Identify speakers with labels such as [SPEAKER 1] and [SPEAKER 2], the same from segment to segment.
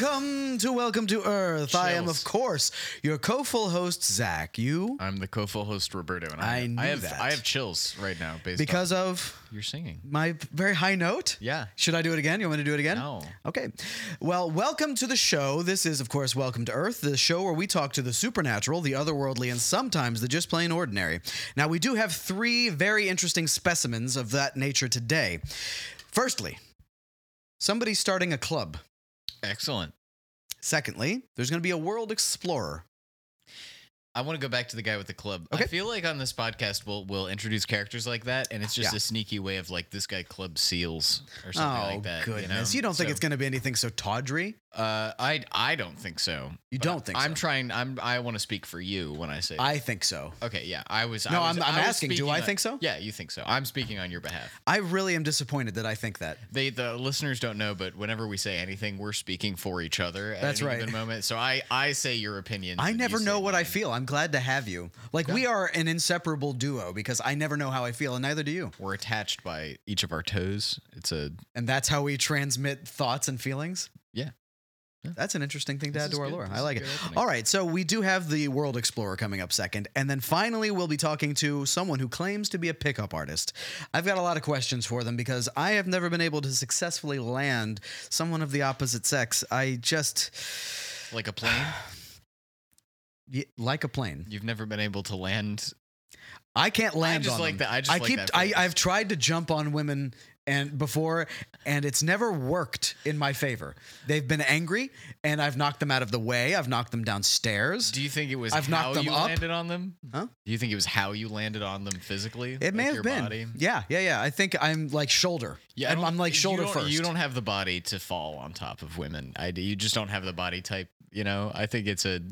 [SPEAKER 1] to Welcome to Earth. I am, of
[SPEAKER 2] Chills.
[SPEAKER 1] course, your co-full host Zach. You
[SPEAKER 2] I'm the co-full host Roberto, and
[SPEAKER 1] I
[SPEAKER 2] I,
[SPEAKER 1] knew
[SPEAKER 2] I have
[SPEAKER 1] that.
[SPEAKER 2] I have chills right now based
[SPEAKER 1] because of
[SPEAKER 2] on you're singing.
[SPEAKER 1] my very high note.
[SPEAKER 2] Yeah.
[SPEAKER 1] Should I do it again? You want me to do it again?
[SPEAKER 2] No.
[SPEAKER 1] Okay. Well, welcome to the show. This is, of course, Welcome to Earth, the show where we talk to the supernatural, the otherworldly, and sometimes the just plain ordinary. Now, we do have three very interesting specimens of that nature today. Firstly, somebody starting a club.
[SPEAKER 2] Excellent.
[SPEAKER 1] Secondly, there's going to be a world explorer.
[SPEAKER 2] I want to go back to the guy with the club.
[SPEAKER 1] Okay.
[SPEAKER 2] I feel like on this podcast we'll we'll introduce characters like that, and it's just
[SPEAKER 1] Yeah.
[SPEAKER 2] a sneaky way of like this guy club seals or something
[SPEAKER 1] oh
[SPEAKER 2] like that.
[SPEAKER 1] goodness! You,
[SPEAKER 2] You, know?
[SPEAKER 1] don't think
[SPEAKER 2] So,
[SPEAKER 1] it's going to be anything so tawdry?
[SPEAKER 2] Uh, I I don't think so.
[SPEAKER 1] You
[SPEAKER 2] But
[SPEAKER 1] don't think
[SPEAKER 2] I'm
[SPEAKER 1] so?
[SPEAKER 2] trying. I'm I want to speak for you when I say.
[SPEAKER 1] I think so.
[SPEAKER 2] okay. Yeah. I was.
[SPEAKER 1] No,
[SPEAKER 2] I was,
[SPEAKER 1] I'm- I'm
[SPEAKER 2] I was
[SPEAKER 1] asking, do
[SPEAKER 2] speaking
[SPEAKER 1] I
[SPEAKER 2] on-
[SPEAKER 1] think so?
[SPEAKER 2] Yeah, you think so. I'm speaking on your behalf.
[SPEAKER 1] I really am disappointed that I think that.
[SPEAKER 2] They the listeners don't know, but whenever we say anything, we're speaking for each other at
[SPEAKER 1] That's
[SPEAKER 2] any
[SPEAKER 1] right.
[SPEAKER 2] given moment. So I I say your opinion.
[SPEAKER 1] I never know what I feel. I'm glad to have you. Like we are an inseparable duo because I never know how I feel, and neither do you.
[SPEAKER 2] We're attached by each of our toes. It's a
[SPEAKER 1] And that's how we transmit thoughts and feelings.
[SPEAKER 2] Yeah. Yeah.
[SPEAKER 1] That's an interesting thing to
[SPEAKER 2] This
[SPEAKER 1] add
[SPEAKER 2] is
[SPEAKER 1] to our
[SPEAKER 2] good.
[SPEAKER 1] lore.
[SPEAKER 2] This
[SPEAKER 1] I
[SPEAKER 2] is
[SPEAKER 1] like
[SPEAKER 2] a
[SPEAKER 1] it.
[SPEAKER 2] good opening.
[SPEAKER 1] All right, so we do have the World Explorer coming up second, and then finally we'll be talking to someone who claims to be a pickup artist. I've got a lot of questions for them because I have never been able to successfully land someone of the opposite sex. I just
[SPEAKER 2] like a plane.
[SPEAKER 1] y- like a plane.
[SPEAKER 2] You've never been able to land.
[SPEAKER 1] I can't land
[SPEAKER 2] I just
[SPEAKER 1] on
[SPEAKER 2] like
[SPEAKER 1] them.
[SPEAKER 2] that. I just
[SPEAKER 1] I
[SPEAKER 2] like
[SPEAKER 1] keep
[SPEAKER 2] that
[SPEAKER 1] I,
[SPEAKER 2] phrase.
[SPEAKER 1] I've tried to jump on women and before and it's never worked in my favor. They've been angry and I've knocked them out of the way. I've knocked them downstairs.
[SPEAKER 2] Do you think it was
[SPEAKER 1] I've knocked
[SPEAKER 2] how
[SPEAKER 1] them
[SPEAKER 2] you
[SPEAKER 1] up.
[SPEAKER 2] landed on them?
[SPEAKER 1] Huh?
[SPEAKER 2] Do you think it was how you landed on them physically?
[SPEAKER 1] it may
[SPEAKER 2] Like
[SPEAKER 1] have
[SPEAKER 2] your
[SPEAKER 1] been.
[SPEAKER 2] Body?
[SPEAKER 1] Yeah, yeah, yeah. I think I'm like shoulder.
[SPEAKER 2] I
[SPEAKER 1] I'm,
[SPEAKER 2] don't-
[SPEAKER 1] I'm like
[SPEAKER 2] you
[SPEAKER 1] shoulder
[SPEAKER 2] don't-
[SPEAKER 1] first.
[SPEAKER 2] You don't have the body to fall on top of women. I do. You just don't have the body type. You know. I think it's a.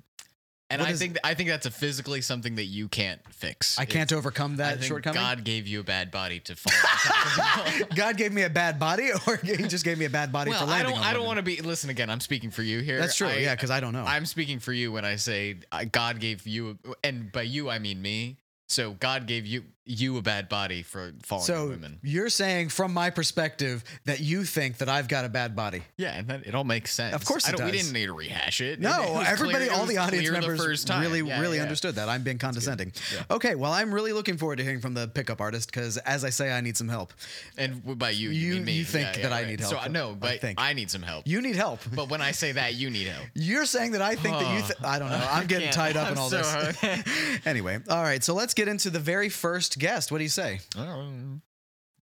[SPEAKER 2] And
[SPEAKER 1] What
[SPEAKER 2] I
[SPEAKER 1] is-
[SPEAKER 2] think I think that's a physically something that you can't fix.
[SPEAKER 1] I
[SPEAKER 2] It's-
[SPEAKER 1] can't overcome
[SPEAKER 2] I
[SPEAKER 1] that
[SPEAKER 2] think
[SPEAKER 1] shortcoming. God.
[SPEAKER 2] God gave you a bad body to fall. on top of.
[SPEAKER 1] gave me a bad body, or he just gave me a bad body for
[SPEAKER 2] well, I
[SPEAKER 1] landing.
[SPEAKER 2] don't. I don't want to be. Listen again. I'm speaking for you here.
[SPEAKER 1] That's true.
[SPEAKER 2] I,
[SPEAKER 1] yeah, because I don't know.
[SPEAKER 2] I'm speaking for you when I say I, God gave you, and by you I mean me. So God gave you you a bad body for falling
[SPEAKER 1] so
[SPEAKER 2] on women.
[SPEAKER 1] you're saying, from my perspective, that you think that I've got a bad body.
[SPEAKER 2] Yeah, and that, it all makes sense.
[SPEAKER 1] Of course
[SPEAKER 2] I
[SPEAKER 1] it
[SPEAKER 2] don't- we
[SPEAKER 1] does.
[SPEAKER 2] didn't need to rehash it. It
[SPEAKER 1] No,
[SPEAKER 2] was
[SPEAKER 1] everybody,
[SPEAKER 2] clear- it
[SPEAKER 1] all
[SPEAKER 2] was
[SPEAKER 1] the audience
[SPEAKER 2] clear the
[SPEAKER 1] members
[SPEAKER 2] first time.
[SPEAKER 1] really,
[SPEAKER 2] Yeah,
[SPEAKER 1] really
[SPEAKER 2] yeah.
[SPEAKER 1] understood that. I'm being condescending.
[SPEAKER 2] Yeah.
[SPEAKER 1] Okay, well, I'm really looking forward to hearing from the pickup artist because, as I say, I need some help.
[SPEAKER 2] And w- by you, you,
[SPEAKER 1] You-
[SPEAKER 2] mean me.
[SPEAKER 1] you think that I need
[SPEAKER 2] So
[SPEAKER 1] help.
[SPEAKER 2] I know,
[SPEAKER 1] I
[SPEAKER 2] but
[SPEAKER 1] think.
[SPEAKER 2] I need some help.
[SPEAKER 1] You need help.
[SPEAKER 2] but when I say that, you need help.
[SPEAKER 1] You're saying that I think that you. Th- I don't know. I'm getting
[SPEAKER 2] can't.
[SPEAKER 1] tied up in
[SPEAKER 2] I'm
[SPEAKER 1] all
[SPEAKER 2] so
[SPEAKER 1] this. anyway, all right. So let's get into the very first guest. What do you say? Oh.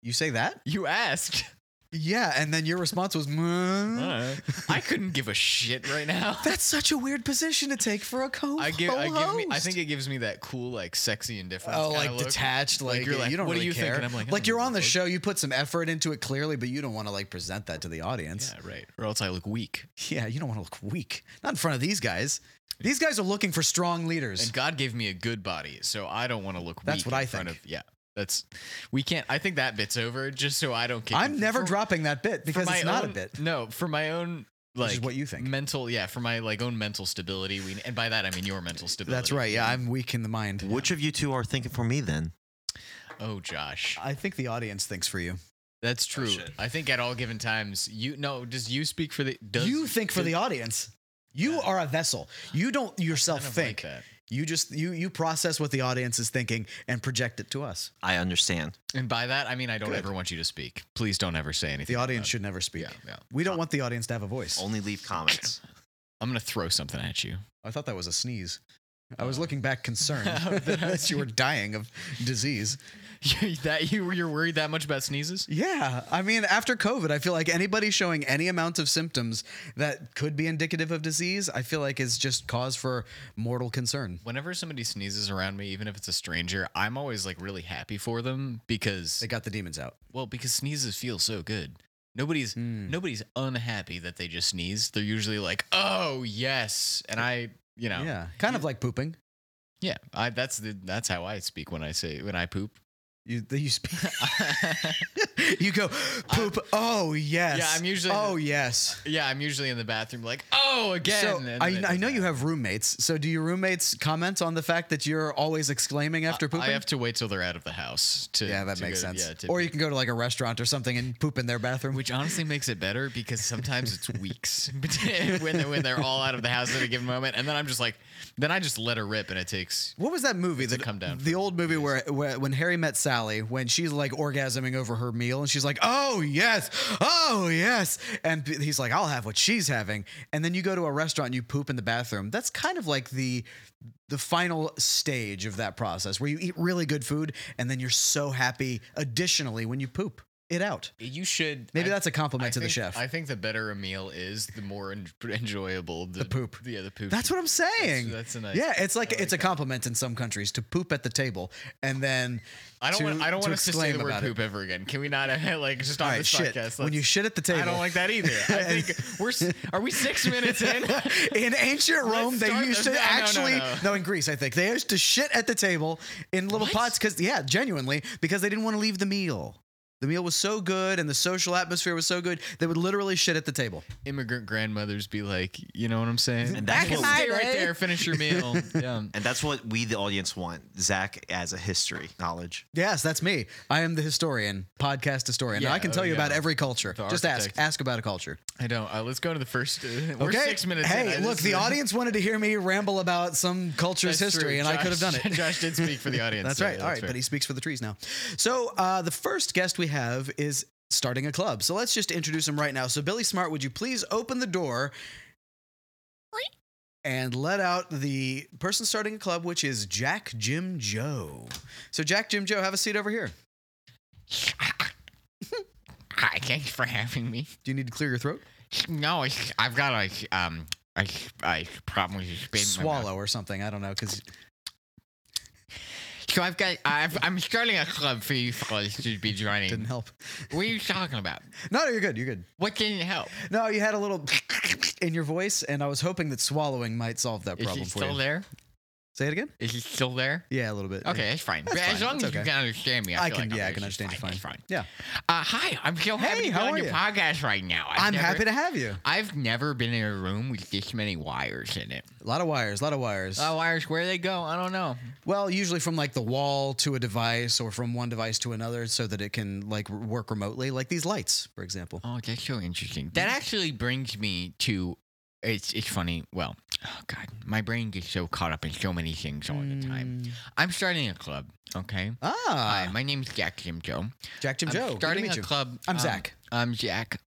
[SPEAKER 1] You say that?
[SPEAKER 2] You asked.
[SPEAKER 1] Yeah, and then your response was. "Mm."
[SPEAKER 2] I couldn't give a shit right now.
[SPEAKER 1] That's such a weird position to take for a co
[SPEAKER 2] I give, I give me, I
[SPEAKER 1] co-host.
[SPEAKER 2] think it gives me that cool, like sexy indifference.
[SPEAKER 1] Oh,
[SPEAKER 2] kinda
[SPEAKER 1] like
[SPEAKER 2] look.
[SPEAKER 1] detached, like,
[SPEAKER 2] you're
[SPEAKER 1] yeah,
[SPEAKER 2] like,
[SPEAKER 1] you don't
[SPEAKER 2] what do
[SPEAKER 1] really
[SPEAKER 2] you think?
[SPEAKER 1] care.
[SPEAKER 2] And I'm like, I
[SPEAKER 1] like
[SPEAKER 2] don't
[SPEAKER 1] you're
[SPEAKER 2] know,
[SPEAKER 1] on the
[SPEAKER 2] like-
[SPEAKER 1] show, you put some effort into it clearly, but you don't want to like present that to the audience.
[SPEAKER 2] Yeah, right. Or else I look weak.
[SPEAKER 1] Yeah, you don't want to look weak, not in front of these guys. These guys are looking for strong leaders.
[SPEAKER 2] And God gave me a good body, so I don't want to look.
[SPEAKER 1] That's
[SPEAKER 2] weak
[SPEAKER 1] what
[SPEAKER 2] in
[SPEAKER 1] I
[SPEAKER 2] front
[SPEAKER 1] think.
[SPEAKER 2] Of, yeah, that's. We can't. I think that bit's over, just so I don't get.
[SPEAKER 1] I'm
[SPEAKER 2] conf-
[SPEAKER 1] never
[SPEAKER 2] for-
[SPEAKER 1] dropping that bit
[SPEAKER 2] for
[SPEAKER 1] because
[SPEAKER 2] my
[SPEAKER 1] it's not
[SPEAKER 2] own-
[SPEAKER 1] a bit.
[SPEAKER 2] No, for my own. Like
[SPEAKER 1] is what you think.
[SPEAKER 2] Mental, yeah. For my like own mental stability, we and by that I mean your mental stability.
[SPEAKER 1] That's right. Yeah, I'm weak in the mind.
[SPEAKER 3] Which of you two are thinking for me then?
[SPEAKER 2] Oh, Josh,
[SPEAKER 1] I think the audience thinks for you.
[SPEAKER 2] that's true.
[SPEAKER 3] shit.
[SPEAKER 2] I think at all given times, you no. Does you speak for the? Does,
[SPEAKER 1] you think for
[SPEAKER 2] does-
[SPEAKER 1] the audience. You are a vessel. You don't yourself
[SPEAKER 2] kind of
[SPEAKER 1] think.
[SPEAKER 2] like that.
[SPEAKER 1] you just you you process what the audience is thinking and project it to us.
[SPEAKER 3] I understand.
[SPEAKER 2] And by that, I mean I don't
[SPEAKER 1] Good.
[SPEAKER 2] ever want you to speak. Please don't ever say anything.
[SPEAKER 1] The audience
[SPEAKER 2] about
[SPEAKER 1] should never speak.
[SPEAKER 2] it. Yeah, yeah.
[SPEAKER 1] We don't want the audience to have a voice.
[SPEAKER 3] Only leave comments.
[SPEAKER 2] I'm gonna throw something at you.
[SPEAKER 1] I thought that was a sneeze. I was
[SPEAKER 2] Oh.
[SPEAKER 1] looking back concerned
[SPEAKER 2] Oh,
[SPEAKER 1] that
[SPEAKER 2] that's-
[SPEAKER 1] you were dying of disease.
[SPEAKER 2] that you you're worried that much about sneezes?
[SPEAKER 1] Yeah. I mean, after COVID, I feel like anybody showing any amount of symptoms that could be indicative of disease, I feel like is just cause for mortal concern.
[SPEAKER 2] Whenever somebody sneezes around me, even if it's a stranger, I'm always like really happy for them because
[SPEAKER 1] They got the demons out.
[SPEAKER 2] well, because sneezes feel so good. Nobody's
[SPEAKER 1] Hmm.
[SPEAKER 2] nobody's unhappy that they just sneezed. They're usually like, "Oh, yes." And I, Oh. you know.
[SPEAKER 1] Yeah. Kind of like pooping.
[SPEAKER 2] Yeah, I that's the that's how I speak when I say when I poop.
[SPEAKER 1] You, you speak. you go poop. oh yes.
[SPEAKER 2] Yeah, I'm usually-
[SPEAKER 1] Oh yes.
[SPEAKER 2] Yeah, I'm usually in the bathroom like, oh, again.
[SPEAKER 1] So
[SPEAKER 2] and
[SPEAKER 1] I,
[SPEAKER 2] then
[SPEAKER 1] I know you have roommates. So do your roommates comment on the fact that you're always exclaiming after pooping?
[SPEAKER 2] I have to wait till they're out of the house to.
[SPEAKER 1] yeah, that
[SPEAKER 2] to
[SPEAKER 1] makes
[SPEAKER 2] go-
[SPEAKER 1] sense.
[SPEAKER 2] yeah, to-
[SPEAKER 1] or you can go to like a restaurant or something and poop in their bathroom.
[SPEAKER 2] which honestly makes it better because sometimes it's weeks when they're, when they're all out of the house at a given moment, and then I'm just like, then I just let her rip, and it takes.
[SPEAKER 1] What was that movie? The,
[SPEAKER 2] come down
[SPEAKER 1] the old movie where, where when Harry met Sally, when she's like orgasming over her meal, and she's like, "Oh yes, oh yes," and p- he's like, "I'll have what she's having," and then you go to a restaurant and you poop in the bathroom. That's kind of like the the final stage of that process where you eat really good food and then you're so happy. Additionally, when you poop it out,
[SPEAKER 2] You should
[SPEAKER 1] maybe
[SPEAKER 2] I-
[SPEAKER 1] that's a compliment
[SPEAKER 2] I
[SPEAKER 1] to the
[SPEAKER 2] think-
[SPEAKER 1] chef.
[SPEAKER 2] I think the better a meal is, the more en- enjoyable the,
[SPEAKER 1] poop.
[SPEAKER 2] Yeah, the poop.
[SPEAKER 1] That's what I'm saying.
[SPEAKER 2] that's a nice-
[SPEAKER 1] yeah. It's like, it's a
[SPEAKER 2] I like that.
[SPEAKER 1] compliment in some countries to poop at the table and then
[SPEAKER 2] I don't
[SPEAKER 1] to-
[SPEAKER 2] want. I don't
[SPEAKER 1] to
[SPEAKER 2] want us to say
[SPEAKER 1] exclaim
[SPEAKER 2] the word
[SPEAKER 1] about it.
[SPEAKER 2] poop ever again. Can we not like just on
[SPEAKER 1] All right,
[SPEAKER 2] this
[SPEAKER 1] shit.
[SPEAKER 2] podcast?
[SPEAKER 1] when you
[SPEAKER 2] let's-
[SPEAKER 1] shit at the table.
[SPEAKER 2] I don't like that either. I think we're. s- Are we six minutes in?
[SPEAKER 1] in ancient Rome, they
[SPEAKER 2] start
[SPEAKER 1] used to
[SPEAKER 2] the- no, no, no,
[SPEAKER 1] actually no,
[SPEAKER 2] no.
[SPEAKER 1] in Greece, I think they used to shit at the table in little
[SPEAKER 2] What?
[SPEAKER 1] pots because yeah, genuinely because they didn't want to leave the meal. The meal was so good and the social atmosphere was so good, they would literally shit at the table.
[SPEAKER 2] Immigrant grandmothers be like, you know what I'm saying?
[SPEAKER 3] And that's Back in what-
[SPEAKER 2] Stay
[SPEAKER 1] my
[SPEAKER 2] right
[SPEAKER 1] day.
[SPEAKER 2] there. Finish your meal. Yeah.
[SPEAKER 3] And that's what we, the audience, want. Zach as a history knowledge.
[SPEAKER 1] Yes, that's me. I am the historian, podcast historian.
[SPEAKER 2] Yeah,
[SPEAKER 1] I can
[SPEAKER 2] oh,
[SPEAKER 1] tell you
[SPEAKER 2] yeah.
[SPEAKER 1] about every culture.
[SPEAKER 2] The
[SPEAKER 1] Just ask,
[SPEAKER 2] architect.
[SPEAKER 1] ask about a culture.
[SPEAKER 2] I don't. Uh, let's go to the first. Uh, we're
[SPEAKER 1] okay.
[SPEAKER 2] six minutes. in.
[SPEAKER 1] Hey,
[SPEAKER 2] I
[SPEAKER 1] look,
[SPEAKER 2] just- uh,
[SPEAKER 1] the audience wanted to hear me ramble about some culture's
[SPEAKER 2] That's true.
[SPEAKER 1] history, and I
[SPEAKER 2] Josh-
[SPEAKER 1] could have done it.
[SPEAKER 2] Josh did speak for the audience.
[SPEAKER 1] That's
[SPEAKER 2] so
[SPEAKER 1] right.
[SPEAKER 2] yeah,
[SPEAKER 1] All right, but he speaks for the trees now. So uh, the first guest we have is starting a club. So let's just introduce him right now. So Billy Smart, would you please open the door and let out the person starting a club, which is Jack Jim Joe. So Jack Jim Joe, have a seat over here.
[SPEAKER 2] Hi, thanks for having me.
[SPEAKER 1] Do you need to clear your throat?
[SPEAKER 2] No, I, I've got a um, I I probably spit in my mouth.
[SPEAKER 1] Swallow or something. I don't know because
[SPEAKER 2] So I've got I've, I'm starting a club for you fellas to be joining.
[SPEAKER 1] didn't help.
[SPEAKER 2] What are you talking about?
[SPEAKER 1] No, no, you're good. You're good.
[SPEAKER 2] What didn't help?
[SPEAKER 1] No, you had a little in your voice, and I was hoping that swallowing might solve that
[SPEAKER 2] Is
[SPEAKER 1] problem
[SPEAKER 2] he
[SPEAKER 1] for
[SPEAKER 2] still
[SPEAKER 1] you.
[SPEAKER 2] there?
[SPEAKER 1] Say it again.
[SPEAKER 2] Is he still there?
[SPEAKER 1] Yeah, a little bit.
[SPEAKER 2] Okay, that's fine.
[SPEAKER 1] That's
[SPEAKER 2] But as
[SPEAKER 1] fine,
[SPEAKER 2] long
[SPEAKER 1] it's
[SPEAKER 2] as you
[SPEAKER 1] okay.
[SPEAKER 2] can understand me, I,
[SPEAKER 1] I
[SPEAKER 2] feel
[SPEAKER 1] can-
[SPEAKER 2] like,
[SPEAKER 1] yeah, I
[SPEAKER 2] okay,
[SPEAKER 1] can
[SPEAKER 2] it's
[SPEAKER 1] understand you
[SPEAKER 2] It's
[SPEAKER 1] fine.
[SPEAKER 2] fine.
[SPEAKER 1] Yeah.
[SPEAKER 2] Uh, hi, I'm so happy
[SPEAKER 1] Hey,
[SPEAKER 2] to be
[SPEAKER 1] how
[SPEAKER 2] on
[SPEAKER 1] are
[SPEAKER 2] your
[SPEAKER 1] you?
[SPEAKER 2] podcast right now. I've
[SPEAKER 1] I'm
[SPEAKER 2] never-
[SPEAKER 1] happy to have you.
[SPEAKER 2] I've never been in a room with this many wires in it.
[SPEAKER 1] A lot of wires, a lot of wires.
[SPEAKER 2] Uh, wires, where they go, I don't know.
[SPEAKER 1] Well, usually from like the wall to a device or from one device to another so that it can like r- work remotely, like these lights, for example.
[SPEAKER 2] Oh, that's so interesting. That actually brings me to it's it's funny. Well, oh god, my brain gets so caught up in so many things all the time. I'm starting a club, okay?
[SPEAKER 1] Mm. Ah,
[SPEAKER 2] Hi, my name's Jack Uh. Jim Joe.
[SPEAKER 1] Jack Jim
[SPEAKER 2] I'm
[SPEAKER 1] Joe. good to
[SPEAKER 2] starting
[SPEAKER 1] meet
[SPEAKER 2] a
[SPEAKER 1] you.
[SPEAKER 2] club.
[SPEAKER 1] I'm
[SPEAKER 2] um,
[SPEAKER 1] Zach.
[SPEAKER 2] I'm Jack.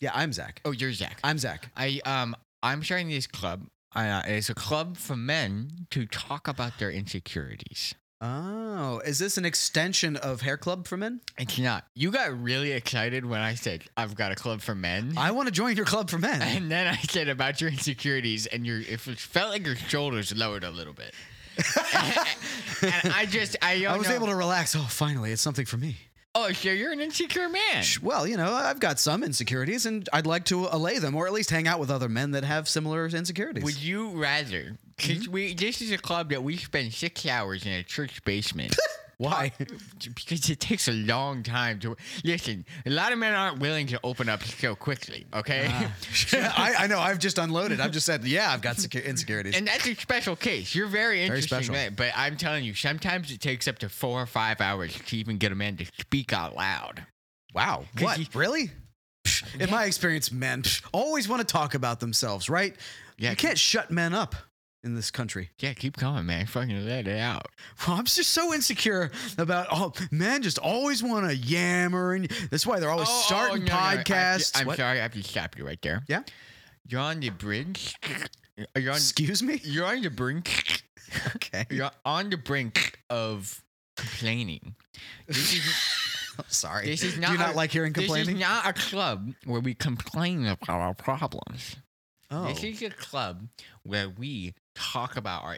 [SPEAKER 1] Yeah, I'm Zach.
[SPEAKER 2] Oh, you're Zach.
[SPEAKER 1] I'm Zach.
[SPEAKER 2] I um I'm starting this club. Uh, it's a club for men to talk about their insecurities.
[SPEAKER 1] Oh, is this an extension of Hair Club for Men?
[SPEAKER 2] It's not. You got really excited when I said I've got a club for men.
[SPEAKER 1] I want to join your club for men.
[SPEAKER 2] and then I said about your insecurities, and your it felt like your shoulders lowered a little bit. and I just I,
[SPEAKER 1] I was able to relax. Oh, finally, it's something for me.
[SPEAKER 2] Oh, so you're an insecure man.
[SPEAKER 1] Sh- Well, you know, I've got some insecurities and I'd like to allay them or at least hang out with other men that have similar insecurities.
[SPEAKER 2] Would you rather? Because
[SPEAKER 1] Hmm?
[SPEAKER 2] we this is a club that we spend six hours in a church basement.
[SPEAKER 1] Why?
[SPEAKER 2] Because it takes a long time to listen. A lot of men aren't willing to open up so quickly. Okay,
[SPEAKER 1] Ah. I, I know. I've just unloaded. I've just said, yeah, I've got secu- insecurities.
[SPEAKER 2] and that's a special case. You're very interesting,
[SPEAKER 1] special.
[SPEAKER 2] man. But I'm telling you, sometimes it takes up to four or five hours to even get a man to speak out loud.
[SPEAKER 1] Wow.
[SPEAKER 2] 'Cause
[SPEAKER 1] What?
[SPEAKER 2] he-
[SPEAKER 1] really? Psh, In my experience, men psh, always want to talk about themselves, right?
[SPEAKER 2] Yeah,
[SPEAKER 1] you can't shut men up in this country.
[SPEAKER 2] Yeah, keep going, man. Fucking let it out.
[SPEAKER 1] Well, I'm just so insecure about oh, men just always want to yammer, and that's why they're always starting
[SPEAKER 2] Oh, no, no, I have to-
[SPEAKER 1] podcasts.
[SPEAKER 2] I'm
[SPEAKER 1] What?
[SPEAKER 2] sorry, I have to stop you right there.
[SPEAKER 1] Yeah.
[SPEAKER 2] You're on the bridge. You're on.
[SPEAKER 1] Excuse me.
[SPEAKER 2] You're on the brink.
[SPEAKER 1] Okay.
[SPEAKER 2] You're on the brink of complaining. This is,
[SPEAKER 1] I'm sorry.
[SPEAKER 2] this is
[SPEAKER 1] Do
[SPEAKER 2] not.
[SPEAKER 1] you not
[SPEAKER 2] a-
[SPEAKER 1] like hearing
[SPEAKER 2] This
[SPEAKER 1] complaining?
[SPEAKER 2] is not a club where we complain about our problems.
[SPEAKER 1] oh.
[SPEAKER 2] This is a club where we talk about our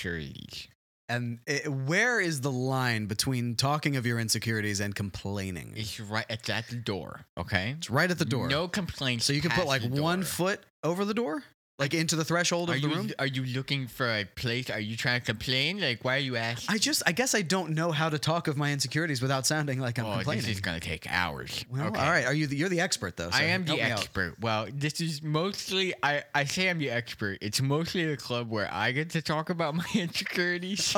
[SPEAKER 2] insecurities.
[SPEAKER 1] and it, where is the line between talking of your insecurities and complaining?
[SPEAKER 2] It's right it's at the door. Okay.
[SPEAKER 1] It's right at the door.
[SPEAKER 2] No complaints.
[SPEAKER 1] So you can put
[SPEAKER 2] past
[SPEAKER 1] like
[SPEAKER 2] the
[SPEAKER 1] one
[SPEAKER 2] door.
[SPEAKER 1] foot over the door? like into the threshold
[SPEAKER 2] Are
[SPEAKER 1] of the
[SPEAKER 2] you
[SPEAKER 1] room.
[SPEAKER 2] are you looking for a place? Are you trying to complain? Like, why are you asking?
[SPEAKER 1] I just, I guess, I don't know how to talk of my insecurities without sounding like I'm
[SPEAKER 2] oh,
[SPEAKER 1] complaining.
[SPEAKER 2] this is gonna take hours.
[SPEAKER 1] well,
[SPEAKER 2] okay.
[SPEAKER 1] all right. Are you? The, you're the expert, though. so
[SPEAKER 2] I am the
[SPEAKER 1] help me out.
[SPEAKER 2] expert. Well, this is mostly I, I say I'm the expert. It's mostly a club where I get to talk about my insecurities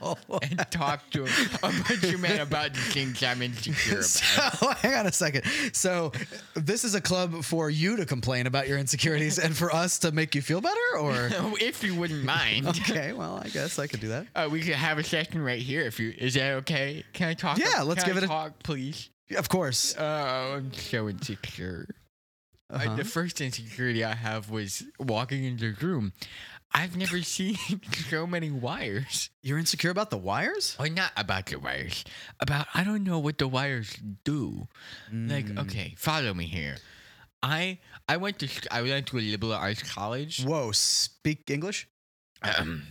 [SPEAKER 1] Oh.
[SPEAKER 2] and talk to a bunch of men about the things I'm insecure about.
[SPEAKER 1] So hang on a second. So this is a club for you to complain about your insecurities and for us to make you feel better, or
[SPEAKER 2] if you wouldn't mind.
[SPEAKER 1] okay, well, I guess I could do that.
[SPEAKER 2] Uh, we could have a session right here. If you is that okay? Can I talk?
[SPEAKER 1] Yeah, let's
[SPEAKER 2] can
[SPEAKER 1] give it
[SPEAKER 2] I
[SPEAKER 1] a-
[SPEAKER 2] talk, please.
[SPEAKER 1] Of course.
[SPEAKER 2] Oh, I'm so insecure. Uh,
[SPEAKER 1] Uh-huh.
[SPEAKER 2] the first insecurity I have was walking into the room. I've never seen so many wires.
[SPEAKER 1] You're insecure about the wires?
[SPEAKER 2] Or not about the wires. About I don't know what the wires do. Like
[SPEAKER 1] Mm.
[SPEAKER 2] okay, follow me here. I I went to sc- I went to a liberal arts college.
[SPEAKER 1] Whoa, speak English?
[SPEAKER 2] Um,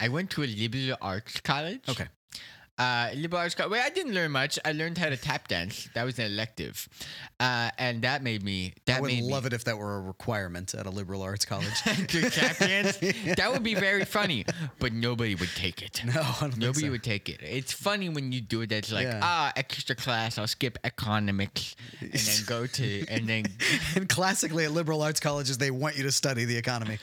[SPEAKER 2] I went to a liberal arts college.
[SPEAKER 1] Okay.
[SPEAKER 2] Uh, liberal arts college. Well, I didn't learn much. I learned how to tap dance. That was an elective, uh, and that made me. That
[SPEAKER 1] I would
[SPEAKER 2] made me,
[SPEAKER 1] love it if that were a requirement at a liberal arts college.
[SPEAKER 2] to tap dance. That would be very funny, but nobody would take it.
[SPEAKER 1] no, I don't think
[SPEAKER 2] Nobody
[SPEAKER 1] so.
[SPEAKER 2] would take it. It's funny when you do it. That's like
[SPEAKER 1] Yeah.
[SPEAKER 2] ah, extra class. I'll skip economics and then go to and then
[SPEAKER 1] And classically, at liberal arts colleges, they want you to study the economy.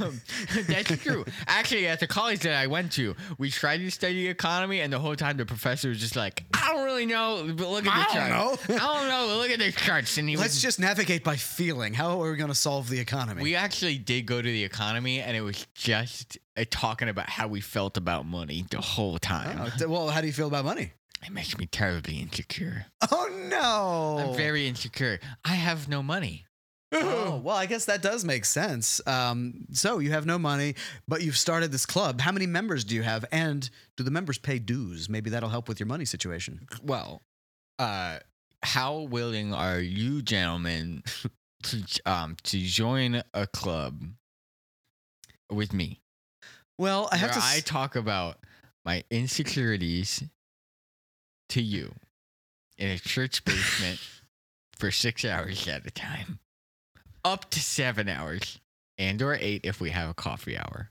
[SPEAKER 2] um, that's true. Actually, at the college that I went to, we tried to study economy, and the whole time the professor was just like, I don't really know, but look at the
[SPEAKER 1] I don't
[SPEAKER 2] charts. I don't know, but look at the charts. And he
[SPEAKER 1] Let's
[SPEAKER 2] was.
[SPEAKER 1] just navigate by feeling. How are we going to solve the economy?
[SPEAKER 2] We actually did go to the economy, and it was just uh, talking about how we felt about money the whole time.
[SPEAKER 1] Oh, d- well, how do you feel about money?
[SPEAKER 2] It makes me terribly insecure.
[SPEAKER 1] Oh no!
[SPEAKER 2] I'm very insecure. I have no money.
[SPEAKER 1] Oh, well, I guess that does make sense. Um, so you have no money, but you've started this club. How many members do you have? And do the members pay dues? Maybe that'll help with your money situation.
[SPEAKER 2] well, uh, how willing are you gentlemen to um to join a club with me?
[SPEAKER 1] Well, I have
[SPEAKER 2] where
[SPEAKER 1] to.
[SPEAKER 2] I
[SPEAKER 1] s-
[SPEAKER 2] talk about my insecurities to you in a church basement for six hours at a time, up to seven hours, and or eight if we have a coffee hour.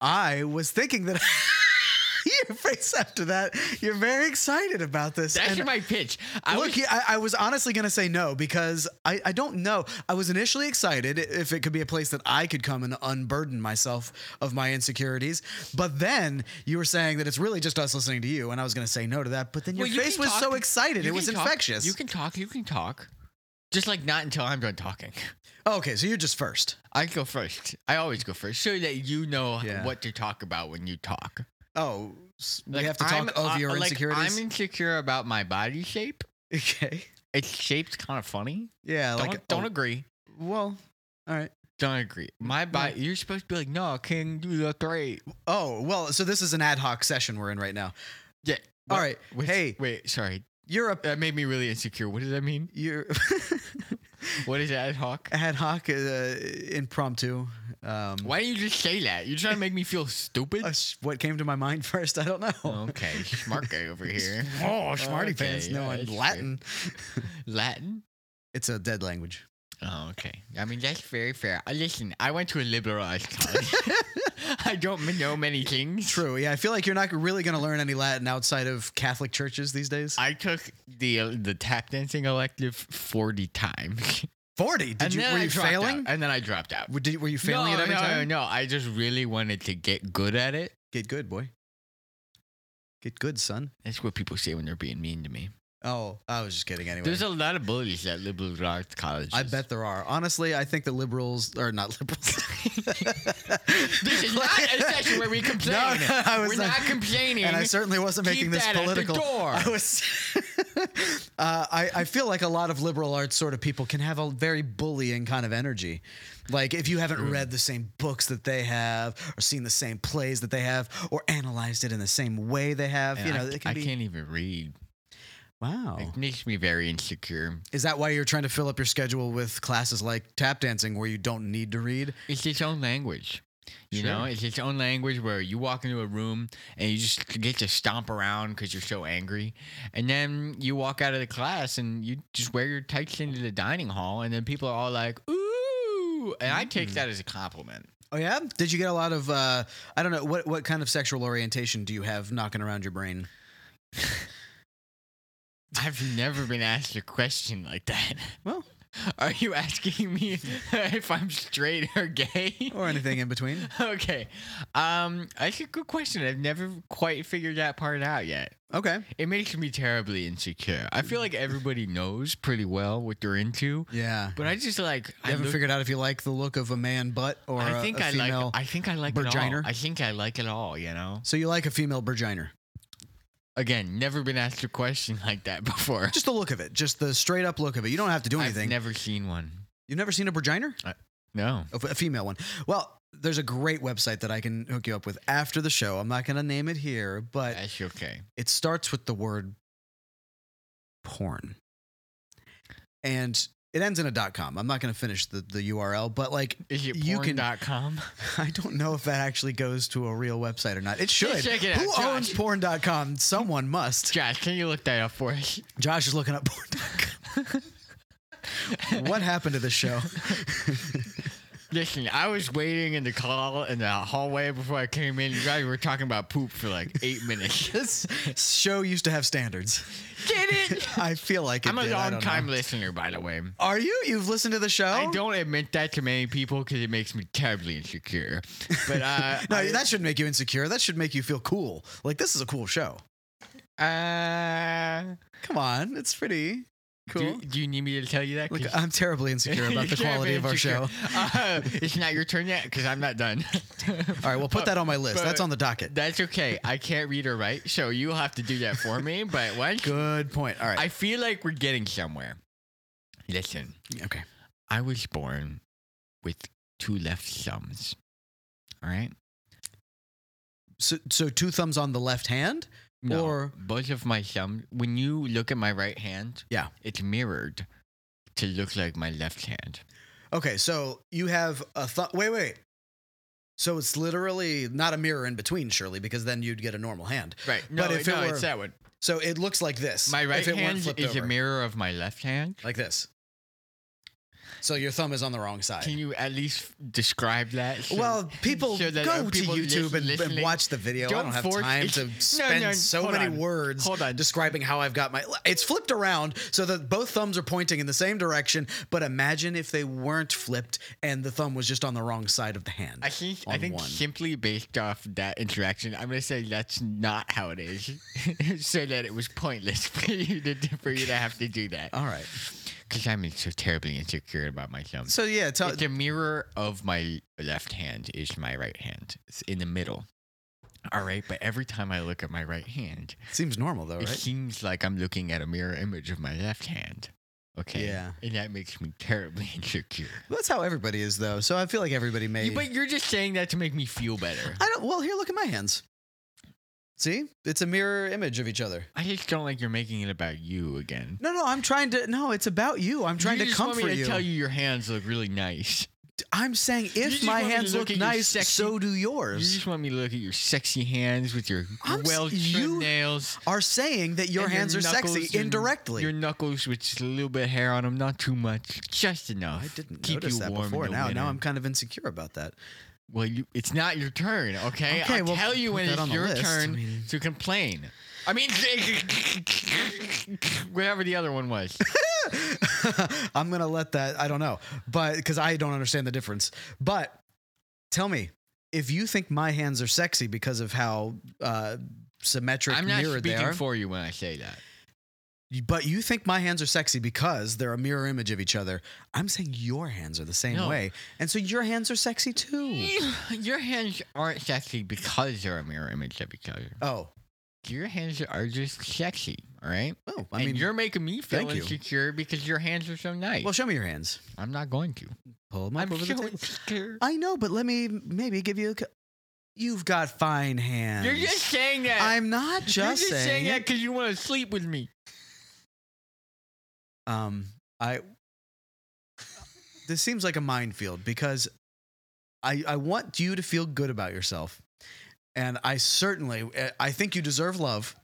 [SPEAKER 1] I was thinking that. Your face after that, you're very excited about this.
[SPEAKER 2] That's
[SPEAKER 1] and-
[SPEAKER 2] my pitch. I
[SPEAKER 1] Look,
[SPEAKER 2] was
[SPEAKER 1] yeah, I, I was honestly going to say no because I, I don't know. I was initially excited if it could be a place that I could come and unburden myself of my insecurities. But then you were saying that it's really just us listening to you. And I was going to say no to that. But then your
[SPEAKER 2] Well, you
[SPEAKER 1] face
[SPEAKER 2] can
[SPEAKER 1] was
[SPEAKER 2] talk-
[SPEAKER 1] so excited.
[SPEAKER 2] you
[SPEAKER 1] It
[SPEAKER 2] can
[SPEAKER 1] was
[SPEAKER 2] talk-
[SPEAKER 1] infectious.
[SPEAKER 2] You can talk. You can talk. Just like not until I'm done talking.
[SPEAKER 1] Oh, okay, so you're just first.
[SPEAKER 2] I go first. I always go first, so that you know
[SPEAKER 1] Yeah.
[SPEAKER 2] what to talk about when you talk.
[SPEAKER 1] Oh, s- we have to
[SPEAKER 2] I'm-
[SPEAKER 1] talk of
[SPEAKER 2] uh,
[SPEAKER 1] your
[SPEAKER 2] like,
[SPEAKER 1] insecurities.
[SPEAKER 2] I'm insecure about my body shape.
[SPEAKER 1] okay.
[SPEAKER 2] It's shaped kind of funny.
[SPEAKER 1] Yeah,
[SPEAKER 2] Don't,
[SPEAKER 1] like
[SPEAKER 2] don't
[SPEAKER 1] oh,
[SPEAKER 2] agree.
[SPEAKER 1] well, all right.
[SPEAKER 2] Don't agree. My body. You're supposed to be like, no, I can't do the three.
[SPEAKER 1] Oh, well, so this is an ad hoc session we're in right now.
[SPEAKER 2] Yeah.
[SPEAKER 1] All
[SPEAKER 2] What-
[SPEAKER 1] right,
[SPEAKER 2] Wait,
[SPEAKER 1] hey.
[SPEAKER 2] Wait. Sorry.
[SPEAKER 1] You're a
[SPEAKER 2] That made me really insecure. What does that mean?
[SPEAKER 1] you're
[SPEAKER 2] What is ad hoc?
[SPEAKER 1] ad hoc uh, impromptu. Um,
[SPEAKER 2] Why do you just say that? You're trying to make me feel stupid.
[SPEAKER 1] Uh, sh- what came to my mind first? I don't know.
[SPEAKER 2] Okay, smart guy over here.
[SPEAKER 1] Oh, smarty
[SPEAKER 2] Okay,
[SPEAKER 1] pants. No,
[SPEAKER 2] yeah,
[SPEAKER 1] in
[SPEAKER 2] that's fair.
[SPEAKER 1] Latin.
[SPEAKER 2] Latin.
[SPEAKER 1] It's a dead language.
[SPEAKER 2] Oh, okay. I mean, that's very fair. Uh, Listen, I went to a liberal arts college. I don't m- know many things.
[SPEAKER 1] True. Yeah, I feel like you're not really going to learn any Latin outside of Catholic churches these days.
[SPEAKER 2] I took the uh, the tap dancing elective forty times.
[SPEAKER 1] Forty? Did
[SPEAKER 2] And
[SPEAKER 1] you?
[SPEAKER 2] then
[SPEAKER 1] Were
[SPEAKER 2] I
[SPEAKER 1] you
[SPEAKER 2] dropped out,
[SPEAKER 1] failing?
[SPEAKER 2] and then I dropped out.
[SPEAKER 1] Were- Did, were you failing
[SPEAKER 2] no,
[SPEAKER 1] at every
[SPEAKER 2] no,
[SPEAKER 1] time?
[SPEAKER 2] No, I just really wanted to get good at it.
[SPEAKER 1] Get good, boy. Get good, son.
[SPEAKER 2] That's what people say when they're being mean to me.
[SPEAKER 1] Oh, I was just kidding. Anyway,
[SPEAKER 2] There's a lot of bullies at liberal arts colleges.
[SPEAKER 1] I bet there are. Honestly, I think the liberals are not liberals.
[SPEAKER 2] This is not a session where we complain.
[SPEAKER 1] No, no, I was
[SPEAKER 2] We're
[SPEAKER 1] not-
[SPEAKER 2] not complaining.
[SPEAKER 1] and I certainly wasn't
[SPEAKER 2] Keep
[SPEAKER 1] making this
[SPEAKER 2] that at the
[SPEAKER 1] political.
[SPEAKER 2] door.
[SPEAKER 1] I was. uh, I, I feel like a lot of liberal arts sort of people can have a very bullying kind of energy. Like if you haven't read the same books that they have, or seen the same plays that they have, or analyzed it in the same way they have,
[SPEAKER 2] And
[SPEAKER 1] you know,
[SPEAKER 2] I,
[SPEAKER 1] it can
[SPEAKER 2] I
[SPEAKER 1] be. Oh.
[SPEAKER 2] can't even read.
[SPEAKER 1] Wow,
[SPEAKER 2] It makes me very insecure.
[SPEAKER 1] is that why you're trying to fill up your schedule with classes like tap dancing, where you don't need to read?
[SPEAKER 2] It's its own language. You
[SPEAKER 1] Sure.
[SPEAKER 2] know, it's its own language where you walk into a room and you just get to stomp around because you're so angry. And then you walk out of the class and you just wear your tights into the dining hall. And then people are all like, ooh. And I
[SPEAKER 1] Mm.
[SPEAKER 2] take that as a compliment.
[SPEAKER 1] Oh yeah? Did you get a lot of uh I don't know what what kind of sexual orientation do you have knocking around your brain?
[SPEAKER 2] I've never been asked a question like that.
[SPEAKER 1] Well.
[SPEAKER 2] are you asking me if I'm straight or gay?
[SPEAKER 1] Or anything in between?
[SPEAKER 2] Okay. Um, that's a good question. I've never quite figured that part out yet.
[SPEAKER 1] Okay.
[SPEAKER 2] It makes me terribly insecure. I feel like everybody knows pretty well what they're into,
[SPEAKER 1] Yeah.
[SPEAKER 2] but I just like
[SPEAKER 1] You
[SPEAKER 2] I
[SPEAKER 1] haven't
[SPEAKER 2] look-
[SPEAKER 1] figured out if you like the look of a man butt or
[SPEAKER 2] I
[SPEAKER 1] a-
[SPEAKER 2] think
[SPEAKER 1] a
[SPEAKER 2] I
[SPEAKER 1] female.
[SPEAKER 2] like. I think I like
[SPEAKER 1] vagina.
[SPEAKER 2] it all. I think I like it all. You know.
[SPEAKER 1] so you like a female burginer.
[SPEAKER 2] Again, never been asked a question like that before.
[SPEAKER 1] Just the look of it, just the straight up look of it. You don't have to do
[SPEAKER 2] I've
[SPEAKER 1] anything.
[SPEAKER 2] never seen one.
[SPEAKER 1] You've never seen a burginer?
[SPEAKER 2] No.
[SPEAKER 1] A a female one. Well, there's a great website that I can hook you up with after the show. I'm not going to name it here, but
[SPEAKER 2] That's okay.
[SPEAKER 1] it starts with the word porn. And it ends in a dot com. I'm not going to finish the, the URL, but like,
[SPEAKER 2] Is it
[SPEAKER 1] You can-
[SPEAKER 2] porn.com?
[SPEAKER 1] I don't know if that actually goes to a real website or not. It should.
[SPEAKER 2] Check it out,
[SPEAKER 1] Who
[SPEAKER 2] Josh.
[SPEAKER 1] owns porn.com? Someone must.
[SPEAKER 2] Josh, can you look that up for us?
[SPEAKER 1] Josh is looking up porn.com. what happened to this show?
[SPEAKER 2] Listen, I was waiting in the call in the hallway before I came in. You guys were talking about poop for like eight minutes.
[SPEAKER 1] This show used to have standards.
[SPEAKER 2] Did it?
[SPEAKER 1] I feel like it
[SPEAKER 2] I'm a
[SPEAKER 1] did. I
[SPEAKER 2] long
[SPEAKER 1] don't
[SPEAKER 2] time
[SPEAKER 1] know.
[SPEAKER 2] listener, by the way.
[SPEAKER 1] Are you? You've listened to the show?
[SPEAKER 2] I don't admit that to many people because it makes me terribly insecure. But uh,
[SPEAKER 1] No,
[SPEAKER 2] I,
[SPEAKER 1] that should make you insecure. That should make you feel cool. Like this is a cool show.
[SPEAKER 2] uh,
[SPEAKER 1] Come on, it's pretty cool.
[SPEAKER 2] Do, do you need me to tell you that?
[SPEAKER 1] Look, uh,
[SPEAKER 2] 'Cause-
[SPEAKER 1] I'm terribly insecure about
[SPEAKER 2] You
[SPEAKER 1] the
[SPEAKER 2] can't
[SPEAKER 1] quality
[SPEAKER 2] be
[SPEAKER 1] of our show.
[SPEAKER 2] insecure. Uh, it's not your turn yet because I'm not done.
[SPEAKER 1] All right, we'll put
[SPEAKER 2] But-
[SPEAKER 1] that on my list.
[SPEAKER 2] but-
[SPEAKER 1] That's on the docket.
[SPEAKER 2] That's okay. I can't read or write, so you'll have to do that for me. But once
[SPEAKER 1] Good point. All right.
[SPEAKER 2] I feel like we're getting somewhere. Listen,
[SPEAKER 1] okay.
[SPEAKER 2] I was born with two left thumbs. All right.
[SPEAKER 1] So, so two thumbs on the left hand.
[SPEAKER 2] No,
[SPEAKER 1] Or-
[SPEAKER 2] both of my thumbs. When you look at my right hand,
[SPEAKER 1] Yeah.
[SPEAKER 2] it's mirrored to look like my left hand.
[SPEAKER 1] Okay, so you have a thumb. Wait, wait. So it's literally not a mirror in between, surely, because then you'd get a normal hand.
[SPEAKER 2] Right. No,
[SPEAKER 1] But
[SPEAKER 2] but
[SPEAKER 1] if it
[SPEAKER 2] no,
[SPEAKER 1] were-
[SPEAKER 2] it's that one.
[SPEAKER 1] So it looks like this.
[SPEAKER 2] My right
[SPEAKER 1] if it weren't
[SPEAKER 2] hand
[SPEAKER 1] flipped
[SPEAKER 2] is
[SPEAKER 1] over,
[SPEAKER 2] a mirror of my left hand.
[SPEAKER 1] like this. So your thumb is on the wrong side.
[SPEAKER 2] Can you at least f- describe that? so-
[SPEAKER 1] Well, people
[SPEAKER 2] so that
[SPEAKER 1] go
[SPEAKER 2] other people
[SPEAKER 1] to YouTube
[SPEAKER 2] lis-
[SPEAKER 1] and- and,
[SPEAKER 2] listening-
[SPEAKER 1] watch the video. I
[SPEAKER 2] Don't
[SPEAKER 1] don't have
[SPEAKER 2] force-
[SPEAKER 1] time
[SPEAKER 2] it's-
[SPEAKER 1] to
[SPEAKER 2] no,
[SPEAKER 1] spend
[SPEAKER 2] no,
[SPEAKER 1] so
[SPEAKER 2] hold
[SPEAKER 1] many
[SPEAKER 2] on.
[SPEAKER 1] words
[SPEAKER 2] Hold on.
[SPEAKER 1] describing how I've got my. It's flipped around so that both thumbs are pointing in the same direction. But imagine if they weren't flipped and the thumb was just on the wrong side of the hand.
[SPEAKER 2] I think I
[SPEAKER 1] on
[SPEAKER 2] think
[SPEAKER 1] one.
[SPEAKER 2] simply based off that interaction, I'm gonna say that's not how it is, so that it was pointless for you to for you to have to do that.
[SPEAKER 1] All right.
[SPEAKER 2] Because I'm so terribly insecure about myself.
[SPEAKER 1] So yeah, tell,
[SPEAKER 2] It's a mirror of my left hand is my right hand. It's in the middle. All right, but every time I look at my right hand,
[SPEAKER 1] seems normal though, right?
[SPEAKER 2] it seems like I'm looking at a mirror image of my left hand. Okay.
[SPEAKER 1] Yeah.
[SPEAKER 2] And that makes me terribly insecure.
[SPEAKER 1] That's how everybody is though. So I feel like everybody may.
[SPEAKER 2] You- but you're just saying that to make me feel better.
[SPEAKER 1] I don't. Well, here, look at my hands. See, it's a mirror image of each other.
[SPEAKER 2] I just don't like you're making it about you again.
[SPEAKER 1] No, no, I'm trying to. No, it's about you. I'm trying to
[SPEAKER 2] you just
[SPEAKER 1] comfort
[SPEAKER 2] want me
[SPEAKER 1] you.
[SPEAKER 2] to tell you your hands look really nice.
[SPEAKER 1] I'm saying if
[SPEAKER 2] just
[SPEAKER 1] my
[SPEAKER 2] want me to
[SPEAKER 1] hands look
[SPEAKER 2] look at your
[SPEAKER 1] nice,
[SPEAKER 2] sexy-
[SPEAKER 1] so do
[SPEAKER 2] You
[SPEAKER 1] yours.
[SPEAKER 2] just want me to look at your sexy hands with your
[SPEAKER 1] I'm s-
[SPEAKER 2] well
[SPEAKER 1] you-
[SPEAKER 2] trimmed nails.
[SPEAKER 1] Are saying that your
[SPEAKER 2] and
[SPEAKER 1] hands are sexy
[SPEAKER 2] knuckles and
[SPEAKER 1] indirectly.
[SPEAKER 2] Your knuckles with just a little bit of hair on them, not too much, just enough.
[SPEAKER 1] I didn't
[SPEAKER 2] keep
[SPEAKER 1] notice
[SPEAKER 2] you
[SPEAKER 1] that
[SPEAKER 2] warm in
[SPEAKER 1] before.
[SPEAKER 2] the
[SPEAKER 1] Now,
[SPEAKER 2] winter.
[SPEAKER 1] now I'm kind of insecure about that.
[SPEAKER 2] Well, you, it's not your turn, okay?
[SPEAKER 1] Okay,
[SPEAKER 2] I'll
[SPEAKER 1] well,
[SPEAKER 2] tell you
[SPEAKER 1] put
[SPEAKER 2] when
[SPEAKER 1] that
[SPEAKER 2] it's
[SPEAKER 1] on the
[SPEAKER 2] your
[SPEAKER 1] list. I
[SPEAKER 2] turn
[SPEAKER 1] mean-
[SPEAKER 2] to complain. I mean, whatever the other one was.
[SPEAKER 1] I'm gonna let that. I don't know, but because I don't understand the difference. But tell me if you think my hands are sexy because of how uh, symmetric
[SPEAKER 2] I'm not
[SPEAKER 1] mirrored they
[SPEAKER 2] speaking
[SPEAKER 1] are.
[SPEAKER 2] for you when I say that.
[SPEAKER 1] but you think my hands are sexy because they're a mirror image of each other. I'm saying your hands are the same
[SPEAKER 2] No.
[SPEAKER 1] way, and so your hands are sexy too.
[SPEAKER 2] Your hands aren't sexy because they're a mirror image of each other.
[SPEAKER 1] Oh,
[SPEAKER 2] Your hands are just sexy, all right?
[SPEAKER 1] oh, I
[SPEAKER 2] I mean,
[SPEAKER 1] mean,
[SPEAKER 2] and you're making me feel
[SPEAKER 1] thank you.
[SPEAKER 2] insecure because your hands are so nice.
[SPEAKER 1] well, show me your hands.
[SPEAKER 2] I'm not going to.
[SPEAKER 1] Pull them up
[SPEAKER 2] I'm
[SPEAKER 1] over
[SPEAKER 2] so
[SPEAKER 1] the table.
[SPEAKER 2] insecure.
[SPEAKER 1] I know, but let me maybe give you a. c- You've got fine hands.
[SPEAKER 2] You're just saying that.
[SPEAKER 1] I'm not just,
[SPEAKER 2] You're just
[SPEAKER 1] saying.
[SPEAKER 2] saying that
[SPEAKER 1] it.
[SPEAKER 2] because you want to sleep with me.
[SPEAKER 1] Um, I. This seems like a minefield because I, I want you to feel good about yourself. And I certainly, eh, I think you deserve love.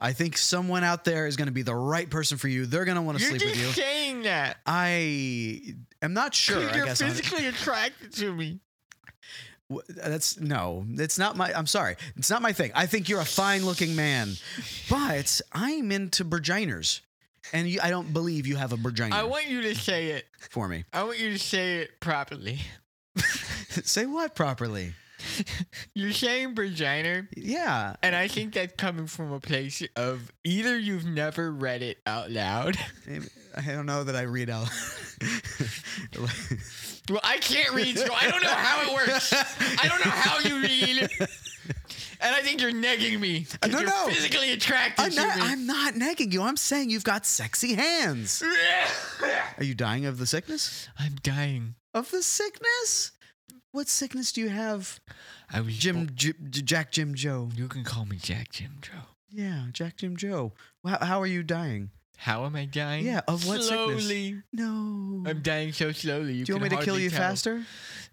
[SPEAKER 1] I think someone out there is going to be the right person for you. They're going to want to
[SPEAKER 2] You're
[SPEAKER 1] sleep
[SPEAKER 2] just
[SPEAKER 1] with you.
[SPEAKER 2] saying that.
[SPEAKER 1] I am not sure.
[SPEAKER 2] You're
[SPEAKER 1] I guess on-
[SPEAKER 2] physically attracted to me.
[SPEAKER 1] W- That's no, it's not my. I'm sorry, it's not my thing. I think you're a fine-looking man, but I'm into virginers, and you, I don't believe you have a virgina
[SPEAKER 2] I want you to say it.
[SPEAKER 1] for me.
[SPEAKER 2] I want you to say it properly.
[SPEAKER 1] Say what properly?
[SPEAKER 2] You're saying vagina,
[SPEAKER 1] Yeah,
[SPEAKER 2] and I think that's coming from a place of either you've never read it out loud.
[SPEAKER 1] I don't know that I read out.
[SPEAKER 2] Well, I can't read, so I don't know how it works. I don't know how you read. And I think you're negging me. 'cause
[SPEAKER 1] No,
[SPEAKER 2] you're
[SPEAKER 1] no.
[SPEAKER 2] Physically attracted
[SPEAKER 1] I'm
[SPEAKER 2] to
[SPEAKER 1] not,
[SPEAKER 2] me.
[SPEAKER 1] I'm not nagging you. I'm saying you've got sexy hands. Are you dying of the sickness?
[SPEAKER 2] I'm dying.
[SPEAKER 1] Of the sickness? What sickness do you have,
[SPEAKER 2] I was
[SPEAKER 1] Jim? J- Jack Jim Joe.
[SPEAKER 2] You can call me Jack Jim Joe.
[SPEAKER 1] Yeah, Jack Jim Joe. How, how are you dying?
[SPEAKER 2] How am I dying?
[SPEAKER 1] Yeah, of what sickness?
[SPEAKER 2] Slowly.
[SPEAKER 1] No.
[SPEAKER 2] I'm dying so slowly. You
[SPEAKER 1] Do you want
[SPEAKER 2] can
[SPEAKER 1] me to kill
[SPEAKER 2] hardly
[SPEAKER 1] you
[SPEAKER 2] tell.
[SPEAKER 1] faster?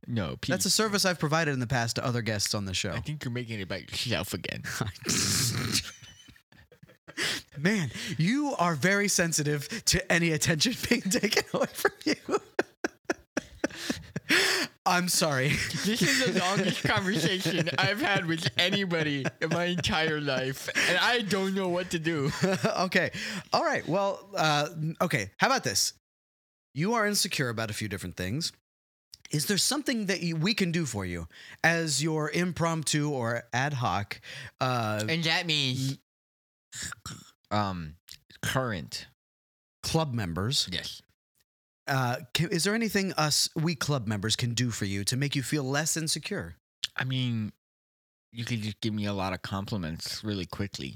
[SPEAKER 2] No, please.
[SPEAKER 1] That's a service I've provided in the past to other guests on the show.
[SPEAKER 2] I think you're making it about yourself again.
[SPEAKER 1] Man, you are very sensitive to any attention being taken away from you. I'm sorry.
[SPEAKER 2] This is the longest conversation I've had with anybody in my entire life, and I don't know what to do.
[SPEAKER 1] okay. All right. Well, uh, okay. How about this? You are insecure about a few different things. Is there something that you, we can do for you as your impromptu or ad hoc? Uh,
[SPEAKER 2] And that means, um, current.
[SPEAKER 1] club members.
[SPEAKER 2] Yes.
[SPEAKER 1] Uh, can, is there anything us we club members can do for you to make you feel less insecure?
[SPEAKER 2] I mean, you could just give me a lot of compliments really quickly.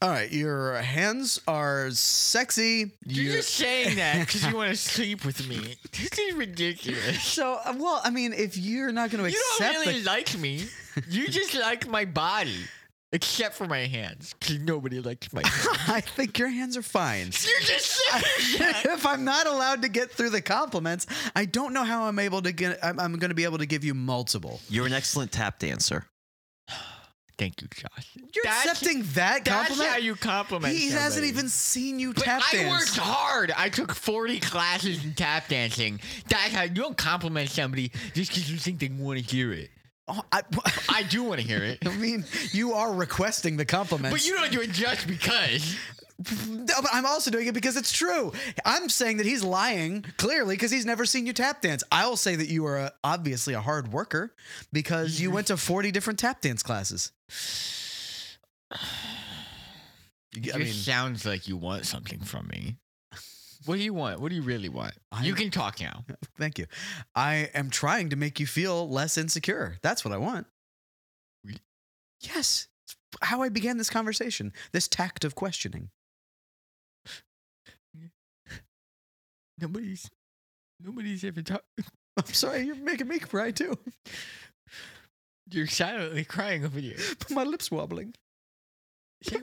[SPEAKER 1] All right, your hands are sexy.
[SPEAKER 2] You're,
[SPEAKER 1] You're-
[SPEAKER 2] just saying that because you want to sleep with me. This is ridiculous.
[SPEAKER 1] so uh, well, I mean, if you're not going to
[SPEAKER 2] You don't
[SPEAKER 1] accept
[SPEAKER 2] really
[SPEAKER 1] the,
[SPEAKER 2] like me. You just like my body, except for my hands, because nobody likes my. hands.
[SPEAKER 1] I think your hands are fine.
[SPEAKER 2] You're just saying that.
[SPEAKER 1] if I'm not allowed to get through the compliments, I don't know how I'm able to get. I'm, I'm going to be able to give you multiple.
[SPEAKER 3] You're an excellent tap dancer.
[SPEAKER 2] Thank you, Josh.
[SPEAKER 1] You're
[SPEAKER 2] That's-
[SPEAKER 1] accepting that
[SPEAKER 2] That's
[SPEAKER 1] compliment.
[SPEAKER 2] how you compliment.
[SPEAKER 1] he hasn't
[SPEAKER 2] somebody.
[SPEAKER 1] even seen you
[SPEAKER 2] But
[SPEAKER 1] tap
[SPEAKER 2] I
[SPEAKER 1] dance.
[SPEAKER 2] worked hard. I took 40 classes in tap dancing. That's how you don't compliment somebody just because you think they want to hear it.
[SPEAKER 1] Oh, I,
[SPEAKER 2] I do want to hear it,
[SPEAKER 1] I mean, you are requesting the compliments.
[SPEAKER 2] but you don't do it just because.
[SPEAKER 1] No, but I'm also doing it because it's true. I'm saying that he's lying clearly because he's never seen you tap dance. I will say that you are a, obviously a hard worker because you went to 40 different tap dance classes.
[SPEAKER 2] It
[SPEAKER 1] I mean,
[SPEAKER 2] just sounds like you want something from me. What do you want? What do you really want?
[SPEAKER 1] I-
[SPEAKER 2] you can talk now.
[SPEAKER 1] thank you. I am trying to make you feel less insecure. That's what I want.
[SPEAKER 2] Really?
[SPEAKER 1] Yes. It's How I began this conversation, this tact of questioning.
[SPEAKER 2] Nobody's nobody's ever talked.
[SPEAKER 1] I'm sorry, you're making me cry too.
[SPEAKER 2] You're silently crying over here.
[SPEAKER 1] My lips wobbling.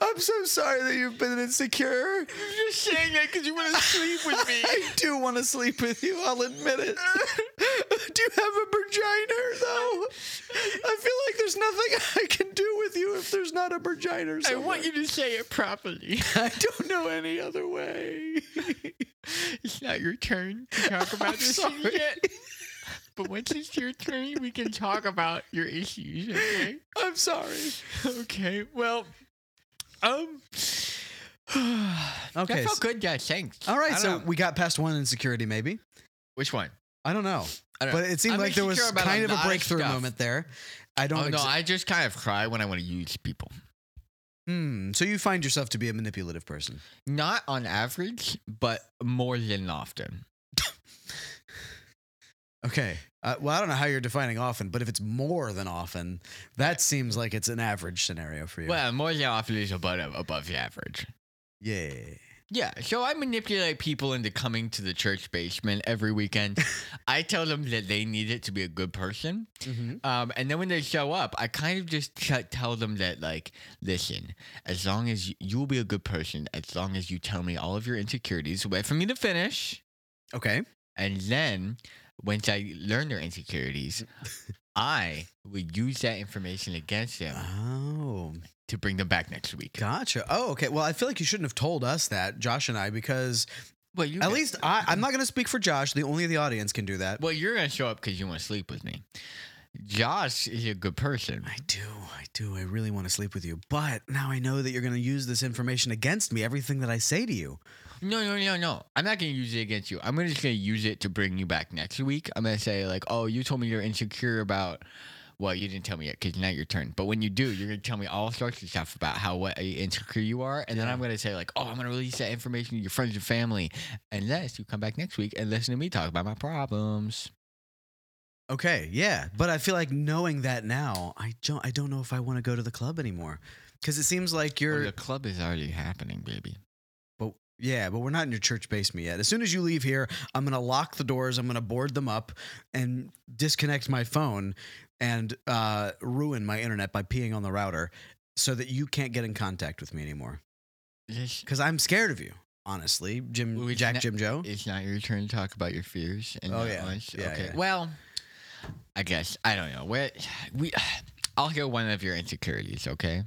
[SPEAKER 1] I'm so sorry that you've been insecure.
[SPEAKER 2] You're just saying that because you want to sleep with me.
[SPEAKER 1] I do want to sleep with you, I'll admit it. do you have a vagina, though? I feel like there's nothing I can do with you if there's not a vagina.
[SPEAKER 2] I want you to say it properly.
[SPEAKER 1] I don't know any other way.
[SPEAKER 2] It's not your turn to talk about
[SPEAKER 1] I'm
[SPEAKER 2] this
[SPEAKER 1] sorry.
[SPEAKER 2] yet. But once it's your turn, we can talk about your issues. Okay.
[SPEAKER 1] I'm sorry.
[SPEAKER 2] Okay. Well, um.
[SPEAKER 1] Okay,
[SPEAKER 2] That
[SPEAKER 1] so-
[SPEAKER 2] felt good, guys. Thanks.
[SPEAKER 1] All
[SPEAKER 2] I
[SPEAKER 1] right,
[SPEAKER 2] don't
[SPEAKER 1] so
[SPEAKER 2] know.
[SPEAKER 1] we got past one insecurity, maybe.
[SPEAKER 2] which one?
[SPEAKER 1] I don't know.
[SPEAKER 2] I don't
[SPEAKER 1] But it seemed
[SPEAKER 2] I'm
[SPEAKER 1] like there was
[SPEAKER 2] insecure about a
[SPEAKER 1] kind of a
[SPEAKER 2] lot of
[SPEAKER 1] breakthrough
[SPEAKER 2] stuff.
[SPEAKER 1] moment there. I don't
[SPEAKER 2] Oh no,
[SPEAKER 1] exa-
[SPEAKER 2] I just kind of cry when I want to use people.
[SPEAKER 1] Hmm, so you find yourself to be a manipulative person.
[SPEAKER 2] Not on average, but more than often.
[SPEAKER 1] Okay. Uh, well, I don't know how you're defining often, but if it's more than often, that seems like it's an average scenario for you.
[SPEAKER 2] Well, more than often is above above average.
[SPEAKER 1] yeah.
[SPEAKER 2] Yeah, so I manipulate people into coming to the church basement every weekend. I tell them that they need it to be a good person.
[SPEAKER 1] Mm-hmm.
[SPEAKER 2] Um, and then when they show up, I kind of just t- tell them that, like, listen, as long as you, you'll be a good person, as long as you tell me all of your insecurities, wait for me to finish.
[SPEAKER 1] Okay.
[SPEAKER 2] And then once I learn their insecurities, I would use that information against them
[SPEAKER 1] Oh,
[SPEAKER 2] to bring them back next week.
[SPEAKER 1] gotcha. Oh, okay. Well, I feel like you shouldn't have told us that, Josh and I, because
[SPEAKER 2] Well, you
[SPEAKER 1] at least I, I'm not going to speak for Josh. The only the audience can do that.
[SPEAKER 2] Well, you're gonna show up because you want to sleep with me. Josh is a good person.
[SPEAKER 1] I do. I do. I really want to sleep with you. But now I know that you're going to use this information against me, everything that I say to you.
[SPEAKER 2] No, no, no, no. I'm not gonna use it against you. I'm just gonna use it to bring you back next week. I'm gonna say like, oh, you told me you're insecure about. Well, you didn't tell me yet because now your turn. But when you do, you're gonna tell me all sorts of stuff about how what insecure you are, and then I'm gonna say like, oh, I'm gonna release that information to your friends and family, unless you come back next week and listen to me talk about my problems.
[SPEAKER 1] Okay, yeah, but I feel like knowing that now, I don't. I don't know if I want to go to the club anymore, because it seems like
[SPEAKER 2] Well,
[SPEAKER 1] you're.
[SPEAKER 2] the club is already happening, baby.
[SPEAKER 1] But yeah, but we're not in your church basement yet. As soon as you leave here, I'm gonna lock the doors. I'm gonna board them up and disconnect my phone and uh, ruin my internet by peeing on the router, so that you can't get in contact with me anymore.
[SPEAKER 2] This
[SPEAKER 1] Because I'm scared of you, honestly, Jim
[SPEAKER 2] Well, we
[SPEAKER 1] Jack
[SPEAKER 2] can-
[SPEAKER 1] Jim Joe.
[SPEAKER 2] It's not your turn to talk about your fears. And
[SPEAKER 1] Oh,
[SPEAKER 2] not
[SPEAKER 1] yeah.
[SPEAKER 2] much?
[SPEAKER 1] Yeah,
[SPEAKER 2] okay.
[SPEAKER 1] yeah.
[SPEAKER 2] Well, I guess I don't know. Where we, I'll hear one of your insecurities, okay?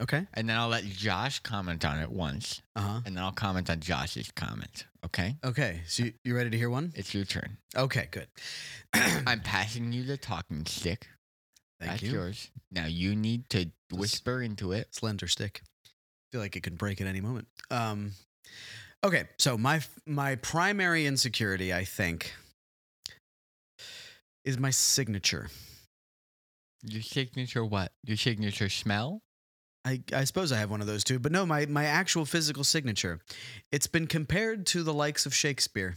[SPEAKER 1] Okay.
[SPEAKER 2] And then I'll let Josh comment on it once,
[SPEAKER 1] Uh huh.
[SPEAKER 2] and then I'll comment on Josh's comment. Okay,
[SPEAKER 1] Okay. So you, you ready to hear one?
[SPEAKER 2] it's your turn.
[SPEAKER 1] Okay. Good.
[SPEAKER 2] I'm passing you the talking stick.
[SPEAKER 1] Thank
[SPEAKER 2] That's
[SPEAKER 1] you.
[SPEAKER 2] yours. Now you need to whisper into it.
[SPEAKER 1] slender stick. feel like it could break at any moment. Um, okay, so my my primary insecurity, I think, is my signature.
[SPEAKER 2] Your signature what? Your signature smell?
[SPEAKER 1] I, I suppose I have one of those too, but no, my, my actual physical signature. It's been compared to the likes of Shakespeare.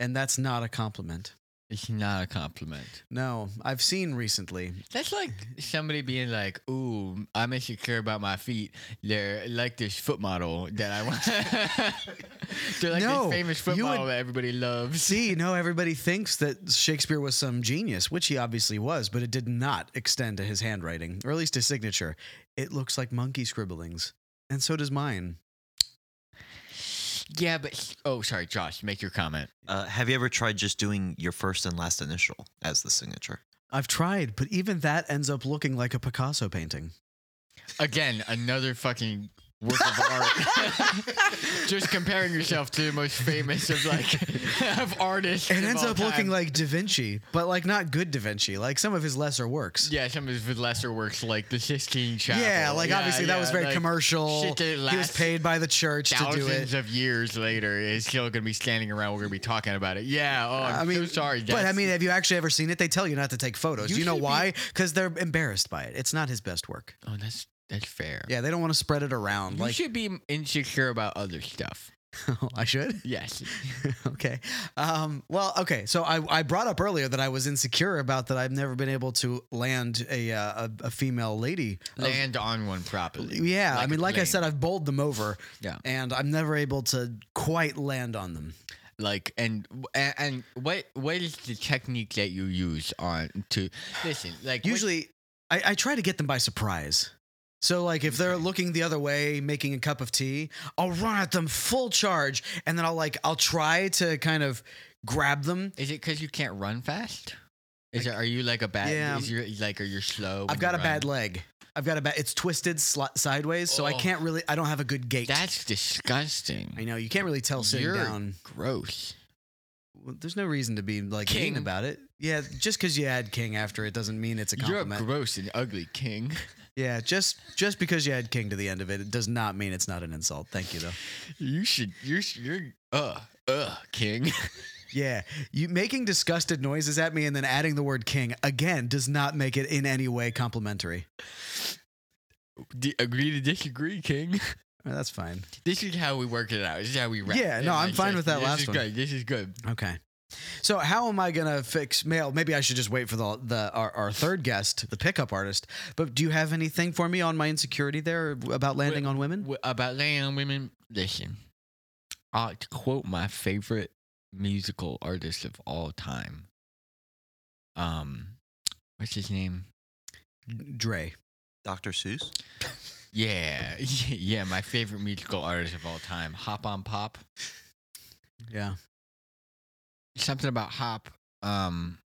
[SPEAKER 1] And that's not a compliment.
[SPEAKER 2] It's not a compliment.
[SPEAKER 1] No, I've seen recently.
[SPEAKER 2] That's like somebody being like, "Ooh, I'm insecure about my feet. They're like this foot model that I want. They're like
[SPEAKER 1] No,
[SPEAKER 2] this famous foot
[SPEAKER 1] you would-
[SPEAKER 2] model that everybody loves."
[SPEAKER 1] See, no, everybody thinks that Shakespeare was some genius, which he obviously was, but it did not extend to his handwriting, or at least his signature. It looks like monkey scribblings, and so does mine.
[SPEAKER 2] Yeah, but oh, sorry, Josh, make your comment.
[SPEAKER 3] Uh, have you ever tried just doing your first and last initial as the signature?
[SPEAKER 1] I've tried, but even that ends up looking like a Picasso painting.
[SPEAKER 2] Again, another fucking work of art. Just comparing yourself to the most famous of like of artists.
[SPEAKER 1] It
[SPEAKER 2] of
[SPEAKER 1] ends
[SPEAKER 2] all
[SPEAKER 1] up looking
[SPEAKER 2] time.
[SPEAKER 1] like Da Vinci, but like not good Da Vinci, like some of his lesser works.
[SPEAKER 2] yeah, some of his lesser works like the Sistine Chapel.
[SPEAKER 1] Yeah, like obviously that
[SPEAKER 2] yeah,
[SPEAKER 1] was very
[SPEAKER 2] like,
[SPEAKER 1] commercial.
[SPEAKER 2] shit that
[SPEAKER 1] He was
[SPEAKER 2] lasts
[SPEAKER 1] paid by the church to do it.
[SPEAKER 2] thousands of years later is still going to be standing around. We're going to be talking about it. Yeah. Oh, I'm so sorry.
[SPEAKER 1] But I
[SPEAKER 2] that's-
[SPEAKER 1] mean, have you actually ever seen it? They tell you not to take photos.
[SPEAKER 2] You
[SPEAKER 1] You know
[SPEAKER 2] should be-
[SPEAKER 1] why? Because they're embarrassed by it. It's not his best work.
[SPEAKER 2] oh, that's that's fair.
[SPEAKER 1] Yeah, they don't want to spread it around.
[SPEAKER 2] You
[SPEAKER 1] like,
[SPEAKER 2] should be insecure about other stuff.
[SPEAKER 1] I should.
[SPEAKER 2] Yes.
[SPEAKER 1] okay. Um, well, okay. So I, I brought up earlier that I was insecure about that. I've never been able to land a uh, a, a female lady.
[SPEAKER 2] Land on one properly.
[SPEAKER 1] Yeah, I
[SPEAKER 2] Like a
[SPEAKER 1] mean, like I
[SPEAKER 2] plane.
[SPEAKER 1] said, I've bowled them over.
[SPEAKER 2] Yeah.
[SPEAKER 1] And I'm never able to quite land on them.
[SPEAKER 2] like and and, and what what is the technique that you use on to listen? Like when-
[SPEAKER 1] Usually, I, I try to get them by surprise. So, like, if they're
[SPEAKER 2] Okay.
[SPEAKER 1] looking the other way, making a cup of tea, I'll run at them full charge, and then I'll like I'll try to kind of grab them.
[SPEAKER 2] is it because you can't run fast? Is it, are you like a bad?
[SPEAKER 1] Yeah, um,
[SPEAKER 2] Is your like are you slow? when
[SPEAKER 1] I've got
[SPEAKER 2] you
[SPEAKER 1] a bad
[SPEAKER 2] run?
[SPEAKER 1] leg. I've got a bad. It's twisted sli- sideways, so I
[SPEAKER 2] Oh.
[SPEAKER 1] can't really. I don't have a good gait.
[SPEAKER 2] That's
[SPEAKER 1] I
[SPEAKER 2] disgusting.
[SPEAKER 1] know you can't really tell sitting
[SPEAKER 2] You're
[SPEAKER 1] down.
[SPEAKER 2] gross.
[SPEAKER 1] Well, there's no reason to be like mean
[SPEAKER 2] King.
[SPEAKER 1] about it. Yeah, just because you add king after it doesn't mean it's a
[SPEAKER 2] You're a
[SPEAKER 1] compliment.
[SPEAKER 2] gross and ugly king.
[SPEAKER 1] yeah, just just because you add king to the end of it, it does not mean it's not an insult. Thank you though.
[SPEAKER 2] You should. You're. You're. Uh. Uh. King.
[SPEAKER 1] Yeah, you making disgusted noises at me and then adding the word king again does not make it in any way complimentary.
[SPEAKER 2] D- agree to disagree, King.
[SPEAKER 1] Uh, That's fine.
[SPEAKER 2] This is how we work it out. This is how we wrap.
[SPEAKER 1] Yeah, no, I'm fine with that
[SPEAKER 2] this
[SPEAKER 1] last
[SPEAKER 2] is
[SPEAKER 1] one.
[SPEAKER 2] Good. This is good.
[SPEAKER 1] Okay. So how am I gonna fix mail? Maybe I should just wait for the the our, our third guest, the pickup artist. But do you have anything for me on my insecurity there about landing on women?
[SPEAKER 2] W- about laying on women, listen. Uh, to quote my favorite musical artist of all time. Um, what's his name?
[SPEAKER 1] Dre.
[SPEAKER 3] Dr. Seuss.
[SPEAKER 2] Yeah, yeah, my favorite musical artist of all time. Hop on pop.
[SPEAKER 1] Yeah.
[SPEAKER 2] Something about hop. Um,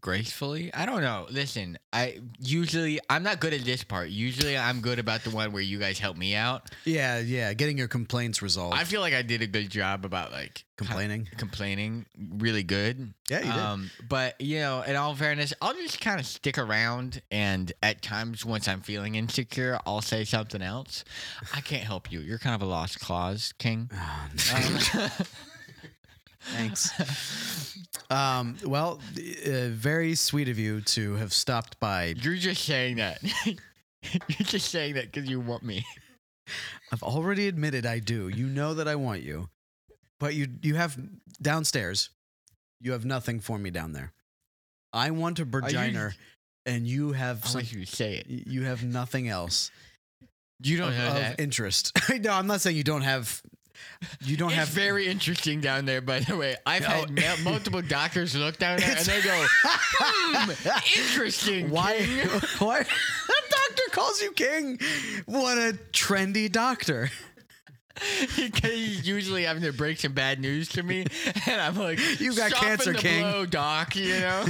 [SPEAKER 2] gracefully. I don't know. Listen, I usually I'm not good at this part. Usually I'm good about the one where you guys help me out.
[SPEAKER 1] Yeah, yeah. Getting your complaints resolved.
[SPEAKER 2] I feel like I did a good job about like
[SPEAKER 1] Complaining.
[SPEAKER 2] complaining really good.
[SPEAKER 1] Yeah, you did.
[SPEAKER 2] Um, but you know, in all fairness, I'll just kind of stick around, and at times, once I'm feeling insecure, I'll say something else. I can't help you. You're kind of a lost cause, King.
[SPEAKER 1] Ah,
[SPEAKER 2] Um,
[SPEAKER 3] Thanks.
[SPEAKER 1] um, well, uh, very sweet of you to have stopped by.
[SPEAKER 2] you're just saying that. you're just saying that because you want me.
[SPEAKER 1] I've already admitted I do. You know that I want you, but you you have downstairs. You have nothing for me down there. I want a vagina, and you have
[SPEAKER 2] Oh, I
[SPEAKER 1] some,
[SPEAKER 2] want you to say it.
[SPEAKER 1] you have nothing else.
[SPEAKER 2] You don't
[SPEAKER 1] of,
[SPEAKER 2] know
[SPEAKER 1] of
[SPEAKER 2] that.
[SPEAKER 1] interest. no, I'm not saying you don't have. You don't
[SPEAKER 2] it's
[SPEAKER 1] have
[SPEAKER 2] very interesting down there, by the way. I've
[SPEAKER 1] No.
[SPEAKER 2] had ma- multiple doctors look down there and they go, hmm, interesting.
[SPEAKER 1] Why?
[SPEAKER 2] King."
[SPEAKER 1] Why? That doctor calls you king. What a trendy doctor.
[SPEAKER 2] Because he's usually having to break some bad news to me, and I'm like,
[SPEAKER 1] You got
[SPEAKER 2] "Soften
[SPEAKER 1] cancer,
[SPEAKER 2] the
[SPEAKER 1] King."
[SPEAKER 2] blow, doc." You know.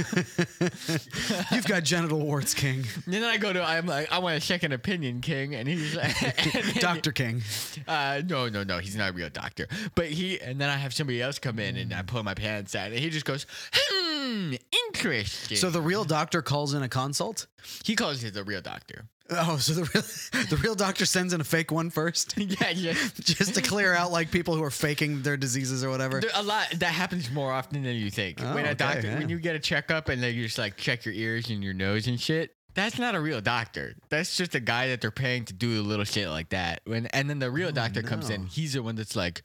[SPEAKER 1] You've got genital warts, king.
[SPEAKER 2] and then I go to, I'm like, I want a second opinion, King, and he's like, and then-
[SPEAKER 1] Doctor King.
[SPEAKER 2] Uh, no, no, no, he's not a real doctor. But he, and then I have somebody else come in, and I
[SPEAKER 1] Hmm.
[SPEAKER 2] pull my pants down, and he just goes, "Hmm, interesting."
[SPEAKER 1] So the real doctor calls in a consult.
[SPEAKER 2] he calls it the real doctor.
[SPEAKER 1] Oh, so the real, the real doctor sends in a fake one first,
[SPEAKER 2] yeah, yeah.
[SPEAKER 1] just to clear out like people who are faking their diseases or whatever.
[SPEAKER 2] There- a lot that happens more often than you think.
[SPEAKER 1] Oh,
[SPEAKER 2] when a
[SPEAKER 1] okay,
[SPEAKER 2] doctor,
[SPEAKER 1] yeah.
[SPEAKER 2] when you get a checkup and they just like check your ears and your nose and shit, that's not a real doctor. That's just a guy that they're paying to do a little shit like that. When and then the real doctor comes in,
[SPEAKER 1] Oh, no.
[SPEAKER 2] he's the one that's like,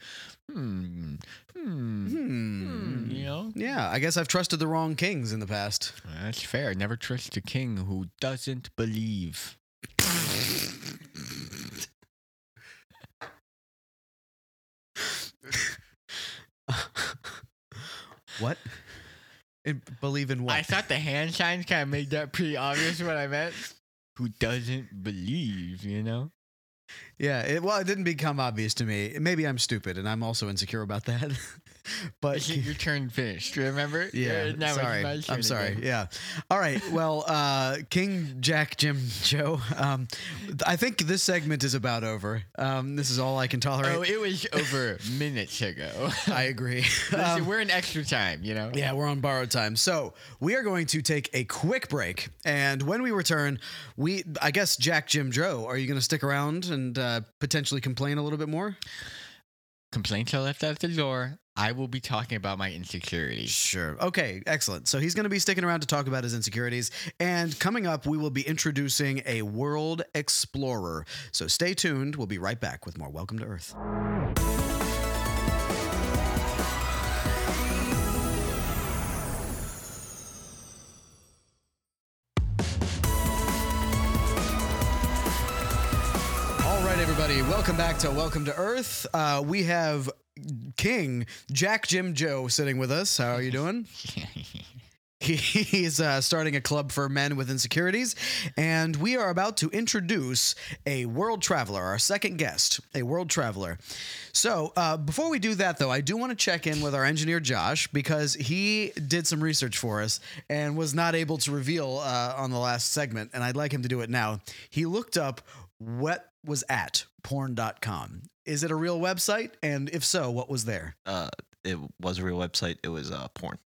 [SPEAKER 2] hmm,
[SPEAKER 1] Hmm.
[SPEAKER 2] hmm, hmm, you know.
[SPEAKER 1] Yeah, I guess I've trusted the wrong kings in the past.
[SPEAKER 2] That's fair. Never trust a king who doesn't believe.
[SPEAKER 1] What? In- believe in what?
[SPEAKER 2] I thought the hand signs kind of made that pretty obvious what I meant. Who doesn't believe, you know?
[SPEAKER 1] Yeah, it, well, it didn't become obvious to me. Maybe I'm stupid, and I'm also insecure about that. but
[SPEAKER 2] Is it your turn finished? Remember?
[SPEAKER 1] yeah,
[SPEAKER 2] now it's my
[SPEAKER 1] sorry,
[SPEAKER 2] turn
[SPEAKER 1] I'm sorry.
[SPEAKER 2] again.
[SPEAKER 1] Yeah, all right. Well, uh, King Jack, Jim, Joe. Um, th- I think this segment is about over. Um, this is all I can tolerate.
[SPEAKER 2] Oh, it was over minutes ago.
[SPEAKER 1] I agree.
[SPEAKER 2] Listen,
[SPEAKER 1] Um,
[SPEAKER 2] we're in extra time, you know?
[SPEAKER 1] Yeah, we're on borrowed time. So we are going to take a quick break, and when we return, we I guess Jack, Jim, Joe, are you going to stick around and uh, potentially complain a little bit more?
[SPEAKER 2] Complaints are left at the door. I will be talking about my insecurities.
[SPEAKER 1] Sure. Okay, excellent. So he's going to be sticking around to talk about his insecurities. And coming up, we will be introducing a world explorer. So stay tuned. We'll be right back with more Welcome to Earth. All right, everybody, welcome back to Welcome to Earth. Uh, we have King Jack Jim Joe sitting with us. How are you doing? He- He's uh, starting a club for men with insecurities, and we are about to introduce a world traveler, our second guest, a world traveler. So, uh, before we do that, though, I do want to check in with our engineer Josh because he did some research for us and was not able to reveal uh, on the last segment, and I'd like him to do it now. He looked up what was at porn.com. Is it a real website? And if so, what was there?
[SPEAKER 3] Uh, it was a real website. It was uh, porn.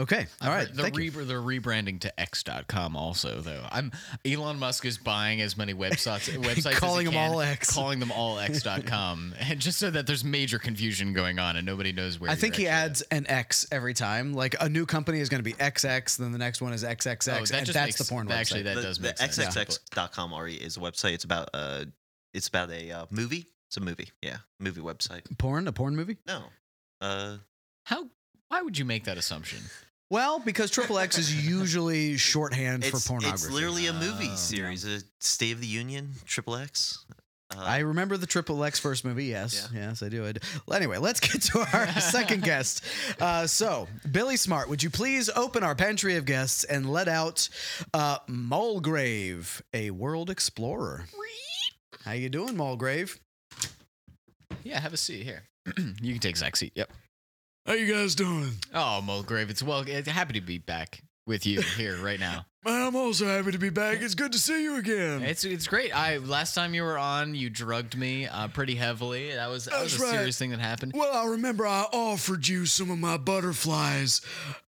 [SPEAKER 1] Okay. All right.
[SPEAKER 2] The
[SPEAKER 1] Thank you.
[SPEAKER 2] re- they're rebranding to X.com also though. I'm Elon Musk is buying as many websites websites
[SPEAKER 1] Calling
[SPEAKER 2] as
[SPEAKER 1] them
[SPEAKER 2] he can,
[SPEAKER 1] all X.
[SPEAKER 2] calling them all X.com, and just so that there's major confusion going on and nobody knows where.
[SPEAKER 1] I
[SPEAKER 2] you're
[SPEAKER 1] think he
[SPEAKER 2] actually at.
[SPEAKER 1] adds an X every time. Like a new company is going to be XX, then the next one is XXX,
[SPEAKER 2] Oh, that
[SPEAKER 1] and that's
[SPEAKER 2] just makes-
[SPEAKER 1] the porn website.
[SPEAKER 2] actually that
[SPEAKER 3] the,
[SPEAKER 2] does
[SPEAKER 3] the
[SPEAKER 2] make sense.
[SPEAKER 3] XXX.com already E is a website. It's about uh, it's about a uh, movie. It's a movie. Yeah, movie website.
[SPEAKER 1] porn, a porn movie.
[SPEAKER 3] No, uh,
[SPEAKER 2] How Why would you make that assumption?
[SPEAKER 1] Well, because triple X is usually shorthand for
[SPEAKER 3] It's,
[SPEAKER 1] pornography.
[SPEAKER 3] it's literally a
[SPEAKER 2] Oh.
[SPEAKER 3] movie series, a State of the Union, Triple X. Uh,
[SPEAKER 1] I remember the Triple X first movie. Yes, yes, I do. I do. Well, Anyway, let's get to our second guest. Uh, so, Billy Smart, would you please open our pantry of guests and let out uh, Mulgrave, a world explorer? How you doing, Mulgrave?
[SPEAKER 2] Yeah, have a seat here. you can take Zach's seat. Yep.
[SPEAKER 4] How you guys doing?
[SPEAKER 2] Oh, Mulgrave, it's well. It's happy to be back with you here right now.
[SPEAKER 4] I'm also happy to be back. It's good to see you again.
[SPEAKER 2] It's it's great. I last time you were on, you drugged me uh, pretty heavily. That was that was a
[SPEAKER 4] That's right.
[SPEAKER 2] serious thing that happened.
[SPEAKER 4] well, I remember I offered you some of my butterflies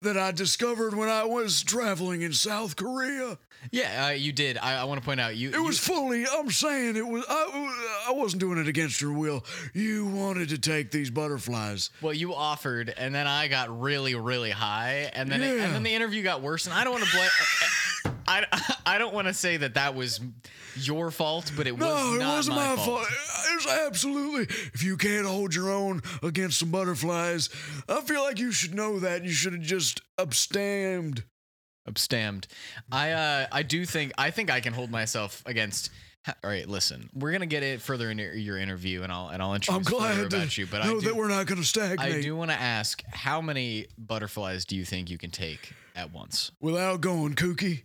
[SPEAKER 4] that I discovered when I was traveling in South Korea.
[SPEAKER 2] Yeah, uh, you did. I, I want to point out you.
[SPEAKER 4] It was fully, I'm saying it was, I, I wasn't doing it against your will. You wanted to take these butterflies.
[SPEAKER 2] Well, you offered, and then I got really, really high, and then it-
[SPEAKER 4] Yeah.
[SPEAKER 2] and then the interview got worse. And I don't want to blame. I, I don't want to say that that was your fault, but it
[SPEAKER 4] No,
[SPEAKER 2] was
[SPEAKER 4] it
[SPEAKER 2] not
[SPEAKER 4] wasn't
[SPEAKER 2] my, fault.
[SPEAKER 4] It's absolutely, if you can't hold your own against some butterflies, I feel like you should know that. You should have just abstained.
[SPEAKER 2] Abstemmed. I uh, I do think I think I can hold myself against. All right, listen, we're gonna get it further in your, your interview, and I'll and I'll
[SPEAKER 4] I'm
[SPEAKER 2] introduce further
[SPEAKER 4] glad
[SPEAKER 2] about
[SPEAKER 4] to
[SPEAKER 2] you. But
[SPEAKER 4] know
[SPEAKER 2] I do,
[SPEAKER 4] that we're not going to stagnate
[SPEAKER 2] I do want to ask, how many butterflies do you think you can take at once?
[SPEAKER 4] without going kooky.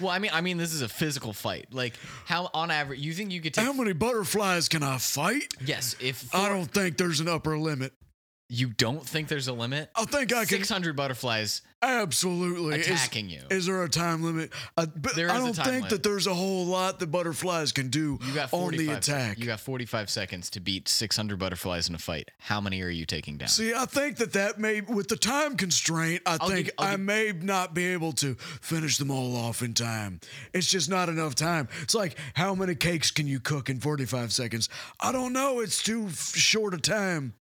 [SPEAKER 2] Well, I mean, I mean, this is a physical fight. Like, how on average, you think you could take?
[SPEAKER 4] How many butterflies can I fight?
[SPEAKER 2] yes, if
[SPEAKER 4] I don't think there's an upper limit.
[SPEAKER 2] you don't think there's a limit,
[SPEAKER 4] I think I can
[SPEAKER 2] six hundred butterflies
[SPEAKER 4] absolutely. Is-
[SPEAKER 2] attacking you.
[SPEAKER 4] Is, there a time limit? I, but
[SPEAKER 2] There
[SPEAKER 4] I
[SPEAKER 2] is a
[SPEAKER 4] don't
[SPEAKER 2] time
[SPEAKER 4] think
[SPEAKER 2] limit.
[SPEAKER 4] that there's a whole lot that butterflies can do
[SPEAKER 2] you got
[SPEAKER 4] on
[SPEAKER 2] 45
[SPEAKER 4] the attack.
[SPEAKER 2] You got 45 seconds to beat 600 butterflies in a fight. How many are you taking down?
[SPEAKER 4] See, I think that that may, with the time constraint, I
[SPEAKER 2] I'll
[SPEAKER 4] think
[SPEAKER 2] give- I'll
[SPEAKER 4] I
[SPEAKER 2] give-
[SPEAKER 4] may not be able to finish them all off in time. It's just not enough time. It's like, how many cakes can you cook in 45 seconds? I don't know. It's too f- short a time.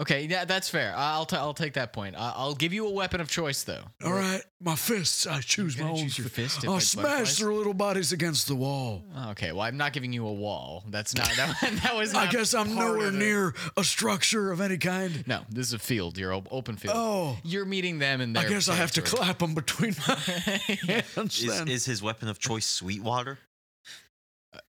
[SPEAKER 2] Okay, yeah, that's fair. I- I'll t- I'll take that point. I- I'll give you a weapon of choice though.
[SPEAKER 4] All right, my fists. I choose
[SPEAKER 2] You're
[SPEAKER 4] my
[SPEAKER 2] gonna
[SPEAKER 4] own.
[SPEAKER 2] choose your fist to
[SPEAKER 4] I'll
[SPEAKER 2] fight
[SPEAKER 4] smash
[SPEAKER 2] butterflies?
[SPEAKER 4] their little bodies against the wall.
[SPEAKER 2] Okay, well, I'm not giving you a wall. That's not that. that was.
[SPEAKER 4] I
[SPEAKER 2] not
[SPEAKER 4] guess I'm
[SPEAKER 2] part of
[SPEAKER 4] nowhere
[SPEAKER 2] it.
[SPEAKER 4] near a structure of any kind.
[SPEAKER 2] No, this is a field. You're op- open field.
[SPEAKER 4] Oh,
[SPEAKER 2] You're meeting them and
[SPEAKER 4] I guess I have to
[SPEAKER 2] clap.
[SPEAKER 4] clap them between my hands.
[SPEAKER 3] is,
[SPEAKER 4] Then
[SPEAKER 3] is his weapon of choice Sweetwater?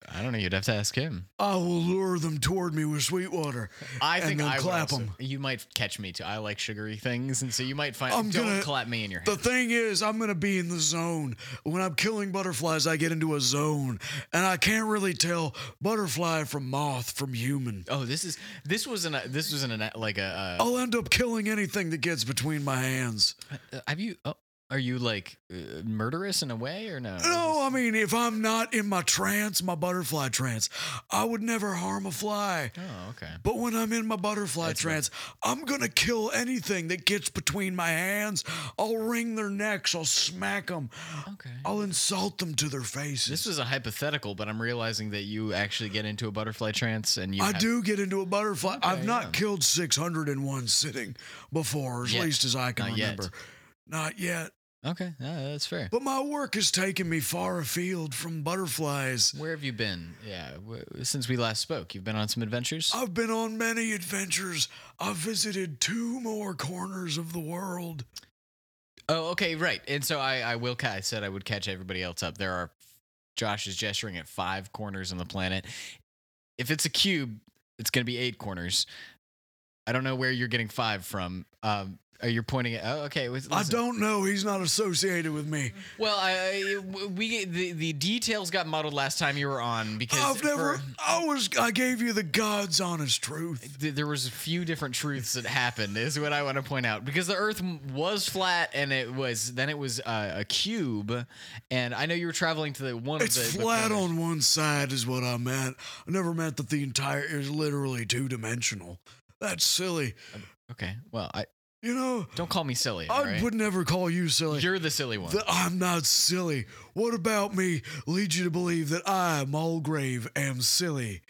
[SPEAKER 2] I don't know. You'd have to ask him.
[SPEAKER 4] I will lure them toward me with Sweetwater.
[SPEAKER 2] I
[SPEAKER 4] And
[SPEAKER 2] think
[SPEAKER 4] then
[SPEAKER 2] I would
[SPEAKER 4] clap
[SPEAKER 2] also-
[SPEAKER 4] 'em.
[SPEAKER 2] You might catch me too. I like sugary things, and so you might find.
[SPEAKER 4] I'm
[SPEAKER 2] don't
[SPEAKER 4] gonna-
[SPEAKER 2] clap me in your
[SPEAKER 4] The
[SPEAKER 2] hand.
[SPEAKER 4] thing is, I'm gonna be in the zone. When I'm killing butterflies, I get into a zone, and I can't really tell butterfly from moth from human.
[SPEAKER 2] oh, this is this was an uh, this was an like a. Uh,
[SPEAKER 4] I'll end up killing anything that gets between my hands.
[SPEAKER 2] uh, have you? Oh, are you like uh, murderous in a way or no?
[SPEAKER 4] No, I mean, if I'm not in my trance, my butterfly trance, I would never harm a fly.
[SPEAKER 2] Oh, okay.
[SPEAKER 4] But when I'm in my butterfly
[SPEAKER 2] That's right.
[SPEAKER 4] trance, I'm going to kill anything that gets between my hands. I'll wring their necks. I'll smack them.
[SPEAKER 2] Okay.
[SPEAKER 4] I'll insult them to their faces.
[SPEAKER 2] This was a hypothetical, but I'm realizing that you actually get into a butterfly trance and you.
[SPEAKER 4] I
[SPEAKER 2] have-
[SPEAKER 4] do get into a butterfly. I've
[SPEAKER 2] Okay,
[SPEAKER 4] not
[SPEAKER 2] yeah.
[SPEAKER 4] killed 601 sitting before, as
[SPEAKER 2] Yet.
[SPEAKER 4] least as I can
[SPEAKER 2] Not yet.
[SPEAKER 4] remember. Not yet.
[SPEAKER 2] Okay, yeah, that's fair.
[SPEAKER 4] But my work has taken me far afield from butterflies.
[SPEAKER 2] Where have you been? Yeah, wh- since we last spoke, you've been on some adventures.
[SPEAKER 4] I've been on many adventures. I've visited two more corners of the world.
[SPEAKER 2] Oh, okay, right. And so I, I will. Ca- I said I would catch everybody else up. There are. Josh is gesturing at five corners on the planet. If it's a cube, it's going to be eight corners. I don't know where you're getting five from. Um, are you pointing at? Oh, okay. was-
[SPEAKER 4] I
[SPEAKER 2] listen.
[SPEAKER 4] don't know. He's not associated with me.
[SPEAKER 2] Well, I, I- we the, the details got muddled last time you were on because
[SPEAKER 4] I've never.
[SPEAKER 2] for-
[SPEAKER 4] I was. I gave you the God's honest truth.
[SPEAKER 2] th- there was a few different truths that happened is what i want to point out because the earth m- was flat and it was then it was uh, a cube and i know you were traveling to the one
[SPEAKER 4] It's
[SPEAKER 2] of the the
[SPEAKER 4] flat
[SPEAKER 2] corners.
[SPEAKER 4] on one side, is what I meant. I never meant that the entire is literally two dimensional. That's silly.
[SPEAKER 2] okay well i
[SPEAKER 4] You know,
[SPEAKER 2] don't call me silly
[SPEAKER 4] I
[SPEAKER 2] all right?
[SPEAKER 4] would never call you silly.
[SPEAKER 2] you're the silly one
[SPEAKER 4] Th- I'm not silly. What about me leads you to believe that I, Mulgrave, am silly?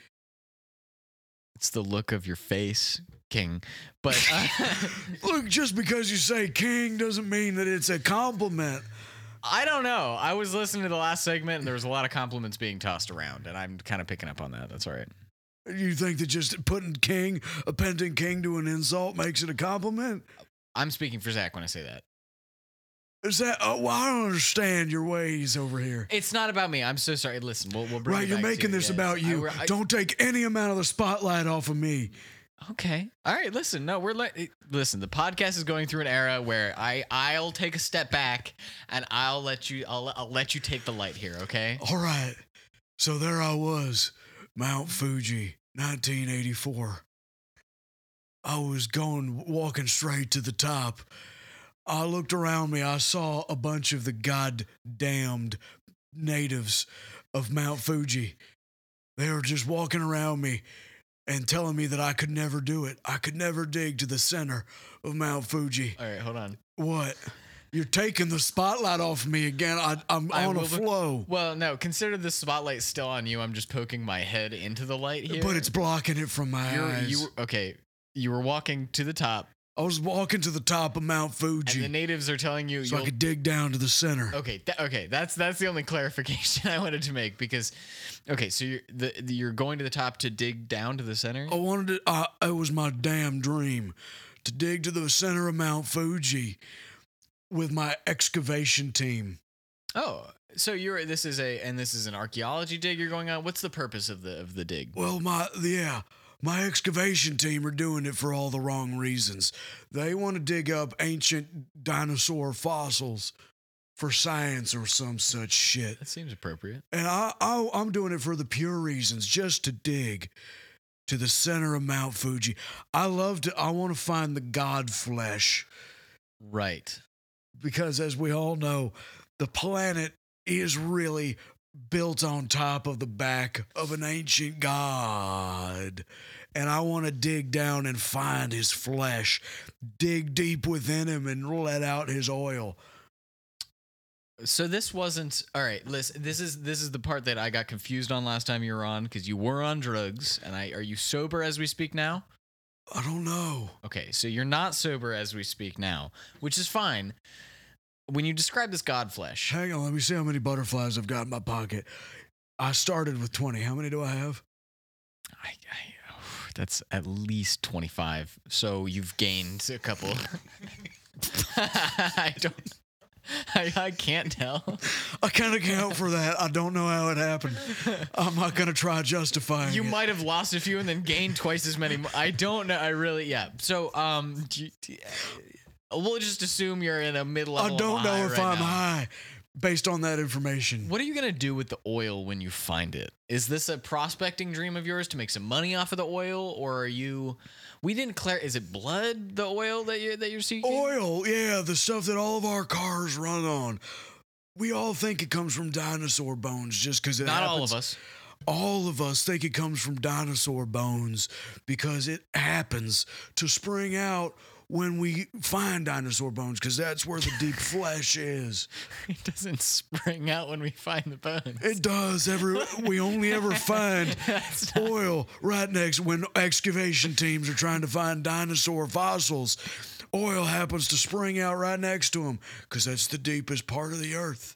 [SPEAKER 2] it's the look of your face king but uh,
[SPEAKER 4] Look, just because you say king doesn't mean that it's a compliment.
[SPEAKER 2] i don't know i was listening to the last segment and there was a lot of compliments being tossed around and i'm kind of picking up on that that's all right
[SPEAKER 4] You think that just putting king, appending king to an insult makes it a compliment?
[SPEAKER 2] I'm speaking for Zach when I say that.
[SPEAKER 4] Is that? Oh, well, I don't understand your ways over here.
[SPEAKER 2] It's not about me. I'm so sorry. Listen, we'll, we'll bring
[SPEAKER 4] Right,
[SPEAKER 2] it
[SPEAKER 4] you're
[SPEAKER 2] back to
[SPEAKER 4] making
[SPEAKER 2] it,
[SPEAKER 4] this
[SPEAKER 2] yeah.
[SPEAKER 4] about you.
[SPEAKER 2] I- I-
[SPEAKER 4] don't take any amount of the spotlight off of me.
[SPEAKER 2] Okay. All right. Listen. No, we're like. Listen. The podcast is going through an era where I I'll take a step back and I'll let you I'll, I'll let you take the light here. Okay.
[SPEAKER 4] All right. So there I was, Mount Fuji, 1984. I was going, walking straight to the top. I looked around me. I saw a bunch of the goddamned natives of Mount Fuji. They were just walking around me and telling me that I could never do it. I could never dig to the center of Mount Fuji.
[SPEAKER 2] All right. Hold on.
[SPEAKER 4] What? You're taking the spotlight off me again. I, I'm
[SPEAKER 2] I
[SPEAKER 4] on a
[SPEAKER 2] will be-
[SPEAKER 4] flow.
[SPEAKER 2] Well, no. Consider the spotlight still on you. I'm just poking my head into the light here.
[SPEAKER 4] But it's blocking it from my
[SPEAKER 2] You're,
[SPEAKER 4] eyes.
[SPEAKER 2] you were- okay. You were walking to the top,
[SPEAKER 4] I was walking to the top of Mount
[SPEAKER 2] and the
[SPEAKER 4] Fuji
[SPEAKER 2] natives are telling you.
[SPEAKER 4] so I
[SPEAKER 2] you'll-
[SPEAKER 4] could dig down to the center.
[SPEAKER 2] okay. tha- okay. That's that's the only clarification I wanted to make because, okay. So you're the the- you're going to the top to dig down to the center.
[SPEAKER 4] I wanted to, I, it was my damn dream to dig to the center of Mount Fuji with my excavation team.
[SPEAKER 2] Oh, so you're this is a and this is an archaeology dig you're going on. What's the purpose of the of the dig?
[SPEAKER 4] Well, my, yeah, my excavation team are doing it for all the wrong reasons. They want to dig up ancient dinosaur fossils for science or some such shit.
[SPEAKER 2] That seems appropriate.
[SPEAKER 4] And I, I, I'm doing it for the pure reasons, just to dig to the center of Mount Fuji. I love to, I want to find the God flesh
[SPEAKER 2] Right.
[SPEAKER 4] because, as we all know, the planet is really built on top of the back of an ancient god. And I want to dig down and find his flesh, dig deep within him and let out his oil.
[SPEAKER 2] So this wasn't all right. Listen, this is this is the part that I got confused on last time you were on because you were on drugs, and I are you sober as we speak now?
[SPEAKER 4] I don't know.
[SPEAKER 2] Okay, so you're not sober as we speak now, which is fine. When you describe this god flesh,
[SPEAKER 4] Hang on, let me see how many butterflies I've got in my pocket. I started with 20. How many do I have?
[SPEAKER 2] I, I, that's at least 25. So you've gained a couple. I don't. I, I can't tell.
[SPEAKER 4] I kind of count for that. I don't know how it happened. I'm not going to try justifying
[SPEAKER 2] You
[SPEAKER 4] it.
[SPEAKER 2] might have lost a few and then gained twice as many. mo- I don't know. I really, yeah. So, um, do you- do you- we'll just assume you're in a middle.
[SPEAKER 4] I don't know if I'm high based on that information.
[SPEAKER 2] What are you gonna do with the oil when you find it? Is this a prospecting dream of yours to make some money off of the oil, or are you? We didn't clear. Is it blood? The oil that you are that you're seeking?
[SPEAKER 4] Oil, yeah, the stuff that all of our cars run on. We all think it comes from dinosaur bones just because it
[SPEAKER 2] Not
[SPEAKER 4] happens.
[SPEAKER 2] all of us.
[SPEAKER 4] all of us think it comes from dinosaur bones because it happens to spring out when we find dinosaur bones because that's where the deep flesh is.
[SPEAKER 2] It doesn't spring out when we find the bones.
[SPEAKER 4] It does. Every we only ever find
[SPEAKER 2] That's not-
[SPEAKER 4] oil right next when excavation teams are trying to find dinosaur fossils. Oil happens to spring out right next to them because that's the deepest part of the earth.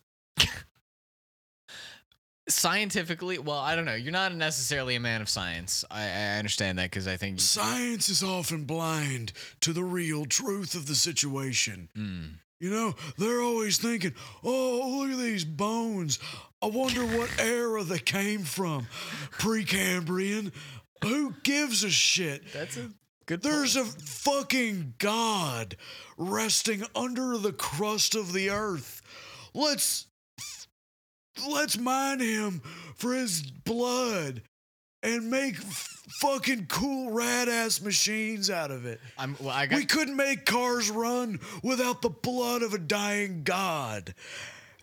[SPEAKER 2] scientifically. Well, I don't know. You're not necessarily a man of science. I, I understand that because I think.
[SPEAKER 4] Science is often blind to the real truth of the situation.
[SPEAKER 2] Mm.
[SPEAKER 4] You know, they're always thinking, oh, look at these bones. I wonder what era they came from. Precambrian. Who gives a shit?
[SPEAKER 2] That's a good.
[SPEAKER 4] There's a fucking god resting under the crust of the earth. Let's let's mine him for his blood and make f- fucking cool rad ass machines out of it.
[SPEAKER 2] I'm. Well, I got.
[SPEAKER 4] We couldn't make cars run without the blood of a dying god.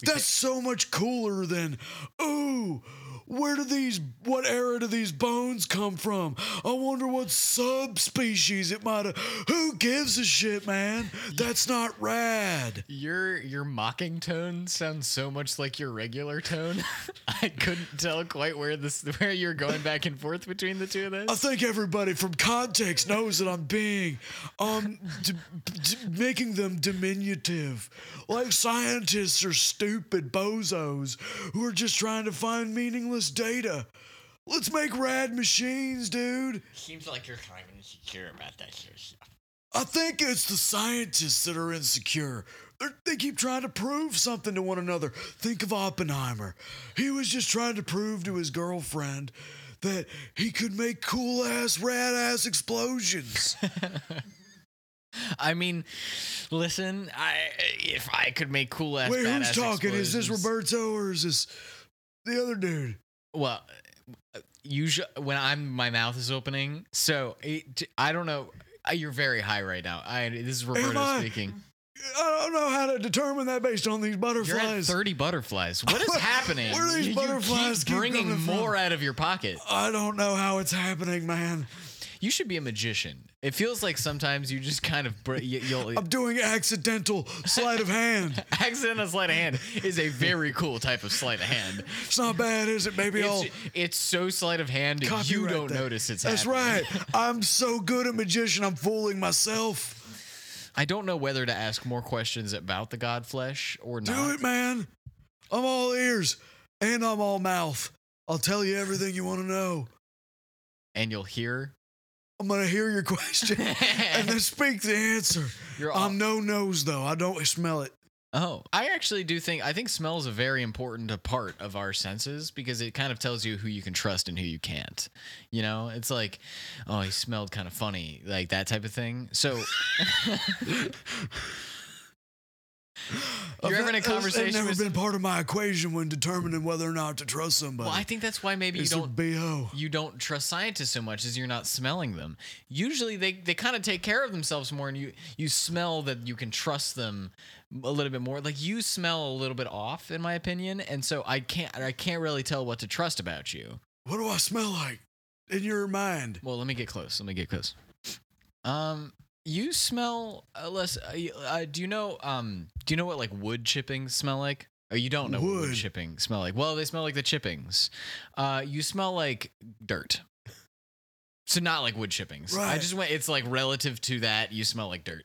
[SPEAKER 4] That's so much cooler than, ooh, where do these, what era do these bones come from? I wonder what subspecies it might have. Who gives a shit, man? That's not rad.
[SPEAKER 2] your your mocking tone sounds so much like your regular tone. I couldn't tell quite where this where you're going back and forth between the two of
[SPEAKER 4] I
[SPEAKER 2] those.
[SPEAKER 4] think everybody from context knows that I'm being, um, d- d- making them diminutive. Like scientists are stupid bozos who are just trying to find meaningless data. Let's make rad machines, dude.
[SPEAKER 2] Seems like you're kind of insecure about that sort of stuff.
[SPEAKER 4] I think it's the scientists that are insecure. They're, they keep trying to prove something to one another. Think of Oppenheimer. He was just trying to prove to his girlfriend that he could make cool ass, rad ass explosions.
[SPEAKER 2] I mean, listen, I if I could make cool ass.
[SPEAKER 4] Wait, who's
[SPEAKER 2] badass
[SPEAKER 4] talking? Is this
[SPEAKER 2] explosions-
[SPEAKER 4] Roberto or is this the other dude?
[SPEAKER 2] Well, usually when I'm my mouth is opening, so it, I don't know. Uh, You're very high right now. I this is Roberto
[SPEAKER 4] I?
[SPEAKER 2] speaking.
[SPEAKER 4] I don't know how to determine that based on these
[SPEAKER 2] You're at
[SPEAKER 4] butterflies.
[SPEAKER 2] 30 butterflies. What is happening?
[SPEAKER 4] Where do these
[SPEAKER 2] You- you
[SPEAKER 4] butterflies
[SPEAKER 2] keep
[SPEAKER 4] keep
[SPEAKER 2] bringing
[SPEAKER 4] coming from?
[SPEAKER 2] more out of your pocket.
[SPEAKER 4] I don't know how it's happening, man.
[SPEAKER 2] You should be a magician. It feels like sometimes you just kind of br- you, you'll
[SPEAKER 4] I'm doing accidental sleight of hand.
[SPEAKER 2] accidental sleight of hand is a very cool type of sleight of hand.
[SPEAKER 4] It's not bad, is it? Maybe I'll
[SPEAKER 2] It's, it's so sleight of hand that you
[SPEAKER 4] copyright
[SPEAKER 2] don't
[SPEAKER 4] that.
[SPEAKER 2] notice it's
[SPEAKER 4] That's
[SPEAKER 2] happening.
[SPEAKER 4] right. I'm so good at magician, I'm fooling myself.
[SPEAKER 2] I don't know whether to ask more questions about the god flesh or
[SPEAKER 4] Do
[SPEAKER 2] not.
[SPEAKER 4] it, man. I'm all ears and I'm all mouth. I'll tell you everything you want to know.
[SPEAKER 2] And you'll hear.
[SPEAKER 4] I'm gonna hear your question and then speak the answer.
[SPEAKER 2] You're all,
[SPEAKER 4] I'm no nose though. I don't smell it.
[SPEAKER 2] oh, I actually do think I think smell is a very important a part of our senses because it kind of tells you who you can trust and who you can't. You know, it's like, oh, he smelled kind of funny, like that type of thing. So you're having a
[SPEAKER 4] I've- It's
[SPEAKER 2] conversation
[SPEAKER 4] never
[SPEAKER 2] with.
[SPEAKER 4] been part of my equation when determining whether or not to trust somebody.
[SPEAKER 2] well, I think that's why maybe you
[SPEAKER 4] it's their
[SPEAKER 2] don't
[SPEAKER 4] bo.
[SPEAKER 2] you don't trust scientists so much as you're not smelling them. Usually they, they kind of take care of themselves more and you you smell that you can trust them a little bit more. Like you smell a little bit off in my opinion, and so I can't I can't really tell what to trust about you.
[SPEAKER 4] What do I smell like in your mind?
[SPEAKER 2] Well, let me get close. Let me get close. Um you smell uh, less uh, y- uh, do you know um do you know what like wood chippings smell like? Oh, you don't know what wood
[SPEAKER 4] Wood.
[SPEAKER 2] chippings smell like. Well, they smell like the chippings. Uh you smell like dirt. So not like wood chippings. I
[SPEAKER 4] Right.
[SPEAKER 2] just went. It's like relative to that, you smell like dirt,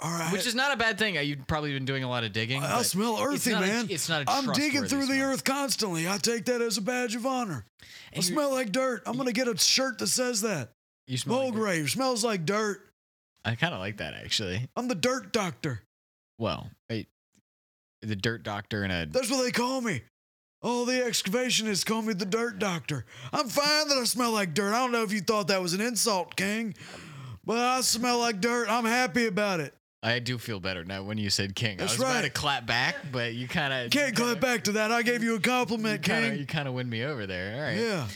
[SPEAKER 4] All right.
[SPEAKER 2] which is not a bad thing. Uh, You've probably been doing a lot of digging.
[SPEAKER 4] I
[SPEAKER 2] but
[SPEAKER 4] smell
[SPEAKER 2] it's
[SPEAKER 4] earthy,
[SPEAKER 2] not a-
[SPEAKER 4] man.
[SPEAKER 2] it's not. A
[SPEAKER 4] I'm digging
[SPEAKER 2] trustworthy
[SPEAKER 4] through the
[SPEAKER 2] smell.
[SPEAKER 4] earth constantly. I take that as a badge of honor. I
[SPEAKER 2] And you-
[SPEAKER 4] smell like dirt. I'm
[SPEAKER 2] you-
[SPEAKER 4] gonna get a shirt that says that.
[SPEAKER 2] You smell. Like dirt.
[SPEAKER 4] Mulgrave smells like dirt.
[SPEAKER 2] I kind of like that actually.
[SPEAKER 4] I'm the dirt doctor.
[SPEAKER 2] Well, I, the dirt doctor and a
[SPEAKER 4] That's what they call me. All the excavationists call me the dirt doctor. I'm fine that I smell like dirt. I don't know if you thought that was an insult, King, but I smell like dirt. I'm happy about it.
[SPEAKER 2] I do feel better now when you said king.
[SPEAKER 4] That's
[SPEAKER 2] I was about to
[SPEAKER 4] right.
[SPEAKER 2] clap back, but you kind of
[SPEAKER 4] Can't clap back to that. I gave you a compliment,
[SPEAKER 2] You
[SPEAKER 4] King.
[SPEAKER 2] kind of win me over there. All right.
[SPEAKER 4] Yeah.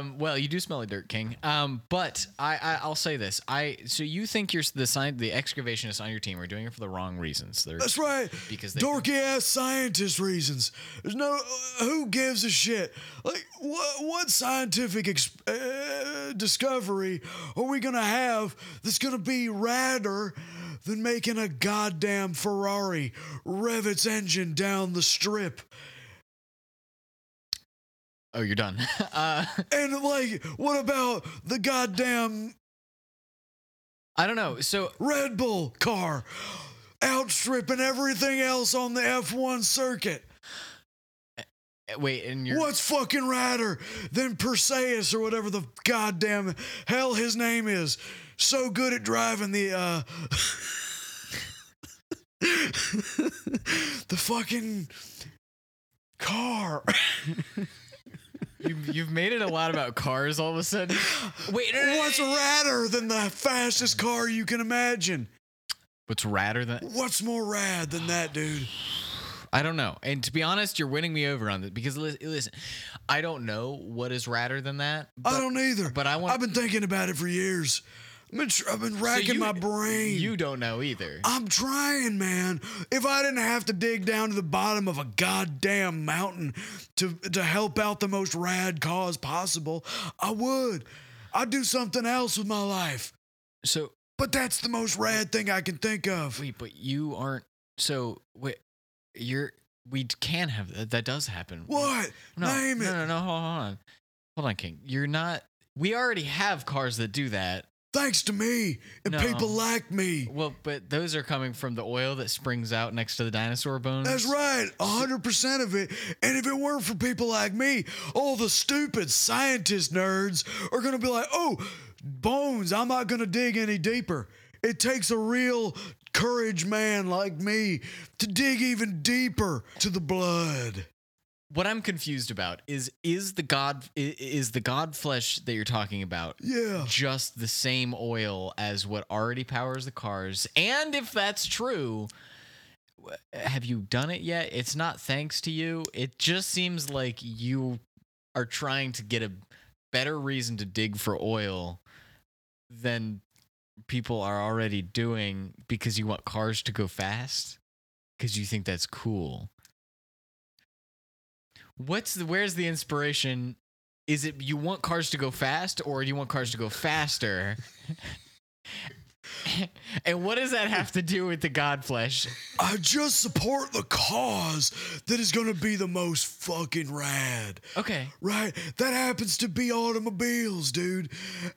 [SPEAKER 2] Um, well, you do smell like dirt, King. Um, but I, I I'll say this. I so you think you're the sign the excavationists on your team are doing it for the wrong reasons. They're
[SPEAKER 4] That's right.
[SPEAKER 2] because they
[SPEAKER 4] Dorky ass scientist reasons. There's no. uh, Who gives a shit? Like, what, what scientific ex- uh, discovery are we gonna have that's gonna be radder than making a goddamn Ferrari rev its engine down the strip?
[SPEAKER 2] Oh, you're done. uh,
[SPEAKER 4] And like, what about the goddamn
[SPEAKER 2] I don't know. So
[SPEAKER 4] Red Bull car outstripping everything else on the F1 circuit?
[SPEAKER 2] eh, wait, and you're
[SPEAKER 4] What's fucking radder than Perseus or whatever the goddamn hell his name is? So good at driving the uh the fucking car.
[SPEAKER 2] you, you've made it a lot about cars all of a sudden. Wait, no, no, no,
[SPEAKER 4] What's radder than the fastest car you can imagine?
[SPEAKER 2] what's radder than
[SPEAKER 4] What's more rad than that, dude?
[SPEAKER 2] I don't know. And to be honest, you're winning me over on this because li- listen, I don't know what is radder than that.
[SPEAKER 4] I don't either.
[SPEAKER 2] but I wanna-
[SPEAKER 4] I've been thinking about it for years. I've been, tr- I've been
[SPEAKER 2] So
[SPEAKER 4] racking
[SPEAKER 2] you-
[SPEAKER 4] my brain.
[SPEAKER 2] You don't know either.
[SPEAKER 4] I'm trying, man. If I didn't have to dig down to the bottom of a goddamn mountain to to help out the most rad cause possible, I would. I'd do something else with my life.
[SPEAKER 2] So
[SPEAKER 4] But that's the most rad thing I can think of.
[SPEAKER 2] Wait, but you aren't. So wait, you're. We d- can have that. That does happen.
[SPEAKER 4] What?
[SPEAKER 2] No,
[SPEAKER 4] Name
[SPEAKER 2] no,
[SPEAKER 4] it.
[SPEAKER 2] no, no. Hold on, hold on, King. You're not. We already have cars that do that.
[SPEAKER 4] Thanks to me and
[SPEAKER 2] No.
[SPEAKER 4] people like me.
[SPEAKER 2] Well, but those are coming from the oil that springs out next to the dinosaur bones.
[SPEAKER 4] That's right, 100% of it. And if it weren't for people like me, all the stupid scientist nerds are going to be like, oh, bones, I'm not going to dig any deeper. It takes a real courage man like me to dig even deeper to the blood.
[SPEAKER 2] What I'm confused about is is the god i- is the god flesh that you're talking about
[SPEAKER 4] Yeah.
[SPEAKER 2] just the same oil as what already powers the cars. And if that's true, w- have you done it yet? It's not thanks to you. It just seems like you are trying to get a better reason to dig for oil than people are already doing because you want cars to go fast because you think that's cool. What's the where's the inspiration is it you want cars to go fast or you want cars to go faster? and what does that have to do with the god flesh?
[SPEAKER 4] I just support the cause that is going to be the most fucking rad,
[SPEAKER 2] Okay.
[SPEAKER 4] right? That happens to be automobiles, dude.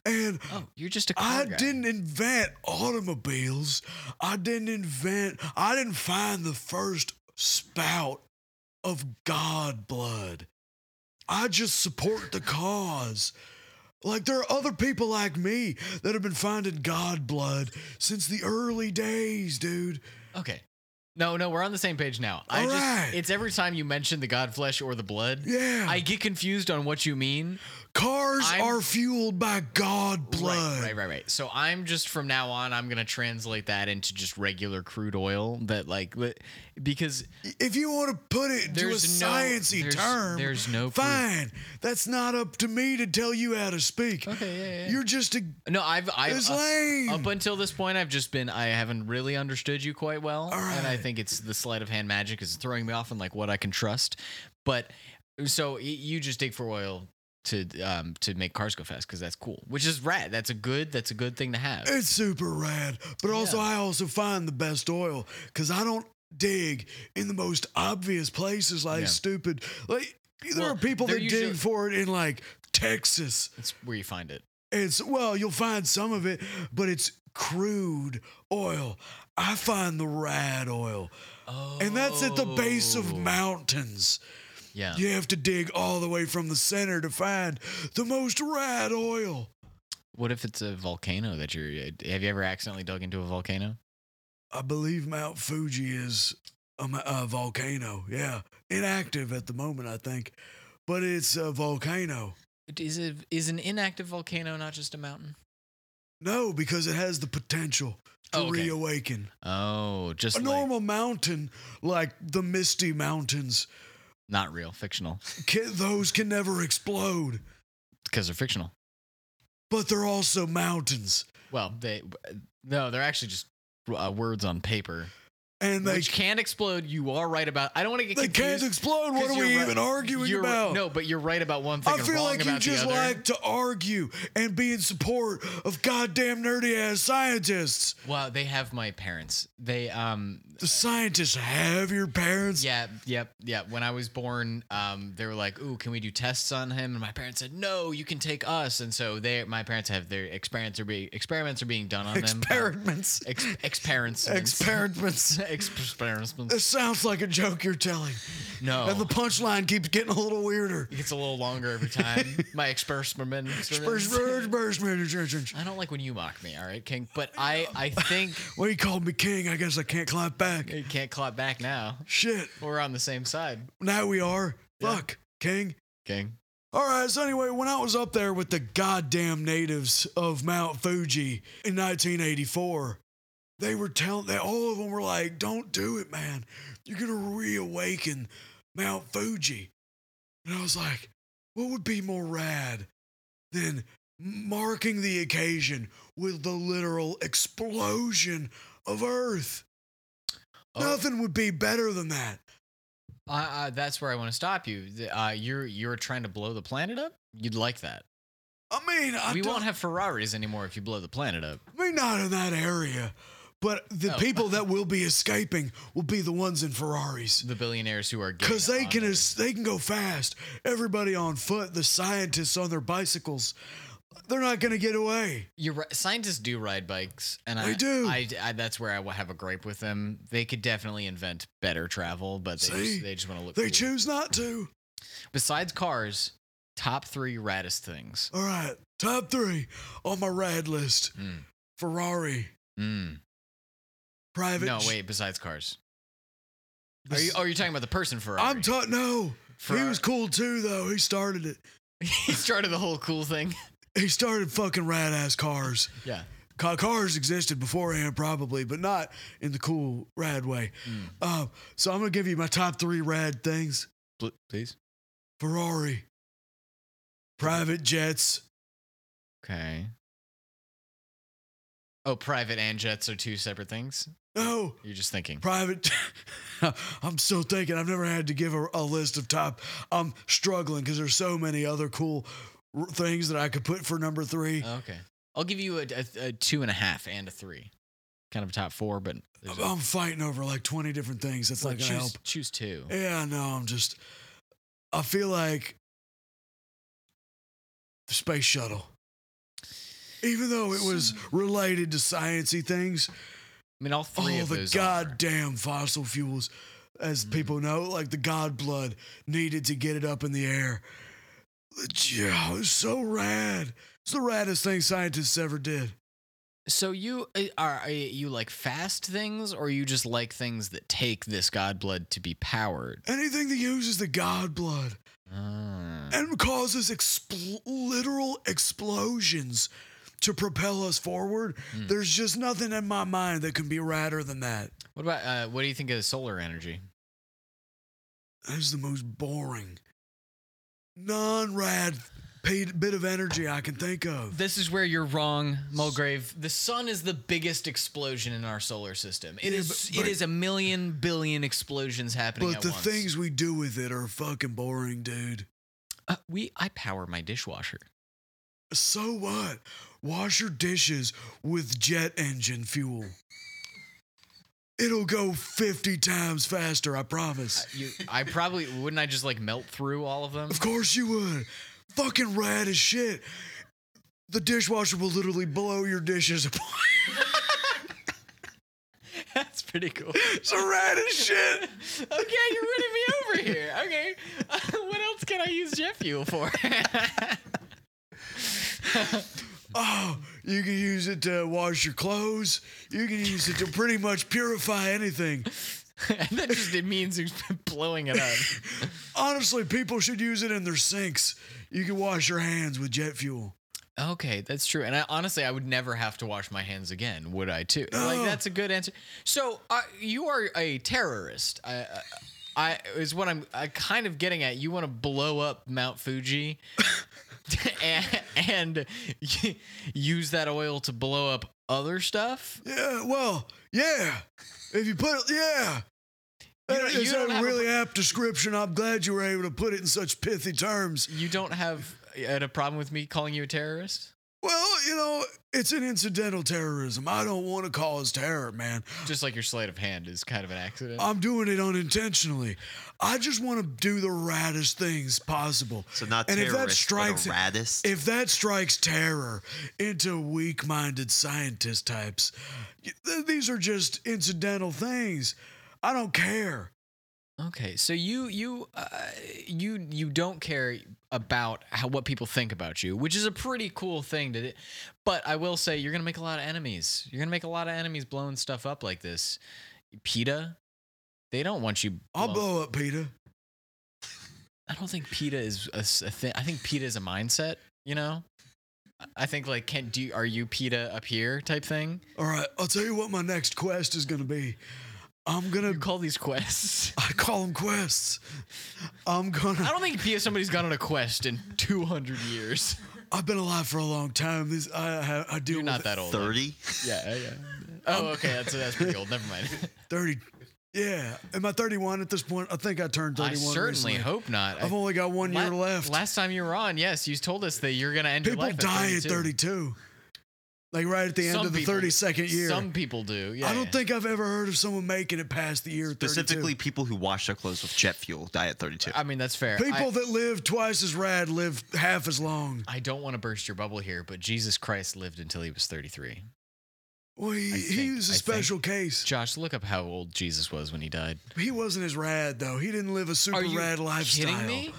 [SPEAKER 4] And
[SPEAKER 2] Oh, you're just a car
[SPEAKER 4] I
[SPEAKER 2] guy.
[SPEAKER 4] didn't invent automobiles. I didn't invent, I didn't find the first spout of God blood. I just support the cause. Like, there are other people like me that have been finding God blood since the early days, dude.
[SPEAKER 2] Okay. No, no, we're on the same page now. I
[SPEAKER 4] All
[SPEAKER 2] just
[SPEAKER 4] right.
[SPEAKER 2] it's every time you mention the god flesh or the blood.
[SPEAKER 4] Yeah.
[SPEAKER 2] I get confused on what you mean.
[SPEAKER 4] Cars
[SPEAKER 2] I'm-
[SPEAKER 4] are fueled by God blood.
[SPEAKER 2] Right, right, right, right. So I'm just from now on I'm going to translate that into just regular crude oil that like li- because
[SPEAKER 4] If you want to put it into a
[SPEAKER 2] There's no-
[SPEAKER 4] sciencey
[SPEAKER 2] there's-
[SPEAKER 4] term,
[SPEAKER 2] there's no proof.
[SPEAKER 4] fine. That's not up to me to tell you how to speak.
[SPEAKER 2] Okay, yeah, yeah, yeah.
[SPEAKER 4] You're just a
[SPEAKER 2] no, I've I
[SPEAKER 4] it's
[SPEAKER 2] uh,
[SPEAKER 4] lame.
[SPEAKER 2] Up until this point, I've just been I haven't really understood you quite well,
[SPEAKER 4] All
[SPEAKER 2] and I
[SPEAKER 4] right.
[SPEAKER 2] think it's the sleight of hand magic is throwing me off on like what I can trust. But so y- you just dig for oil to um to make cars go fast because that's cool, which is rad. That's a good that's a good thing to have.
[SPEAKER 4] it's super rad, but also
[SPEAKER 2] Yeah.
[SPEAKER 4] I also find the best oil because I don't dig in the most obvious places like
[SPEAKER 2] Yeah.
[SPEAKER 4] stupid. Like there
[SPEAKER 2] Well,
[SPEAKER 4] are people
[SPEAKER 2] they're
[SPEAKER 4] that
[SPEAKER 2] usually-
[SPEAKER 4] dig for it in like Texas.
[SPEAKER 2] It's where you find it.
[SPEAKER 4] It's well, you'll find some of it, but it's crude oil. I find the rad oil,
[SPEAKER 2] Oh,
[SPEAKER 4] and that's at the base of mountains.
[SPEAKER 2] Yeah.
[SPEAKER 4] You have to dig all the way from the center to find the most rad oil.
[SPEAKER 2] What if it's a volcano that you're? Have you ever accidentally dug into a volcano?
[SPEAKER 4] I believe Mount Fuji is a, mo- a volcano. Yeah, inactive at the moment, I think, but it's a volcano.
[SPEAKER 2] Is it is an inactive volcano not just a mountain?
[SPEAKER 4] No, because it has the potential to
[SPEAKER 2] Oh, okay.
[SPEAKER 4] reawaken.
[SPEAKER 2] Oh, just
[SPEAKER 4] A
[SPEAKER 2] like-
[SPEAKER 4] normal mountain, like the Misty Mountains,
[SPEAKER 2] not real, fictional
[SPEAKER 4] can, those can never explode,
[SPEAKER 2] because they're fictional.
[SPEAKER 4] but they're also mountains,
[SPEAKER 2] Well, they no, they're actually just uh, words on paper,
[SPEAKER 4] and they
[SPEAKER 2] which can't explode. You are right about. I don't want to get
[SPEAKER 4] they
[SPEAKER 2] confused.
[SPEAKER 4] can't explode. What
[SPEAKER 2] 'cause
[SPEAKER 4] are we
[SPEAKER 2] you're right-
[SPEAKER 4] even arguing
[SPEAKER 2] you're,
[SPEAKER 4] about?
[SPEAKER 2] No, but you're right about one thing.
[SPEAKER 4] I
[SPEAKER 2] and
[SPEAKER 4] feel
[SPEAKER 2] wrong
[SPEAKER 4] like you
[SPEAKER 2] about the
[SPEAKER 4] just
[SPEAKER 2] other.
[SPEAKER 4] like to argue and be in support of goddamn nerdy ass scientists.
[SPEAKER 2] Wow, they have my parents. They um.
[SPEAKER 4] The scientists have your parents.
[SPEAKER 2] Yeah, yep, yeah. When I was born, um, they were like, "Ooh, can we do tests on him?" And my parents said, "No, you can take us." And so they, my parents have their experiments are being experiments are being done on them.
[SPEAKER 4] Experiments.
[SPEAKER 2] by- Ex- experiments.
[SPEAKER 4] Experiments.
[SPEAKER 2] Experiments.
[SPEAKER 4] This sounds like a joke you're telling.
[SPEAKER 2] No.
[SPEAKER 4] And the punchline keeps getting a little weirder.
[SPEAKER 2] It gets a little longer every time. My experiment. I don't like when you mock me, all right, King. But I, I think
[SPEAKER 4] Well, you called me king. I guess I can't clap back.
[SPEAKER 2] you can't clap back now.
[SPEAKER 4] Shit.
[SPEAKER 2] We're on the same side,
[SPEAKER 4] Now we are. Fuck. King.
[SPEAKER 2] King.
[SPEAKER 4] All right, so anyway, when I was up there with the goddamn natives of Mount Fuji in 1984, they were telling, they, all of them were like, don't do it, man. You're going to reawaken Mount Fuji. And I was like, what would be more rad than marking the occasion with the literal explosion of Earth?
[SPEAKER 2] Oh,
[SPEAKER 4] Nothing would be better than that.
[SPEAKER 2] I, I, that's where I want to stop you. Th- Uh, you're you're trying to blow the planet up. You'd like that.
[SPEAKER 4] I mean, I
[SPEAKER 2] we
[SPEAKER 4] don't-
[SPEAKER 2] won't have Ferraris anymore if you blow the planet up.
[SPEAKER 4] I mean, not in that area, but the
[SPEAKER 2] Oh.
[SPEAKER 4] people that will be escaping will be the ones in Ferraris.
[SPEAKER 2] The billionaires who are getting
[SPEAKER 4] Cause they
[SPEAKER 2] on
[SPEAKER 4] can
[SPEAKER 2] there.
[SPEAKER 4] es- they can go fast. Everybody on foot, the scientists on their bicycles, they're not gonna get away.
[SPEAKER 2] You're right. Scientists do ride bikes, and
[SPEAKER 4] They
[SPEAKER 2] I
[SPEAKER 4] do.
[SPEAKER 2] I, I- that's where I will have a gripe with them. They could definitely invent better travel, but they
[SPEAKER 4] See?
[SPEAKER 2] just, they just want to look.
[SPEAKER 4] They
[SPEAKER 2] cool.
[SPEAKER 4] choose not to.
[SPEAKER 2] Besides cars, top three raddest things.
[SPEAKER 4] All right, top three on my rad list:
[SPEAKER 2] Hmm.
[SPEAKER 4] Ferrari,
[SPEAKER 2] Mm.
[SPEAKER 4] Private.
[SPEAKER 2] No,
[SPEAKER 4] j-
[SPEAKER 2] wait. Besides cars, are
[SPEAKER 4] This-
[SPEAKER 2] you? Are you talking about the person Ferrari?
[SPEAKER 4] I'm ta- no. He
[SPEAKER 2] Ferrari.
[SPEAKER 4] was cool too, though. He started it.
[SPEAKER 2] he started the whole cool thing.
[SPEAKER 4] He started fucking rad ass cars.
[SPEAKER 2] Yeah.
[SPEAKER 4] Ca- Cars existed beforehand, probably, but not in the cool rad way. Uh, so I'm gonna give you my top three rad things:
[SPEAKER 2] Please.
[SPEAKER 4] Ferrari, private jets,
[SPEAKER 2] Okay. Oh, private and jets are two separate things.
[SPEAKER 4] no
[SPEAKER 2] You're just thinking.
[SPEAKER 4] private. I'm still thinking. I've never had to give a, a list of top. I'm struggling because there's so many other cool r- things that I could put for number three.
[SPEAKER 2] Oh, Okay. I'll give you a, a, a two and a half and a three. Kind of a top four, but there's a-
[SPEAKER 4] I'm fighting over like 20 different things. That's
[SPEAKER 2] Well,
[SPEAKER 4] not gonna help.
[SPEAKER 2] choose, choose two.
[SPEAKER 4] Yeah, no, I'm just. I feel like the space shuttle, even though it was related to sciency things,
[SPEAKER 2] I mean, all three
[SPEAKER 4] all
[SPEAKER 2] of
[SPEAKER 4] oh, the
[SPEAKER 2] those. are. Mm-hmm.
[SPEAKER 4] goddamn fossil fuels, as people know, like the god blood needed to get it up in the air. Yeah, it's so rad. It's the raddest thing scientists ever did.
[SPEAKER 2] So you uh, are uh, you like fast things, or you just like things that take this god blood to be powered?
[SPEAKER 4] Anything that uses the god blood
[SPEAKER 2] Ah.
[SPEAKER 4] and causes expl- literal explosions to propel us forward.
[SPEAKER 2] Hmm.
[SPEAKER 4] There's just nothing in my mind that can be radder than that.
[SPEAKER 2] What about uh, what do you think of solar energy?
[SPEAKER 4] That is the most boring, non rad paid bit of energy I can think of.
[SPEAKER 2] This is where you're wrong, Mulgrave. The sun is the biggest explosion in our solar system. It
[SPEAKER 4] Yeah,
[SPEAKER 2] is
[SPEAKER 4] but- but-
[SPEAKER 2] it is a million billion explosions happening
[SPEAKER 4] But
[SPEAKER 2] at
[SPEAKER 4] the
[SPEAKER 2] once.
[SPEAKER 4] things we do with it are fucking boring, dude.
[SPEAKER 2] Uh, we I power my dishwasher.
[SPEAKER 4] So what? Wash your dishes with jet engine fuel. It'll go 50 times faster, I promise.
[SPEAKER 2] You, I probably wouldn't. I just like melt through all of them.
[SPEAKER 4] Of course you would. Fucking rad as shit. The dishwasher will literally blow your dishes apart.
[SPEAKER 2] That's pretty cool.
[SPEAKER 4] It's a rad as shit.
[SPEAKER 2] okay, you're winning me over here. Okay, Uh, what else can I use jet fuel for?
[SPEAKER 4] Oh, you can use it to wash your clothes. You can use it to pretty much purify anything.
[SPEAKER 2] and that just it means it's blowing it up.
[SPEAKER 4] Honestly, people should use it in their sinks. You can wash your hands with jet fuel.
[SPEAKER 2] Okay, that's true. And I honestly, I would never have to wash my hands again, would I? Too like
[SPEAKER 4] No.
[SPEAKER 2] that's a good answer. So uh, you are a terrorist. I, I, I is what I'm I kind of getting at. You want to blow up Mount Fuji, and, and use that oil to blow up other stuff.
[SPEAKER 4] Yeah, well, yeah. If you put it, yeah.
[SPEAKER 2] You don't-
[SPEAKER 4] That
[SPEAKER 2] you
[SPEAKER 4] is
[SPEAKER 2] don't
[SPEAKER 4] a
[SPEAKER 2] have a-
[SPEAKER 4] really apt description. I'm glad you were able to put it in such pithy terms.
[SPEAKER 2] You don't have had a problem with me calling you a terrorist?
[SPEAKER 4] Well, you know, it's an incidental terrorism. I don't want to cause terror, man.
[SPEAKER 2] Just like your sleight of hand is kind of an accident.
[SPEAKER 4] I'm doing it unintentionally. I just want to do the raddest things possible.
[SPEAKER 3] So not
[SPEAKER 4] And if
[SPEAKER 3] terrorist,
[SPEAKER 4] that strikes,
[SPEAKER 3] but a raddest.
[SPEAKER 4] if that strikes terror into weak-minded scientist types, th- these are just incidental things. I don't care.
[SPEAKER 2] Okay, so you you uh, you you don't care about how what people think about you, which is a pretty cool thing to. do. But I will say you're gonna make a lot of enemies. You're gonna make a lot of enemies blowing stuff up like this. PETA, they don't want you.
[SPEAKER 4] I'll
[SPEAKER 2] blow-
[SPEAKER 4] blow up Peter.
[SPEAKER 2] I don't think PETA is a, s- a thing. I think PETA is a mindset. You know, I- I think like can do you- are you PETA up here type thing.
[SPEAKER 4] All right, I'll tell you what my next quest is going to be. I'm going
[SPEAKER 2] You
[SPEAKER 4] to
[SPEAKER 2] call these quests.
[SPEAKER 4] I call them quests. I'm going
[SPEAKER 2] I
[SPEAKER 4] to
[SPEAKER 2] don't think PETA somebody's gone on a quest in 200 years.
[SPEAKER 4] I've been alive for a long time. This I I, I deal
[SPEAKER 2] You're not
[SPEAKER 4] with
[SPEAKER 2] that old.
[SPEAKER 3] Thirty.
[SPEAKER 2] Yeah, yeah. Oh, okay. That's that's pretty old. Never mind.
[SPEAKER 4] 30 Yeah, am I 31 at this point? I think I turned
[SPEAKER 2] I
[SPEAKER 4] 31
[SPEAKER 2] certainly
[SPEAKER 4] recently.
[SPEAKER 2] hope not.
[SPEAKER 4] I've only got one
[SPEAKER 2] La-
[SPEAKER 4] year left.
[SPEAKER 2] Last time you were on, yes, you told us that you're gonna end
[SPEAKER 4] people
[SPEAKER 2] your life.
[SPEAKER 4] die at
[SPEAKER 2] 32.
[SPEAKER 4] 32. Like right at the end
[SPEAKER 2] Some
[SPEAKER 4] of the
[SPEAKER 2] people-
[SPEAKER 4] 32nd year.
[SPEAKER 2] Some people do. Yeah.
[SPEAKER 4] I don't think I've ever heard of someone making it past the year 32.
[SPEAKER 3] Specifically, people who wash their clothes with jet fuel die at 32.
[SPEAKER 2] I mean, that's fair.
[SPEAKER 4] People
[SPEAKER 2] I,
[SPEAKER 4] that live twice as rad live half as long.
[SPEAKER 2] I don't want to burst your bubble here, but Jesus Christ lived until he was 33.
[SPEAKER 4] Well, he,
[SPEAKER 2] I
[SPEAKER 4] he
[SPEAKER 2] think-
[SPEAKER 4] was a
[SPEAKER 2] I
[SPEAKER 4] special case.
[SPEAKER 2] Josh, look up how old Jesus was when he died.
[SPEAKER 4] He wasn't as rad though. He didn't live a super
[SPEAKER 2] Are you
[SPEAKER 4] rad lifestyle.
[SPEAKER 2] kidding me,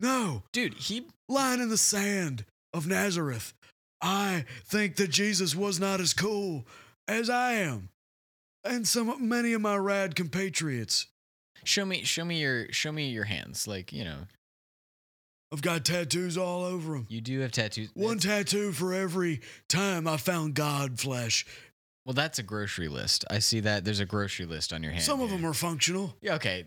[SPEAKER 4] No,
[SPEAKER 2] dude? He
[SPEAKER 4] line in the sand of Nazareth. I think that Jesus was not as cool as I am, and some many of my rad compatriots.
[SPEAKER 2] Show me, show me your, show me your hands. Like you know,
[SPEAKER 4] I've got tattoos all over them.
[SPEAKER 2] you do have tattoos.
[SPEAKER 4] One
[SPEAKER 2] That's-
[SPEAKER 4] tattoo for every time I found God flesh.
[SPEAKER 2] well, that's a grocery list. I see that. There's a grocery list on your hand.
[SPEAKER 4] Some of them are functional.
[SPEAKER 2] Yeah, okay.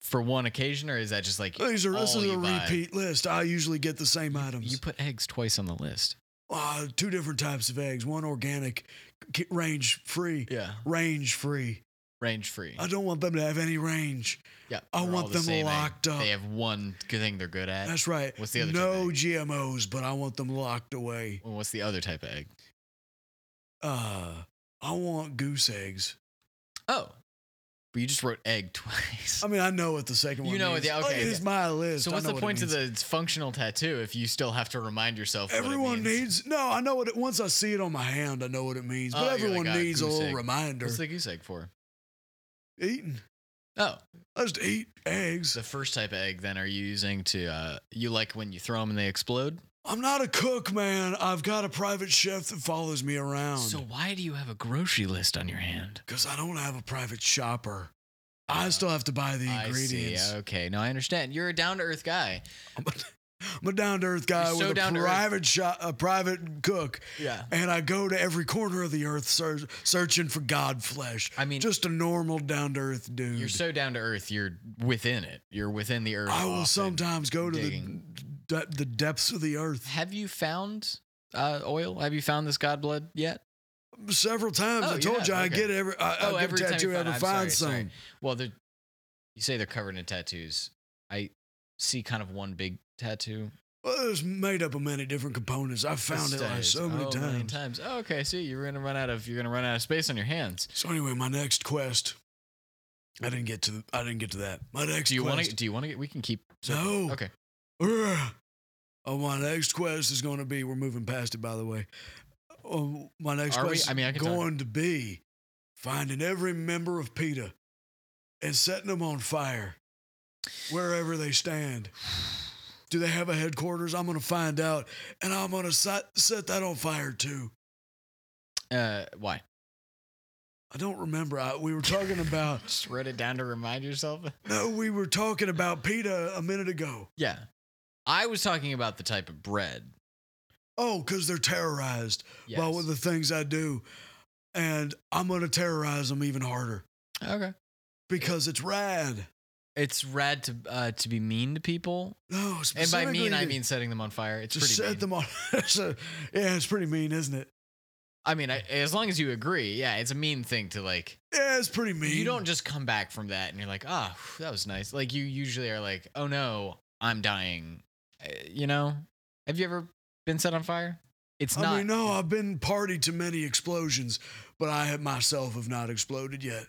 [SPEAKER 2] For one occasion, or is that just like
[SPEAKER 4] These are, this
[SPEAKER 2] all
[SPEAKER 4] is a
[SPEAKER 2] you buy?
[SPEAKER 4] repeat list. I usually get the same items.
[SPEAKER 2] You put eggs twice on the list.
[SPEAKER 4] Uh, two different types of eggs. One organic, k- range free.
[SPEAKER 2] Yeah,
[SPEAKER 4] Range free.
[SPEAKER 2] range free.
[SPEAKER 4] I don't want them to have any range.
[SPEAKER 2] yeah,
[SPEAKER 4] I
[SPEAKER 2] they're
[SPEAKER 4] want
[SPEAKER 2] all
[SPEAKER 4] them
[SPEAKER 2] same egg.
[SPEAKER 4] locked up.
[SPEAKER 2] They have one good thing they're good at.
[SPEAKER 4] That's right.
[SPEAKER 2] What's the other type
[SPEAKER 4] No
[SPEAKER 2] of egg?
[SPEAKER 4] GMOs, but I want them locked away.
[SPEAKER 2] Well, what's the other type of egg?
[SPEAKER 4] Uh, I want goose eggs.
[SPEAKER 2] Oh, but you just wrote egg twice.
[SPEAKER 4] I mean, I know what the second
[SPEAKER 2] You
[SPEAKER 4] one
[SPEAKER 2] know what
[SPEAKER 4] means. Oh,
[SPEAKER 2] the- okay,
[SPEAKER 4] It's
[SPEAKER 2] okay.
[SPEAKER 4] my list.
[SPEAKER 2] so
[SPEAKER 4] I
[SPEAKER 2] what's
[SPEAKER 4] know
[SPEAKER 2] the
[SPEAKER 4] what it
[SPEAKER 2] point of
[SPEAKER 4] means.
[SPEAKER 2] the functional tattoo if you still have to remind yourself? what
[SPEAKER 4] Everyone
[SPEAKER 2] it means?
[SPEAKER 4] needs. No, I know what it. Once I see it on my hand, I know what it means.
[SPEAKER 2] Oh,
[SPEAKER 4] But
[SPEAKER 2] you're like,
[SPEAKER 4] everyone
[SPEAKER 2] "Ah,
[SPEAKER 4] needs a
[SPEAKER 2] goose
[SPEAKER 4] little
[SPEAKER 2] egg."
[SPEAKER 4] reminder.
[SPEAKER 2] What's the goose egg for?
[SPEAKER 4] Eating.
[SPEAKER 2] Oh,
[SPEAKER 4] I just eat eggs.
[SPEAKER 2] the first type of egg. Then are you using to? Uh, you like when you throw them and they explode?
[SPEAKER 4] I'm not a cook, man. I've got a private chef that follows me around.
[SPEAKER 2] So why do you have a grocery list on your hand?
[SPEAKER 4] Because I don't have a private shopper. I
[SPEAKER 2] Yeah.
[SPEAKER 4] still have to buy the
[SPEAKER 2] I
[SPEAKER 4] ingredients.
[SPEAKER 2] see. Okay, no, I understand. You're a down to earth guy.
[SPEAKER 4] I'm a down to earth guy
[SPEAKER 2] You're so
[SPEAKER 4] with
[SPEAKER 2] down
[SPEAKER 4] a
[SPEAKER 2] to earth.
[SPEAKER 4] private shop, a private cook,
[SPEAKER 2] Yeah.
[SPEAKER 4] and I go to every corner of the earth search, searching for God flesh.
[SPEAKER 2] I mean,
[SPEAKER 4] Just a normal down to earth dude.
[SPEAKER 2] you're so down to earth. You're within it. You're within the earth.
[SPEAKER 4] I will
[SPEAKER 2] often.
[SPEAKER 4] sometimes go to the,
[SPEAKER 2] digging.
[SPEAKER 4] de- the depths of the earth.
[SPEAKER 2] Have you found uh, oil? Have you found this god blood yet?
[SPEAKER 4] Several times
[SPEAKER 2] Oh,
[SPEAKER 4] I
[SPEAKER 2] you
[SPEAKER 4] told
[SPEAKER 2] have,
[SPEAKER 4] you I
[SPEAKER 2] okay.
[SPEAKER 4] get every I, I
[SPEAKER 2] oh,
[SPEAKER 4] get
[SPEAKER 2] every
[SPEAKER 4] a
[SPEAKER 2] time
[SPEAKER 4] tattoo
[SPEAKER 2] you
[SPEAKER 4] ever
[SPEAKER 2] find, I'm
[SPEAKER 4] find
[SPEAKER 2] sorry, sorry.
[SPEAKER 4] some.
[SPEAKER 2] Well, they're, you say they're covered in tattoos. I see kind of one big tattoo.
[SPEAKER 4] Well, it's made up of many different components. I've found it
[SPEAKER 2] This
[SPEAKER 4] like
[SPEAKER 2] is-
[SPEAKER 4] so many
[SPEAKER 2] oh,
[SPEAKER 4] times.
[SPEAKER 2] Oh, okay. See, you're gonna run out of you're gonna run out of space on your hands.
[SPEAKER 4] So anyway, my next quest. I didn't get to. I didn't get to that. My next.
[SPEAKER 2] Do you want to?
[SPEAKER 4] quest.
[SPEAKER 2] Do you want to get? We can keep.
[SPEAKER 4] No.
[SPEAKER 2] Okay.
[SPEAKER 4] Ugh. Oh, my next quest is going to be. We're moving past it, by the way. Oh, my next
[SPEAKER 2] Are we?
[SPEAKER 4] quest
[SPEAKER 2] I mean, I
[SPEAKER 4] is
[SPEAKER 2] can talk.
[SPEAKER 4] going to be finding every member of PETA and setting them on fire wherever they stand. Do they have a headquarters? I'm going to find out, and I'm going to set, set that on fire too.
[SPEAKER 2] Uh, why?
[SPEAKER 4] I don't remember. I, we were talking about.
[SPEAKER 2] Just wrote it down to remind yourself.
[SPEAKER 4] No, we were talking about PETA a minute ago.
[SPEAKER 2] Yeah. I was talking about the type of bread.
[SPEAKER 4] Oh, because they're terrorized
[SPEAKER 2] Yes.
[SPEAKER 4] by what the things I do. And I'm going to terrorize them even harder
[SPEAKER 2] okay.
[SPEAKER 4] because it's rad.
[SPEAKER 2] It's rad to uh, to be mean to people,
[SPEAKER 4] No,
[SPEAKER 2] and by
[SPEAKER 4] specifically
[SPEAKER 2] mean I
[SPEAKER 4] to-
[SPEAKER 2] mean setting them on fire. It's
[SPEAKER 4] to
[SPEAKER 2] pretty
[SPEAKER 4] set
[SPEAKER 2] mean.
[SPEAKER 4] them on. so, yeah, it's pretty mean, isn't it?
[SPEAKER 2] I mean, I, as long as you agree, yeah, it's a mean thing to like.
[SPEAKER 4] Yeah, it's pretty mean.
[SPEAKER 2] You don't just come back from that and you're like, ah, phew, that was nice. Like you usually are like, oh no, I'm dying. Uh, you know? Have you ever been set on fire? It's
[SPEAKER 4] I
[SPEAKER 2] not.
[SPEAKER 4] mean, no, I've been party to many explosions, but I have- myself have not exploded yet.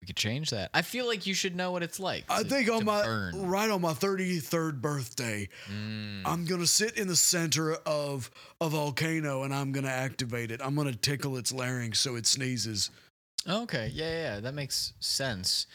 [SPEAKER 2] we could change that. I feel like you should know what it's like.
[SPEAKER 4] I
[SPEAKER 2] to-
[SPEAKER 4] think on
[SPEAKER 2] to
[SPEAKER 4] my
[SPEAKER 2] burn.
[SPEAKER 4] right on my 33rd birthday,
[SPEAKER 2] Mm.
[SPEAKER 4] I'm gonna sit in the center of a volcano and I'm gonna activate it. I'm gonna tickle its larynx so it sneezes.
[SPEAKER 2] Okay, yeah, yeah, yeah, that makes sense.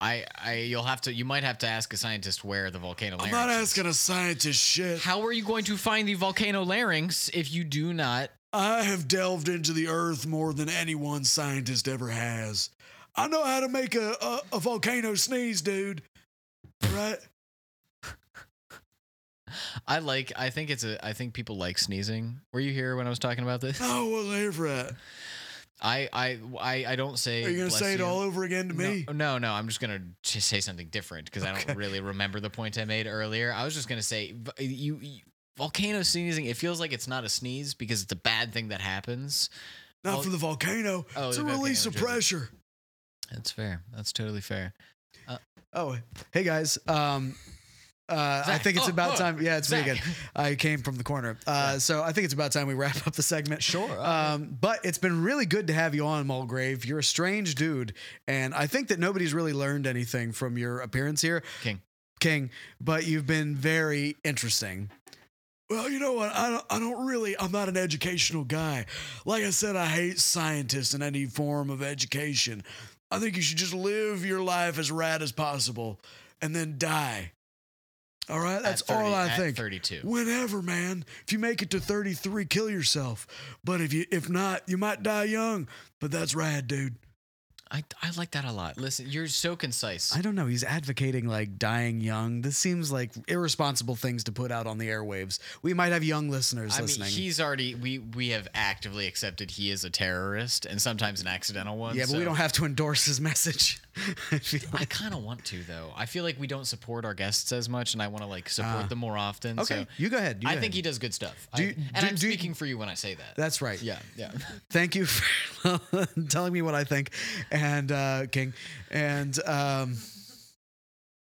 [SPEAKER 2] I, I, you'll have to, you might have to ask a scientist where the volcano.
[SPEAKER 4] I'm
[SPEAKER 2] larynx
[SPEAKER 4] not
[SPEAKER 2] is.
[SPEAKER 4] asking a scientist shit.
[SPEAKER 2] How are you going to find the volcano larynx if you do not?
[SPEAKER 4] I have delved into the earth more than any one scientist ever has. I know how to make a, a, a volcano sneeze, dude. Right?
[SPEAKER 2] I like, I think it's a, I think people like sneezing. Were you here when I was talking about this?
[SPEAKER 4] No, I wasn't here for that.
[SPEAKER 2] I, I, I, I don't say.
[SPEAKER 4] Are you gonna
[SPEAKER 2] bless
[SPEAKER 4] say it
[SPEAKER 2] you.
[SPEAKER 4] all over again to
[SPEAKER 2] no,
[SPEAKER 4] me?
[SPEAKER 2] No, no, I'm just gonna just say something different because I
[SPEAKER 4] Okay.
[SPEAKER 2] don't really remember the point I made earlier. I was just gonna say v- you, you volcano sneezing. It feels like it's not a sneeze because it's a bad thing that happens.
[SPEAKER 4] Not
[SPEAKER 2] Vol-
[SPEAKER 4] for the volcano.
[SPEAKER 2] Oh,
[SPEAKER 4] it's
[SPEAKER 2] the
[SPEAKER 4] a release
[SPEAKER 2] volcano, Jason.
[SPEAKER 4] of pressure.
[SPEAKER 2] That's fair. That's totally fair.
[SPEAKER 1] Oh, hey guys. Um, uh, I
[SPEAKER 2] Zach.
[SPEAKER 1] think it's
[SPEAKER 2] Oh,
[SPEAKER 1] about
[SPEAKER 2] oh,
[SPEAKER 1] time. Yeah, it's pretty
[SPEAKER 2] Zach.
[SPEAKER 1] good. I came from the corner. Uh, So I think it's about time we wrap up the segment.
[SPEAKER 2] Sure.
[SPEAKER 1] Um, but it's been really good to have you on, Mulgrave. You're a strange dude. And I think that nobody's really learned anything from your appearance here.
[SPEAKER 2] King.
[SPEAKER 1] King. But you've been very interesting.
[SPEAKER 4] Well, you know what? I don't, I don't really, I'm not an educational guy. Like I said, I hate scientists and any form of education. I think you should just live your life as rad as possible and then die. All right, that's
[SPEAKER 5] at 30
[SPEAKER 4] all I
[SPEAKER 5] at
[SPEAKER 4] think.
[SPEAKER 5] 32.
[SPEAKER 4] Whenever, man. If you make it to 33, kill yourself. But if you if not, you might die young. But that's rad, dude.
[SPEAKER 5] I, I like that a lot. Listen, you're so concise.
[SPEAKER 1] I don't know. He's advocating like dying young. This seems like irresponsible things to put out on the airwaves. We might have young listeners
[SPEAKER 5] I mean,
[SPEAKER 1] listening.
[SPEAKER 5] he's already we we have actively accepted he is a terrorist and sometimes an accidental one.
[SPEAKER 1] yeah, but we
[SPEAKER 5] so-
[SPEAKER 1] don't have to endorse his message. I feel
[SPEAKER 5] I kind of want to though. I feel like we don't support our guests as much, and I want to like support
[SPEAKER 1] Ah.
[SPEAKER 5] them more often.
[SPEAKER 1] Okay,
[SPEAKER 5] so
[SPEAKER 1] you go ahead. you
[SPEAKER 5] I
[SPEAKER 1] go
[SPEAKER 5] think he
[SPEAKER 1] ahead.
[SPEAKER 5] does good stuff.
[SPEAKER 1] Do
[SPEAKER 5] I-
[SPEAKER 1] you-
[SPEAKER 5] and
[SPEAKER 1] do-
[SPEAKER 5] I'm
[SPEAKER 1] do-
[SPEAKER 5] speaking for you when I say that.
[SPEAKER 1] That's right.
[SPEAKER 5] yeah, yeah.
[SPEAKER 1] Thank you for telling me what I think, and uh, King, and um,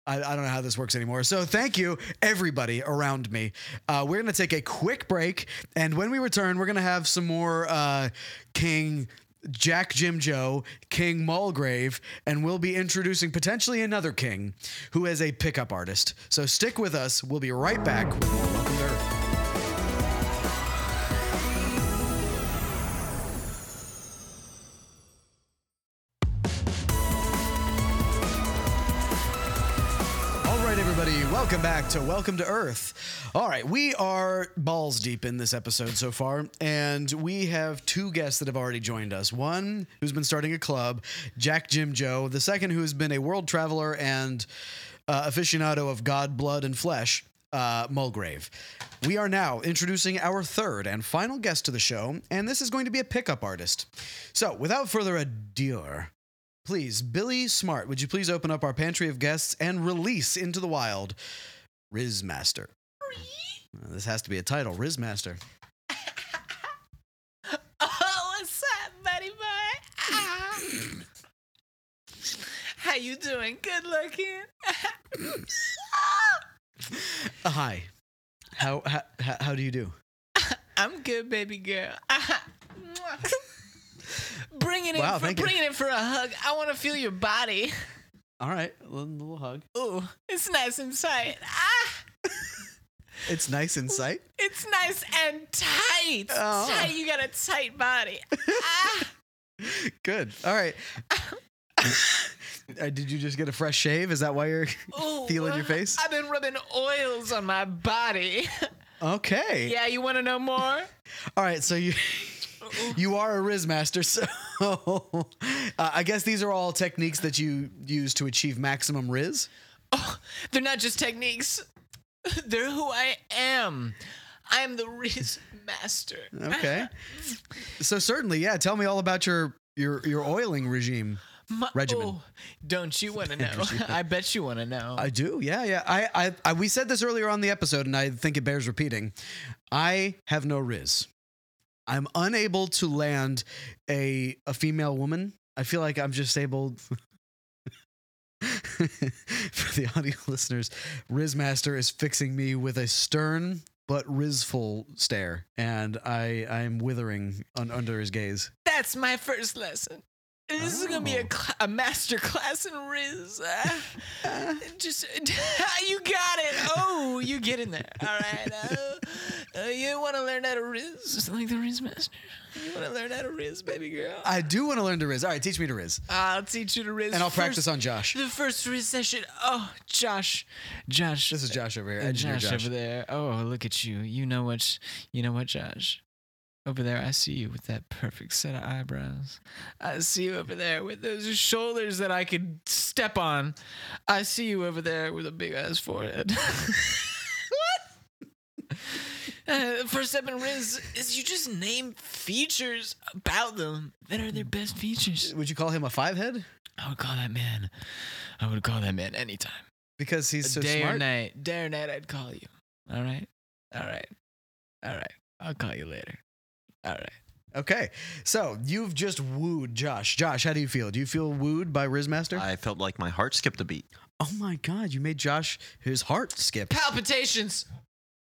[SPEAKER 1] I, I don't know how this works anymore. So thank you, everybody around me. Uh, we're gonna take a quick break, and when we return, we're gonna have some more uh, King. Jack Jim Joe, King Mulgrave, and we'll be introducing potentially another king who is a pickup artist. So stick with us. We'll be right back with more Welcome to Earth. All right, everybody, welcome back to Welcome to Earth. All right, we are balls deep in this episode so far, and we have two guests that have already joined us. One who's been starting a club, Jack Jim Joe, the second who has been a world traveler and uh, aficionado of God, blood, and flesh. Uh, Mulgrave. We are now introducing our third and final guest to the show, and this is going to be a pickup artist. So, without further ado, Please, Billy Smart, would you please open up our pantry of guests and release into the wild Rizmaster? Uh, This has to be a title, Rizmaster.
[SPEAKER 6] Oh, what's up, buddy boy? Ah. How you doing? Good looking.
[SPEAKER 1] Uh, hi. How, how how do you do?
[SPEAKER 6] I'm good, baby girl. Ah. Mwah. Bring it in,
[SPEAKER 1] Wow,
[SPEAKER 6] for,
[SPEAKER 1] thank you.
[SPEAKER 6] bring it in for a hug. I want to feel your body.
[SPEAKER 1] All right, a little, little hug.
[SPEAKER 6] Ooh, it's nice and tight. Ah,
[SPEAKER 1] It's nice in sight.
[SPEAKER 6] it's nice and tight.
[SPEAKER 1] Oh.
[SPEAKER 6] Tight. You got a tight body. Ah.
[SPEAKER 1] Good. All right. Uh, did you just get a fresh shave? Is that why you're
[SPEAKER 6] Ooh,
[SPEAKER 1] feeling your face?
[SPEAKER 6] I've been rubbing oils on my body.
[SPEAKER 1] Okay.
[SPEAKER 6] Yeah, you want to know more?
[SPEAKER 1] All right, so you you are a Rizmaster, so uh, I guess these are all techniques that you use to achieve maximum Riz.
[SPEAKER 6] They're not just techniques. They're who I am. I am the Riz master.
[SPEAKER 1] Okay. so certainly, yeah. Tell me all about your your your oiling regime.
[SPEAKER 6] My-
[SPEAKER 1] Regimen.
[SPEAKER 6] oh, don't you want to know? I bet you want to know.
[SPEAKER 1] I do. Yeah, yeah. I, I I we said this earlier on the episode, and I think it bears repeating. I have no riz. I'm unable to land a a female woman. I feel like I'm just able. For the audio listeners, Rizmaster is fixing me with a stern but rizful stare, and I I'm withering un- under his gaze.
[SPEAKER 6] That's my first lesson. This is gonna be a,
[SPEAKER 1] Oh.
[SPEAKER 6] cl- a master class in Riz. Uh, just you got it. Oh, you get in there. All right. Uh, uh, you want to learn how to Riz, just like the Riz master. You want to learn how to Riz, baby girl.
[SPEAKER 1] I do want to learn to Riz. All right, teach me to Riz.
[SPEAKER 6] I'll teach you to Riz.
[SPEAKER 1] And I'll
[SPEAKER 6] first.
[SPEAKER 1] practice on Josh.
[SPEAKER 6] The first recession. Oh, Josh, Josh,
[SPEAKER 1] This is Josh over here.
[SPEAKER 6] Uh,
[SPEAKER 1] Engineer
[SPEAKER 6] Josh,
[SPEAKER 1] Josh.
[SPEAKER 6] over there. Oh, look at you. You know what? You know what, Josh? Over there, I see you with that perfect set of eyebrows. I see you over there with those shoulders that I could step on. I see you over there with a big ass forehead. Uh, first step in Riz is you just name features about them that are their best features.
[SPEAKER 1] Would you call him a five head?
[SPEAKER 6] I would call that man. I would call that man anytime.
[SPEAKER 1] Because he's so
[SPEAKER 6] day or
[SPEAKER 1] smart.
[SPEAKER 6] night, day or night, I'd call you. All right, all right, all right. I'll call you later. All right.
[SPEAKER 1] Okay. So you've just wooed Josh. Josh, how do you feel? Do you feel wooed by Rizmaster?
[SPEAKER 3] I felt like my heart skipped a beat.
[SPEAKER 1] oh my God, you made Josh his heart skip.
[SPEAKER 6] Palpitations.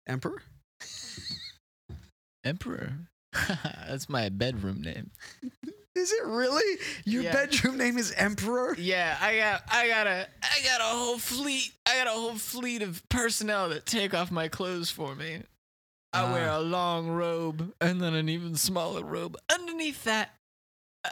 [SPEAKER 1] Emperor?
[SPEAKER 5] Emperor. That's my bedroom name.
[SPEAKER 1] Is it really? Your
[SPEAKER 6] Yeah.
[SPEAKER 1] bedroom name is Emperor?
[SPEAKER 6] Yeah, I got, I got a, I got a whole fleet. I got a whole fleet of personnel that take off my clothes for me. I wear a long robe and then an even smaller robe underneath that.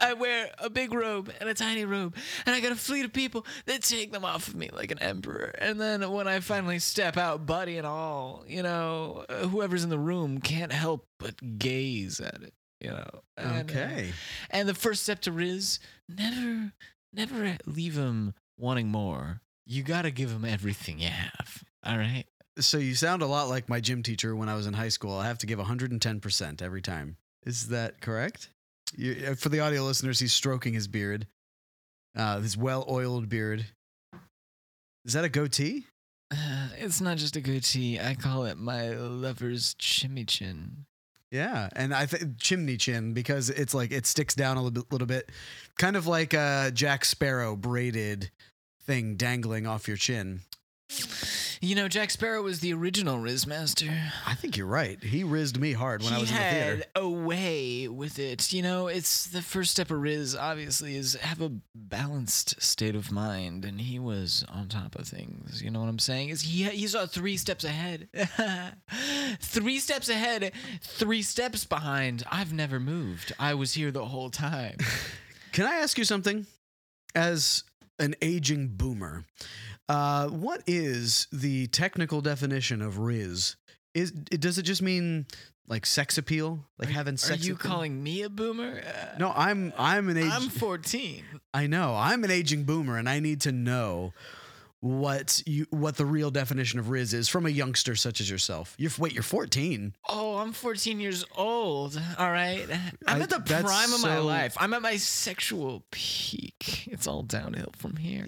[SPEAKER 6] I wear a big robe and a tiny robe, and I got a fleet of people that take them off of me like an emperor. And then when I finally step out, body and all, you know, uh, whoever's in the room can't help but gaze at it, you know. And, uh,
[SPEAKER 1] Okay.
[SPEAKER 6] and the first step to Riz, never, never leave him wanting more. You gotta give him everything you have. All right.
[SPEAKER 1] So you sound a lot like my gym teacher when I was in high school. I have to give 110% every time. Is that correct? You, uh, for the audio listeners, he's stroking his beard, uh, his well oiled beard. Is that a goatee?
[SPEAKER 6] Uh, it's not just a goatee. I call it my lover's chimichin.
[SPEAKER 1] Yeah, and I think chimney chin because it's like it sticks down a little bit, little bit, kind of like a Jack Sparrow braided thing dangling off your chin.
[SPEAKER 6] You know, Jack Sparrow was the original Rizmaster.
[SPEAKER 1] I think you're right. He rizzed me hard when I
[SPEAKER 6] he
[SPEAKER 1] was in the
[SPEAKER 6] had
[SPEAKER 1] theater.
[SPEAKER 6] a way with it. You know, it's the first step of Riz, obviously, is have a balanced state of mind, and he was on top of things. You know what I'm saying? Is he? He saw three steps ahead, three steps ahead, three steps behind. I've never moved. I was here the whole time.
[SPEAKER 1] Can I ask you something? As an aging boomer, uh, what is the technical definition of rizz? Is it, does it just mean like sex appeal, like having
[SPEAKER 6] Are
[SPEAKER 1] sex?
[SPEAKER 6] you
[SPEAKER 1] with them?
[SPEAKER 6] calling me a boomer? Uh,
[SPEAKER 1] No, I'm I'm an age.
[SPEAKER 6] I'm 14.
[SPEAKER 1] I know. I'm an aging boomer and I need to know what you what the real definition of Riz is from a youngster such as yourself. You're wait, you're 14.
[SPEAKER 6] Oh, I'm 14 years old. All right. I'm
[SPEAKER 1] I-
[SPEAKER 6] at the
[SPEAKER 1] that's
[SPEAKER 6] prime of my
[SPEAKER 1] so-
[SPEAKER 6] life. I'm at my sexual peak. It's all downhill from here.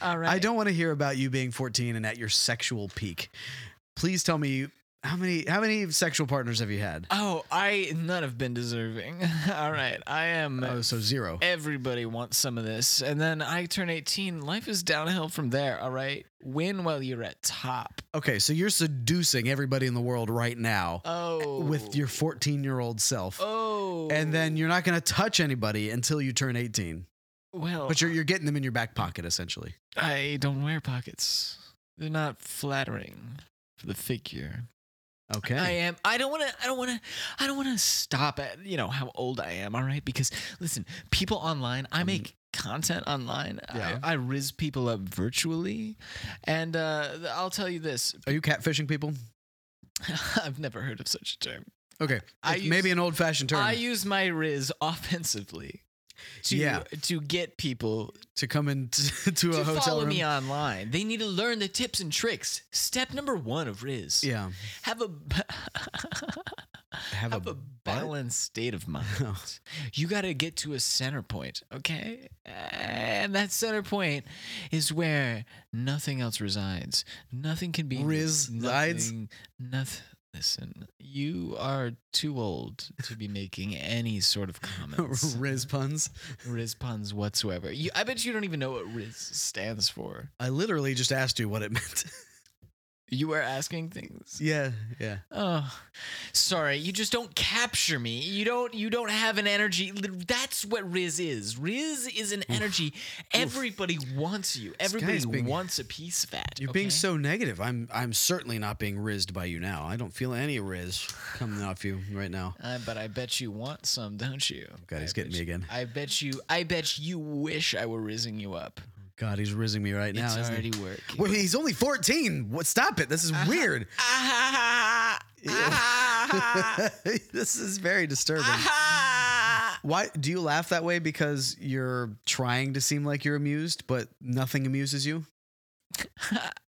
[SPEAKER 6] All right.
[SPEAKER 1] I don't want to hear about you being 14 and at your sexual peak. Please tell me how many how many sexual partners have you had?
[SPEAKER 6] Oh, I none have been deserving. all right. I am.
[SPEAKER 1] Oh, so zero.
[SPEAKER 6] Everybody wants some of this. And then I turn 18. Life is downhill from there. All right. Win while you're at top.
[SPEAKER 1] Okay, so you're seducing everybody in the world right now
[SPEAKER 6] Oh.
[SPEAKER 1] with your 14-year-old self.
[SPEAKER 6] Oh.
[SPEAKER 1] And then you're not going to touch anybody until you turn 18.
[SPEAKER 6] Well.
[SPEAKER 1] But you're you're getting them in your back pocket essentially.
[SPEAKER 6] I don't wear pockets. They're not flattering for the figure.
[SPEAKER 1] Okay.
[SPEAKER 6] I am. I don't want to. I don't want to. I don't want to stop at you know how old I am. All right, because listen, people online. I make content online.
[SPEAKER 1] Yeah.
[SPEAKER 6] I, I riz people up virtually, and uh, th- I'll tell you this:
[SPEAKER 1] Are you catfishing people?
[SPEAKER 6] I've never heard of such a term.
[SPEAKER 1] Okay.
[SPEAKER 6] I
[SPEAKER 1] It's
[SPEAKER 6] use-
[SPEAKER 1] maybe an old fashioned term
[SPEAKER 6] I use my riz offensively. To,
[SPEAKER 1] Yeah.
[SPEAKER 6] to get people
[SPEAKER 1] to come into to a
[SPEAKER 6] to
[SPEAKER 1] hotel
[SPEAKER 6] follow
[SPEAKER 1] room.
[SPEAKER 6] me online, they need to learn the tips and tricks. Step number one of Riz:
[SPEAKER 1] Yeah.
[SPEAKER 6] have a
[SPEAKER 1] Have,
[SPEAKER 6] have a balanced state of mind.
[SPEAKER 1] Oh.
[SPEAKER 6] You got to get to a center point, okay? And that center point is where nothing else resides. Nothing can be
[SPEAKER 1] Resides?
[SPEAKER 6] Nothing. Listen, you are too old to be making any sort of comments,
[SPEAKER 1] Riz puns.
[SPEAKER 6] riz puns whatsoever. You, I bet you don't even know what riz stands for.
[SPEAKER 1] I literally just asked you what it meant.
[SPEAKER 6] You are asking things.
[SPEAKER 1] yeah, yeah.
[SPEAKER 6] Oh, sorry. You just don't capture me. You don't. You don't have an energy. That's what Riz is. Riz is an energy. Everybody wants you. Everybody
[SPEAKER 1] guy's being-
[SPEAKER 6] wants a piece of that.
[SPEAKER 1] You're
[SPEAKER 6] okay?
[SPEAKER 1] being so negative. I'm I'm certainly not being rizzed by you now. I don't feel any rizz coming off you right now.
[SPEAKER 6] Uh, but I bet you want some, don't you?
[SPEAKER 1] God, he's
[SPEAKER 6] I
[SPEAKER 1] getting
[SPEAKER 6] bet
[SPEAKER 1] me
[SPEAKER 6] you-
[SPEAKER 1] again.
[SPEAKER 6] I bet you. I bet you wish I were rizzing you up.
[SPEAKER 1] God, he's rizzing me right now.
[SPEAKER 6] it's
[SPEAKER 1] isn't
[SPEAKER 6] already Uh-huh.
[SPEAKER 1] he?
[SPEAKER 6] working. Ah,
[SPEAKER 1] Wait, he's only 14. What stop it. This is weird. this is very disturbing.
[SPEAKER 6] Uh-huh.
[SPEAKER 1] Why do you laugh that way? Because you're trying to seem like you're amused, but nothing amuses you.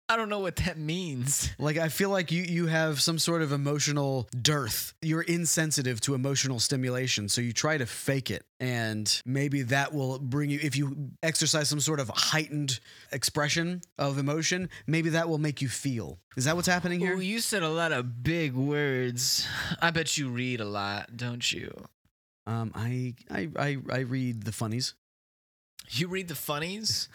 [SPEAKER 6] I don't know what that means.
[SPEAKER 1] Like I feel like you you have some sort of emotional dearth. You're insensitive to emotional stimulation, so you try to fake it, and maybe that will bring you. If you exercise some sort of heightened expression of emotion, maybe that will make you feel. Is that what's happening
[SPEAKER 6] Ooh,
[SPEAKER 1] here?
[SPEAKER 6] you said a lot of big words. I bet you read a lot, don't you?
[SPEAKER 1] Um, I I I, I read the funnies.
[SPEAKER 6] You read the funnies?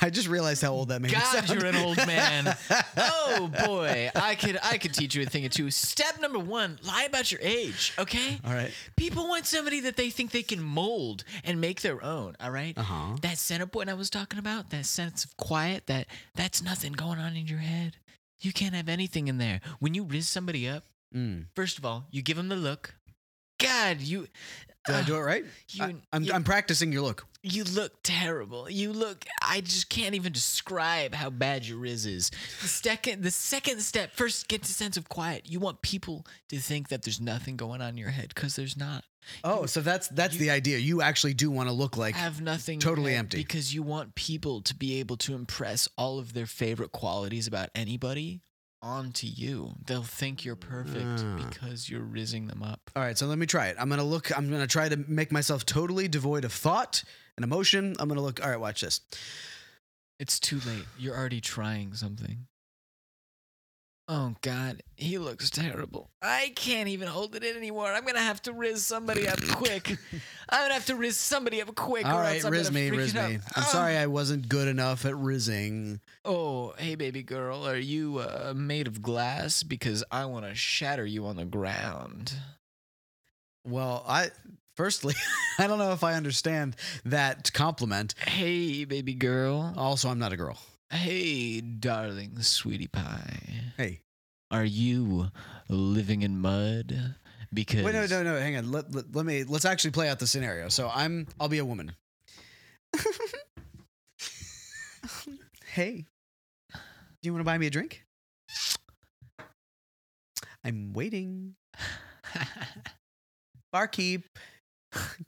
[SPEAKER 1] I just realized how old that made me
[SPEAKER 6] God,
[SPEAKER 1] sound.
[SPEAKER 6] you're an old man. oh boy, I could I could teach you a thing or two. Step number one: lie about your age. Okay.
[SPEAKER 1] All right.
[SPEAKER 6] People want somebody that they think they can mold and make their own. All right.
[SPEAKER 1] Uh huh.
[SPEAKER 6] That center point I was talking about, that sense of quiet, that that's nothing going on in your head. You can't have anything in there. When you riz somebody up,
[SPEAKER 1] Mm.
[SPEAKER 6] first of all, you give them the look. God, you
[SPEAKER 1] Did I do it right?
[SPEAKER 6] you
[SPEAKER 1] I, am
[SPEAKER 6] you,
[SPEAKER 1] I'm practicing your look.
[SPEAKER 6] you look terrible. You look I just can't even describe how bad your riz is. The second the second step, first get the sense of quiet. You want people to think that there's nothing going on in your head cuz there's not.
[SPEAKER 1] Oh, so that's that's the idea. You actually do want to look like
[SPEAKER 6] have nothing
[SPEAKER 1] totally
[SPEAKER 6] yet
[SPEAKER 1] empty.
[SPEAKER 6] because you want people to be able to impress all of their favorite qualities about anybody onto you. They'll think you're perfect
[SPEAKER 1] Ah.
[SPEAKER 6] because you're rizzing them up.
[SPEAKER 1] All right, so let me try it. I'm gonna look. I'm gonna try to make myself totally devoid of thought and emotion. I'm gonna look. All right, watch this.
[SPEAKER 6] It's too late. You're already trying something. Oh God, he looks terrible. I can't even hold it in anymore. I'm gonna have to riz somebody up quick. I'm gonna have to riz somebody up quick.
[SPEAKER 1] All
[SPEAKER 6] or
[SPEAKER 1] right,
[SPEAKER 6] else I'm
[SPEAKER 1] riz
[SPEAKER 6] gonna
[SPEAKER 1] me,
[SPEAKER 6] freak
[SPEAKER 1] riz
[SPEAKER 6] it out.
[SPEAKER 1] me. I'm
[SPEAKER 6] Ah.
[SPEAKER 1] sorry I wasn't good enough at rizzing.
[SPEAKER 6] Oh, hey, baby girl, are you uh, made of glass? Because I want to shatter you on the ground.
[SPEAKER 1] Well, I firstly, I don't know if I understand that compliment.
[SPEAKER 6] Hey, baby girl.
[SPEAKER 1] Also, I'm not a girl.
[SPEAKER 6] Hey, darling, sweetie pie.
[SPEAKER 1] Hey,
[SPEAKER 6] Are you living in mud? Because
[SPEAKER 1] wait, no, no, no. Hang on. Let, let, let me. Let's actually play out the scenario. So I'm. I'll be a woman. hey, do you want to buy me a drink? I'm waiting. Barkeep,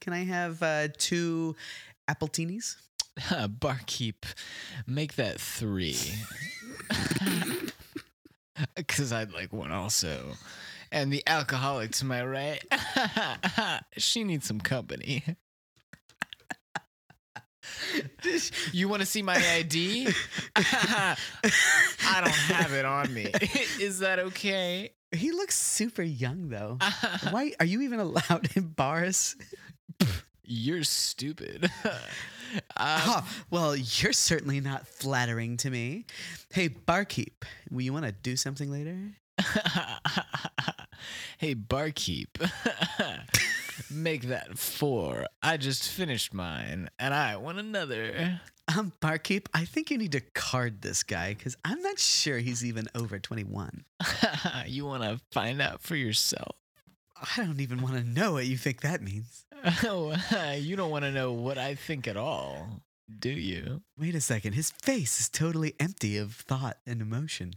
[SPEAKER 1] can I have uh, two appletinis?
[SPEAKER 6] barkeep, make that three. Because I'd like one also. And the alcoholic to my right, she needs some company. you want to see my ID? I don't have it on me. Is that okay?
[SPEAKER 1] He looks super young though. Why are you even allowed in bars?
[SPEAKER 6] You're stupid. um,
[SPEAKER 1] Ah, well, you're certainly not flattering to me. Hey, barkeep, will you want to do something later?
[SPEAKER 6] hey, barkeep, make that four. I just finished mine and I want another.
[SPEAKER 1] Um, barkeep, I think you need to card this guy because I'm not sure he's even over 21.
[SPEAKER 6] you want to find out for yourself.
[SPEAKER 1] I don't even want to know what you think that means.
[SPEAKER 6] Oh, you don't want to know what I think at all, do you?
[SPEAKER 1] Wait a second, his face is totally empty of thought and emotion.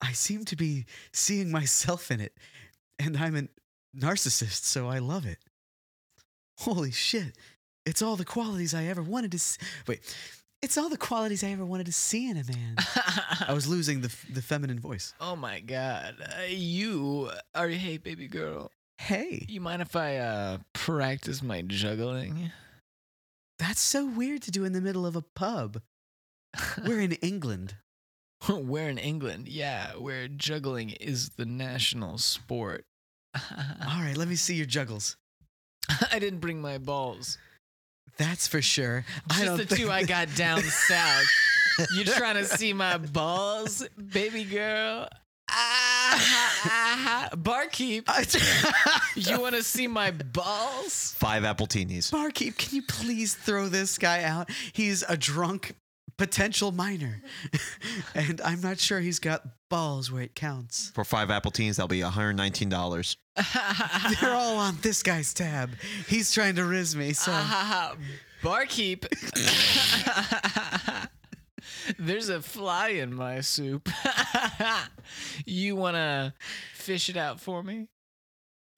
[SPEAKER 1] I seem to be seeing myself in it, and I'm a narcissist, so I love it. Holy shit, it's all the qualities I ever wanted to s Wait, it's all the qualities I ever wanted to see in a man. I was losing the, f- the feminine voice.
[SPEAKER 6] oh my God. Uh, you are, hey, baby girl,
[SPEAKER 1] Hey,
[SPEAKER 6] you mind if I uh, practice my juggling?
[SPEAKER 1] that's so weird to do in the middle of a pub. We're in England.
[SPEAKER 6] we're in England, yeah, where juggling is the national sport.
[SPEAKER 1] All right, let me see your juggles.
[SPEAKER 6] I didn't bring my balls.
[SPEAKER 1] That's for sure. I
[SPEAKER 6] Just
[SPEAKER 1] don't
[SPEAKER 6] the
[SPEAKER 1] think
[SPEAKER 6] two I
[SPEAKER 1] that-
[SPEAKER 6] got down south. You trying to see my balls, baby girl? Ah, barkeep, you want to see my balls?
[SPEAKER 3] Five appletinis.
[SPEAKER 1] Barkeep, can you please throw this guy out? He's a drunk potential minor. and I'm not sure he's got balls where it counts.
[SPEAKER 3] For five appletinis, that'll be $119.
[SPEAKER 1] They're all on this guy's tab. He's trying to riz me, so
[SPEAKER 6] barkeep. There's a fly in my soup. you want to fish it out for me?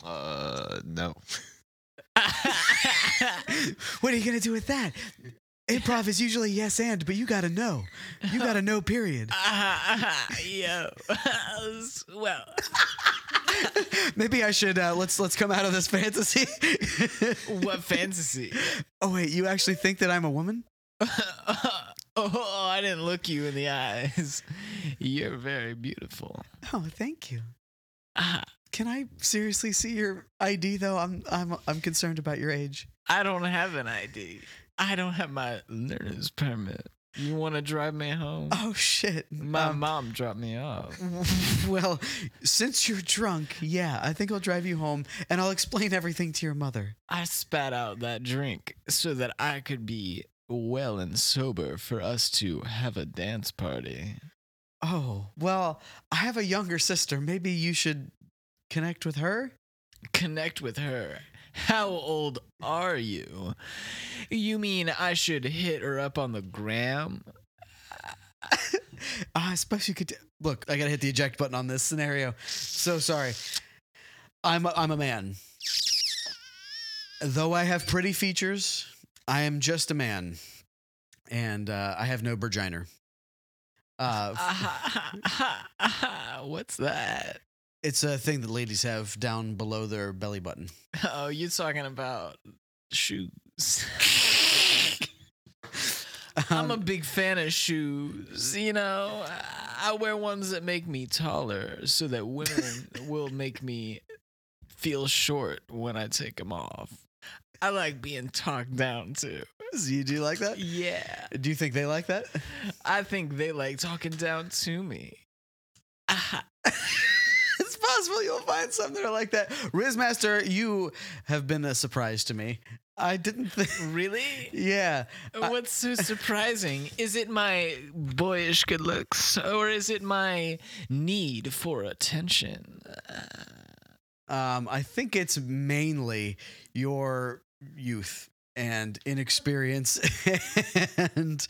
[SPEAKER 3] Uh, no.
[SPEAKER 1] what are you gonna do with that? Improv is usually yes and, but you gotta know. You gotta know, period.
[SPEAKER 6] Yo. well,
[SPEAKER 1] Maybe I should uh, let's let's come out of this fantasy.
[SPEAKER 6] what fantasy?
[SPEAKER 1] oh wait, you actually think that I'm a woman?
[SPEAKER 6] oh, I didn't look you in the eyes. You're very beautiful.
[SPEAKER 1] Oh, thank you.
[SPEAKER 6] Ah,
[SPEAKER 1] Can I seriously see your ID though? I'm I'm I'm concerned about your age.
[SPEAKER 6] I don't have an ID. I don't have my learner's permit. You want to drive me home?
[SPEAKER 1] Oh shit.
[SPEAKER 6] My
[SPEAKER 1] Um,
[SPEAKER 6] mom dropped me off.
[SPEAKER 1] well, since you're drunk, yeah, I think I'll drive you home and I'll explain everything to your mother.
[SPEAKER 6] I spat out that drink so that I could be well and sober for us to have a dance party.
[SPEAKER 1] Oh, well, I have a younger sister. Maybe you should connect with her?
[SPEAKER 6] connect with her. How old are you? You mean I should hit her up on the gram?
[SPEAKER 1] I suppose you could. Look, I gotta hit the eject button on this scenario. So sorry. I'm a, I'm a man. Though I have pretty features, I am just a man, and uh, I have no burginer. Uh, f-
[SPEAKER 6] What's that?
[SPEAKER 1] it's a thing that ladies have down below their belly button.
[SPEAKER 6] Oh, you talking about shoes. I'm a
[SPEAKER 1] Um,
[SPEAKER 6] big fan of shoes. You know, I wear ones that make me taller so that women will make me feel short when I take them off. I like being talked down to.
[SPEAKER 1] do you- do you like that?
[SPEAKER 6] Yeah.
[SPEAKER 1] Do you think they like that?
[SPEAKER 6] I think they like talking down to me.
[SPEAKER 1] it's possible you'll find some that are like that. Rizmaster, you have been a surprise to me. I didn't think.
[SPEAKER 6] Really?
[SPEAKER 1] Yeah.
[SPEAKER 6] What's so surprising? Is it my boyish good looks or is it my need for attention? Uh,
[SPEAKER 1] Um, I think it's mainly your youth and inexperience and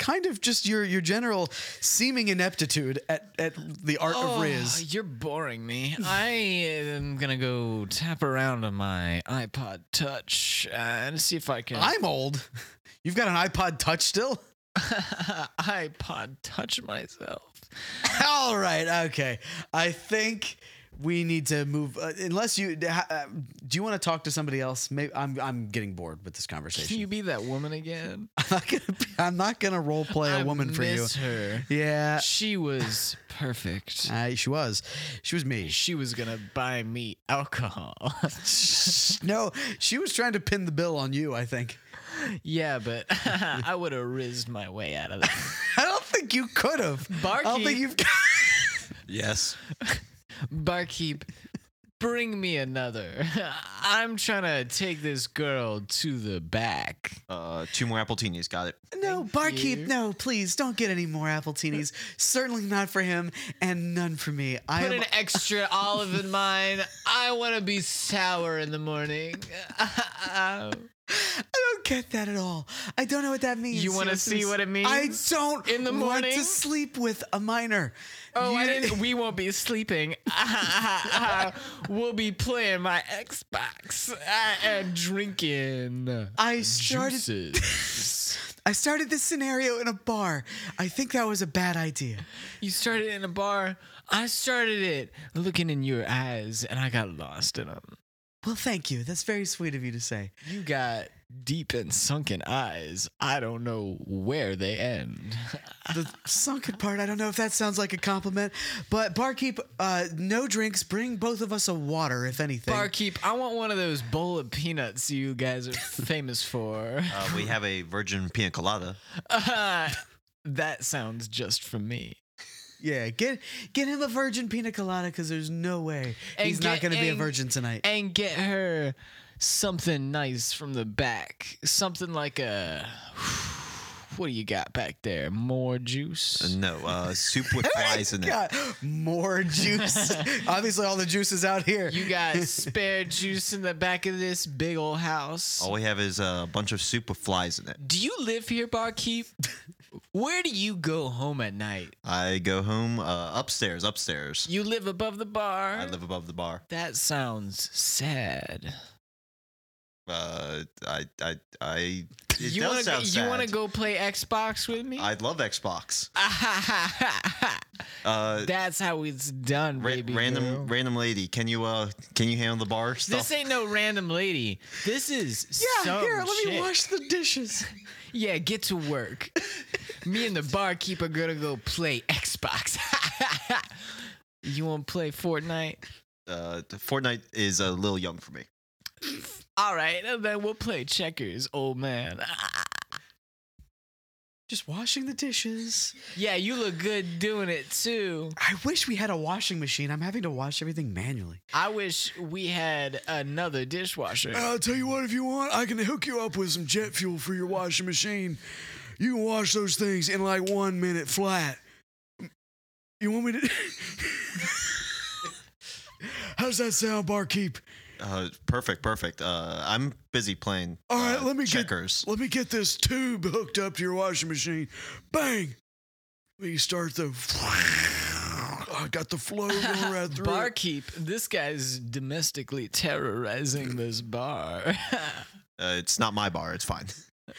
[SPEAKER 1] kind of just your your general seeming ineptitude at, at the art
[SPEAKER 6] Oh,
[SPEAKER 1] of Riz.
[SPEAKER 6] You're boring me. I am gonna go tap around on my iPod Touch uh, and see if I can.
[SPEAKER 1] I'm old. You've got an iPod Touch still?
[SPEAKER 6] iPod Touch myself.
[SPEAKER 1] All right. Okay. I think we need to move. Uh, unless you ha- uh, do, you want to talk to somebody else? Maybe I'm I'm getting bored with this conversation.
[SPEAKER 6] Can you be that woman again?
[SPEAKER 1] I'm not gonna be, I'm not gonna role play a
[SPEAKER 6] I
[SPEAKER 1] woman for you.
[SPEAKER 6] miss her.
[SPEAKER 1] Yeah.
[SPEAKER 6] She was perfect.
[SPEAKER 1] Uh, she was. She was me.
[SPEAKER 6] She was gonna buy me alcohol.
[SPEAKER 1] No, she was trying to pin the bill on you, I think.
[SPEAKER 6] yeah, but I would have rizzed my way out of that.
[SPEAKER 1] I don't think you could have. I don't think you've
[SPEAKER 6] Barkeep,
[SPEAKER 3] Yes.
[SPEAKER 6] barkeep, bring me another. I'm trying to take this girl to the back.
[SPEAKER 3] Uh, two more appletinis. Got it.
[SPEAKER 1] No, barkeep,
[SPEAKER 6] you.
[SPEAKER 1] no, please don't get any more apple teenies. Certainly not for him and none for me. I
[SPEAKER 6] Put
[SPEAKER 1] am
[SPEAKER 6] an extra olive in mine. I want to be sour in the morning.
[SPEAKER 1] I don't get that at all. I don't know what that means.
[SPEAKER 6] You wanna see what it means?
[SPEAKER 1] I don't
[SPEAKER 6] In the
[SPEAKER 1] want
[SPEAKER 6] morning?
[SPEAKER 1] to sleep with a minor.
[SPEAKER 6] oh, I
[SPEAKER 1] You-
[SPEAKER 6] didn't, we won't be sleeping. we'll be playing my Xbox and drinking
[SPEAKER 1] I started
[SPEAKER 6] juices.
[SPEAKER 1] I started this scenario in a bar. I think that was a bad idea.
[SPEAKER 6] You started in a bar. I started it looking in your eyes, and I got lost in them.
[SPEAKER 1] Well, thank you. That's very sweet of you to say.
[SPEAKER 6] You got deep and sunken eyes. I don't know where they end.
[SPEAKER 1] the sunken part. I don't know if that sounds like a compliment, but barkeep, uh, no drinks. Bring both of us a water, if anything.
[SPEAKER 6] Barkeep, I want one of those bowl of peanuts you guys are famous for. Uh,
[SPEAKER 3] Uh, we have a virgin pina colada.
[SPEAKER 6] that sounds just for me.
[SPEAKER 1] yeah, get get him a virgin pina colada because there's no way
[SPEAKER 6] And
[SPEAKER 1] he's not
[SPEAKER 6] get-
[SPEAKER 1] going to be a
[SPEAKER 6] and-
[SPEAKER 1] virgin tonight.
[SPEAKER 6] And get her something nice from the back. Something like a. What do you got back there? More
[SPEAKER 3] Uh,
[SPEAKER 6] juice?
[SPEAKER 3] No, uh, soup with flies in it.
[SPEAKER 1] God, more juice. Obviously, all the juice is out here.
[SPEAKER 6] You got spare juice in the back of this big old house.
[SPEAKER 3] All we have is a bunch of soup with flies in it.
[SPEAKER 6] Do you live here, barkeep? Where do you go home at night?
[SPEAKER 3] I go home uh, upstairs, upstairs.
[SPEAKER 6] You live above the bar.
[SPEAKER 3] I live above the bar.
[SPEAKER 6] that sounds sad.
[SPEAKER 3] Uh, I, I, I. It
[SPEAKER 6] you
[SPEAKER 3] does
[SPEAKER 6] wanna
[SPEAKER 3] sound
[SPEAKER 6] go,
[SPEAKER 3] sad.
[SPEAKER 6] You want to go play Xbox with me?
[SPEAKER 3] I love Xbox. Uh,
[SPEAKER 6] That's how it's done,
[SPEAKER 3] ra-
[SPEAKER 6] baby.
[SPEAKER 3] random,
[SPEAKER 6] girl.
[SPEAKER 3] random lady. Can you, uh, can you handle the bar stuff?
[SPEAKER 6] This ain't no random lady. This is
[SPEAKER 1] yeah,
[SPEAKER 6] some
[SPEAKER 1] here, let me
[SPEAKER 6] shit.
[SPEAKER 1] wash the dishes.
[SPEAKER 6] Yeah, get to work. me and the barkeep are gonna go play Xbox. you want to play Fortnite?
[SPEAKER 3] uh, Fortnite is a little young for me.
[SPEAKER 6] All right, and then we'll play checkers, old man.
[SPEAKER 1] Just washing the dishes.
[SPEAKER 6] Yeah, you look good doing it too.
[SPEAKER 1] I wish we had a washing machine. I'm having to wash everything manually.
[SPEAKER 6] I wish we had another dishwasher.
[SPEAKER 4] I'll tell you what, if you want, I can hook you up with some jet fuel for your washing machine. You can wash those things in like one minute flat. You want me to? How
[SPEAKER 7] How's that sound, barkeep?
[SPEAKER 3] Uh, perfect, perfect. Uh, I'm busy playing.
[SPEAKER 7] All right,
[SPEAKER 3] uh,
[SPEAKER 7] let me get-
[SPEAKER 3] checkers.
[SPEAKER 7] Let me get this tube hooked up to your washing machine. Bang! We start the. I got the flow going right through. it.
[SPEAKER 6] Barkeep, this guy's domestically terrorizing this bar.
[SPEAKER 3] Uh, it's not my bar. It's fine.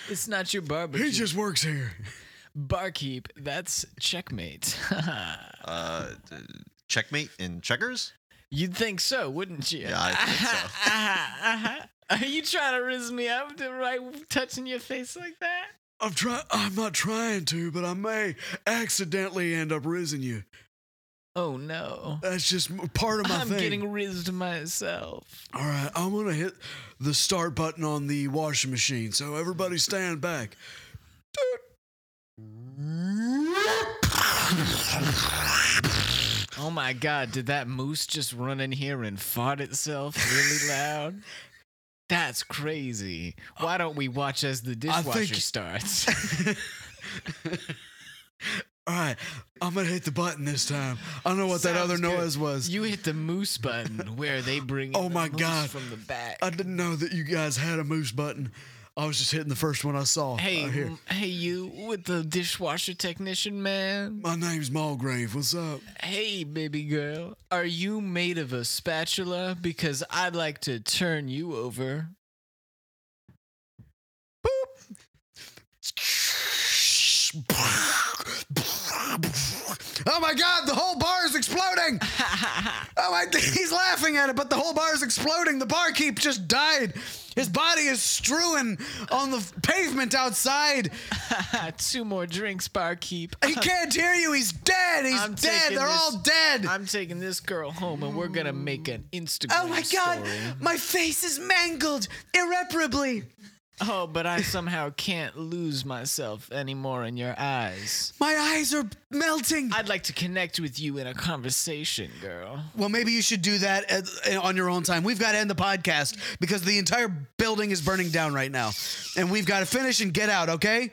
[SPEAKER 6] it's not your bar, but
[SPEAKER 7] He
[SPEAKER 6] you-
[SPEAKER 7] just works here.
[SPEAKER 6] barkeep. That's checkmate.
[SPEAKER 3] Uh, d- checkmate in checkers.
[SPEAKER 6] You'd think so, wouldn't you?
[SPEAKER 3] Yeah, I think so.
[SPEAKER 6] Are you trying to rizz me up to right touching your face like that?
[SPEAKER 7] I'm try. I'm not trying to, but I may accidentally end up rizzing you.
[SPEAKER 6] Oh no.
[SPEAKER 7] That's just m- part of my
[SPEAKER 6] I'm
[SPEAKER 7] thing.
[SPEAKER 6] getting rizzed myself.
[SPEAKER 7] All right, I'm gonna hit the start button on the washing machine. So everybody stand back.
[SPEAKER 6] Oh my god, did that moose just run in here and fart itself really loud? That's crazy. Why don't we watch as the
[SPEAKER 7] I
[SPEAKER 6] dishwasher
[SPEAKER 7] think-
[SPEAKER 6] starts?
[SPEAKER 7] All right, I'm gonna hit the button this time. I know what that
[SPEAKER 6] Sounds
[SPEAKER 7] other
[SPEAKER 6] good.
[SPEAKER 7] noise was.
[SPEAKER 6] you hit the moose button where they bring in
[SPEAKER 7] Oh
[SPEAKER 6] the
[SPEAKER 7] my
[SPEAKER 6] moose
[SPEAKER 7] God.
[SPEAKER 6] from the back.
[SPEAKER 7] I didn't know that you guys had a moose button. I was just hitting the first one I saw.
[SPEAKER 6] hey,
[SPEAKER 7] Right here.
[SPEAKER 6] m- hey you with the dishwasher technician man.
[SPEAKER 7] my name's Mulgrave. What's up?
[SPEAKER 6] Hey baby girl, are you made of a spatula because I'd like to turn you over?
[SPEAKER 4] Oh my god, the whole bar is exploding! oh my he's laughing at it, but the whole bar is exploding. The barkeep just died. His body is strewn on the f- pavement outside.
[SPEAKER 6] Two more drinks, barkeep.
[SPEAKER 4] He can't hear you. He's dead. He's
[SPEAKER 6] I'm
[SPEAKER 4] dead.
[SPEAKER 6] taking
[SPEAKER 4] They're
[SPEAKER 6] this-
[SPEAKER 4] all dead.
[SPEAKER 6] I'm taking this girl home and we're gonna make an Instagram.
[SPEAKER 4] oh my god,
[SPEAKER 6] story.
[SPEAKER 4] my face is mangled irreparably.
[SPEAKER 6] Oh, but I somehow can't lose myself anymore in your eyes.
[SPEAKER 4] My eyes are melting.
[SPEAKER 6] I'd like to connect with you in a conversation, girl.
[SPEAKER 4] well, maybe you should do that at, eh, on your own time. We've got to end the podcast because the entire building is burning down right now. And we've got to finish and get out, okay?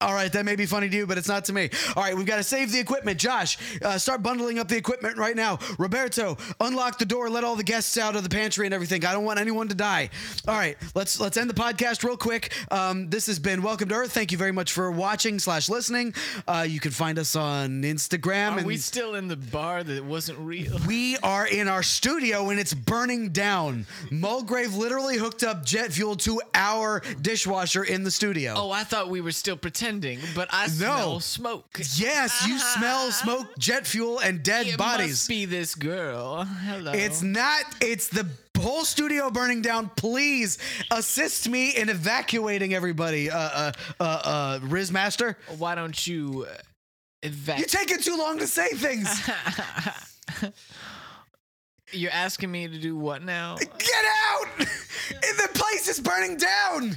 [SPEAKER 4] All right, that may be funny to you, but it's not to me. All right, we've got to save the equipment. Josh, uh, start bundling up the equipment right now. Roberto, unlock the door. Let all the guests out of the pantry and everything. I don't want anyone to die. All right, let's let's end the podcast real quick. Um, this has been Welcome to Earth. Thank you very much for watching slash listening. Uh, you can find us on Instagram.
[SPEAKER 6] Are
[SPEAKER 4] and
[SPEAKER 6] Uh, we still in the bar that wasn't real?
[SPEAKER 4] we are in our studio and it's burning down. Mulgrave literally hooked up jet fuel to our dishwasher in the studio.
[SPEAKER 6] Oh, I thought we were still pretending, but I smell smoke.
[SPEAKER 4] Yes, you smell smoke, jet fuel, and dead
[SPEAKER 6] It
[SPEAKER 4] bodies.
[SPEAKER 6] must be this girl. Hello.
[SPEAKER 4] It's not, it's the whole studio burning down. Please assist me in evacuating everybody, uh, uh, uh, uh, Rizmaster.
[SPEAKER 6] why don't you uh,
[SPEAKER 4] You're
[SPEAKER 6] evacuate?
[SPEAKER 4] taking too long to say things.
[SPEAKER 6] You're asking me to do what now?
[SPEAKER 4] Get out! the place is burning down!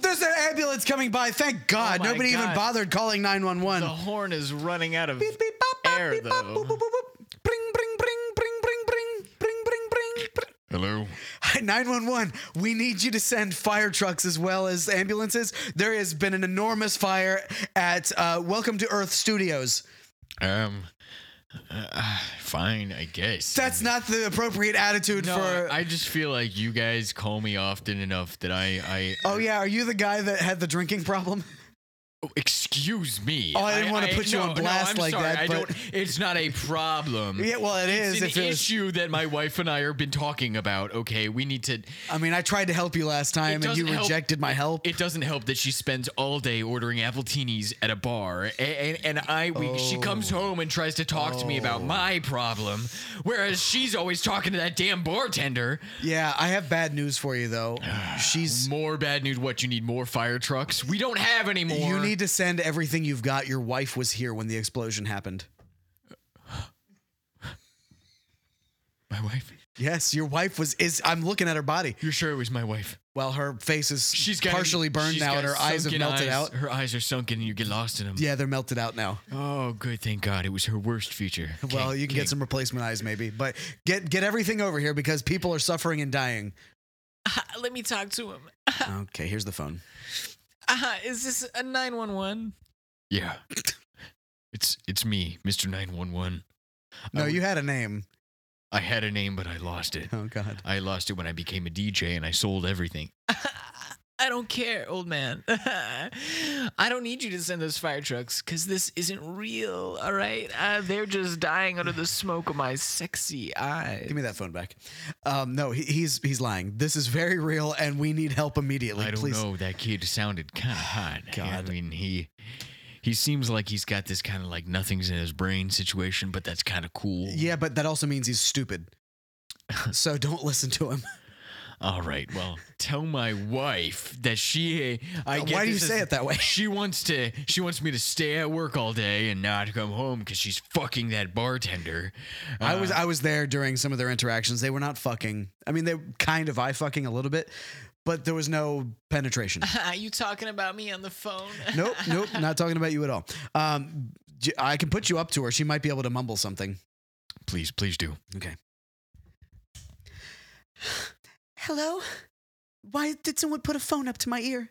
[SPEAKER 4] There's an ambulance coming by. Thank God.
[SPEAKER 2] Oh
[SPEAKER 6] my
[SPEAKER 4] Nobody even
[SPEAKER 6] God.
[SPEAKER 4] bothered calling
[SPEAKER 6] The
[SPEAKER 4] 911.
[SPEAKER 6] horn is running out of.
[SPEAKER 4] Beep, beep, bop, bop,
[SPEAKER 6] air,
[SPEAKER 4] beep, bop,
[SPEAKER 6] though.
[SPEAKER 4] boop, boop, boop, boop. Bring, bring, bring, bring, bring, bring, bring, bring, bring, bring.
[SPEAKER 2] Hello.
[SPEAKER 4] 911, we need you to send fire trucks as well as ambulances. There has been an enormous fire at uh, Welcome to Earth Studios.
[SPEAKER 2] Um. uh, fine, I guess.
[SPEAKER 4] That's not the appropriate attitude
[SPEAKER 2] No,
[SPEAKER 4] for.
[SPEAKER 2] I just feel like you guys call me often enough that I, I.
[SPEAKER 4] oh, yeah. Are you the guy that had the drinking problem?
[SPEAKER 2] Oh, excuse me.
[SPEAKER 4] Oh, I didn't wanna put you
[SPEAKER 2] no,
[SPEAKER 4] on blast
[SPEAKER 2] no, I'm
[SPEAKER 4] like
[SPEAKER 2] sorry,
[SPEAKER 4] that,
[SPEAKER 2] I
[SPEAKER 4] but-
[SPEAKER 2] don't, it's not a problem.
[SPEAKER 4] Yeah, well, it
[SPEAKER 2] it's
[SPEAKER 4] is.
[SPEAKER 2] an
[SPEAKER 4] if it was-
[SPEAKER 2] issue that my wife and I have been talking about. Okay, we need to.
[SPEAKER 4] I mean, I tried to help you last time
[SPEAKER 2] It
[SPEAKER 4] and you
[SPEAKER 2] doesn't help-
[SPEAKER 4] rejected my help.
[SPEAKER 2] It doesn't help that she spends all day ordering appletinis at a bar, and and, and I we, she comes
[SPEAKER 4] Oh.
[SPEAKER 2] home and tries to talk to me about my problem, whereas she's always talking to that damn bartender.
[SPEAKER 4] yeah, I have bad news for you though. She's
[SPEAKER 2] More bad news. What you need more fire trucks? We don't have any more.
[SPEAKER 4] you need to send everything you've got. Your wife was here when the explosion happened.
[SPEAKER 2] my wife.
[SPEAKER 4] Yes, your wife was is I'm looking at her body.
[SPEAKER 2] You're sure it was my wife?
[SPEAKER 4] Well, her face is
[SPEAKER 2] She's got
[SPEAKER 4] partially burned
[SPEAKER 2] she's
[SPEAKER 4] now
[SPEAKER 2] got
[SPEAKER 4] and her eyes have
[SPEAKER 2] sunken
[SPEAKER 4] melted
[SPEAKER 2] eyes.
[SPEAKER 4] out.
[SPEAKER 2] Her eyes are sunken, and you get lost in them.
[SPEAKER 4] Yeah, they're melted out now.
[SPEAKER 2] Oh, good. Thank God. It was her worst feature.
[SPEAKER 4] well, you can get some replacement eyes maybe, but get get everything over here because people are suffering and dying.
[SPEAKER 6] Let me talk to him.
[SPEAKER 4] okay, here's the phone.
[SPEAKER 6] Uh, is this a 911?
[SPEAKER 2] Yeah. It's it's me, Mr. 911.
[SPEAKER 4] No, you had a name.
[SPEAKER 2] I had a name, but I lost it.
[SPEAKER 4] Oh God.
[SPEAKER 2] I lost it when I became a DJ and I sold everything.
[SPEAKER 6] I don't care, old man. I don't need you to send those fire trucks because this isn't real, all right? Uh, they're just dying under the smoke of my sexy eyes.
[SPEAKER 4] Give me that phone back. Um, no, he, he's he's lying. This is very real, and we need help immediately.
[SPEAKER 2] I don't
[SPEAKER 4] Please.
[SPEAKER 2] know. That kid sounded kind of hot.
[SPEAKER 4] God.
[SPEAKER 2] I mean, he he seems like he's got this kind of like nothing's in his brain situation, but that's kind of cool.
[SPEAKER 4] Yeah, but that also means he's stupid. so don't listen to him.
[SPEAKER 2] All right. Well, tell my wife that she. I get
[SPEAKER 4] Why do you
[SPEAKER 2] this
[SPEAKER 4] say
[SPEAKER 2] as-
[SPEAKER 4] it that way?
[SPEAKER 2] She wants to. She wants me to stay at work all day and not come home because she's fucking that bartender.
[SPEAKER 4] I was
[SPEAKER 2] Uh,
[SPEAKER 4] I was there during some of their interactions. They were not fucking. I mean, they were kind of eye fucking a little bit, but there was no penetration.
[SPEAKER 6] Are you talking about me on the phone?
[SPEAKER 4] nope, nope, not talking about you at all. Um, j- I can put you up to her. She might be able to mumble something.
[SPEAKER 2] please, please do.
[SPEAKER 4] Hello. Why did someone put a phone up to my ear?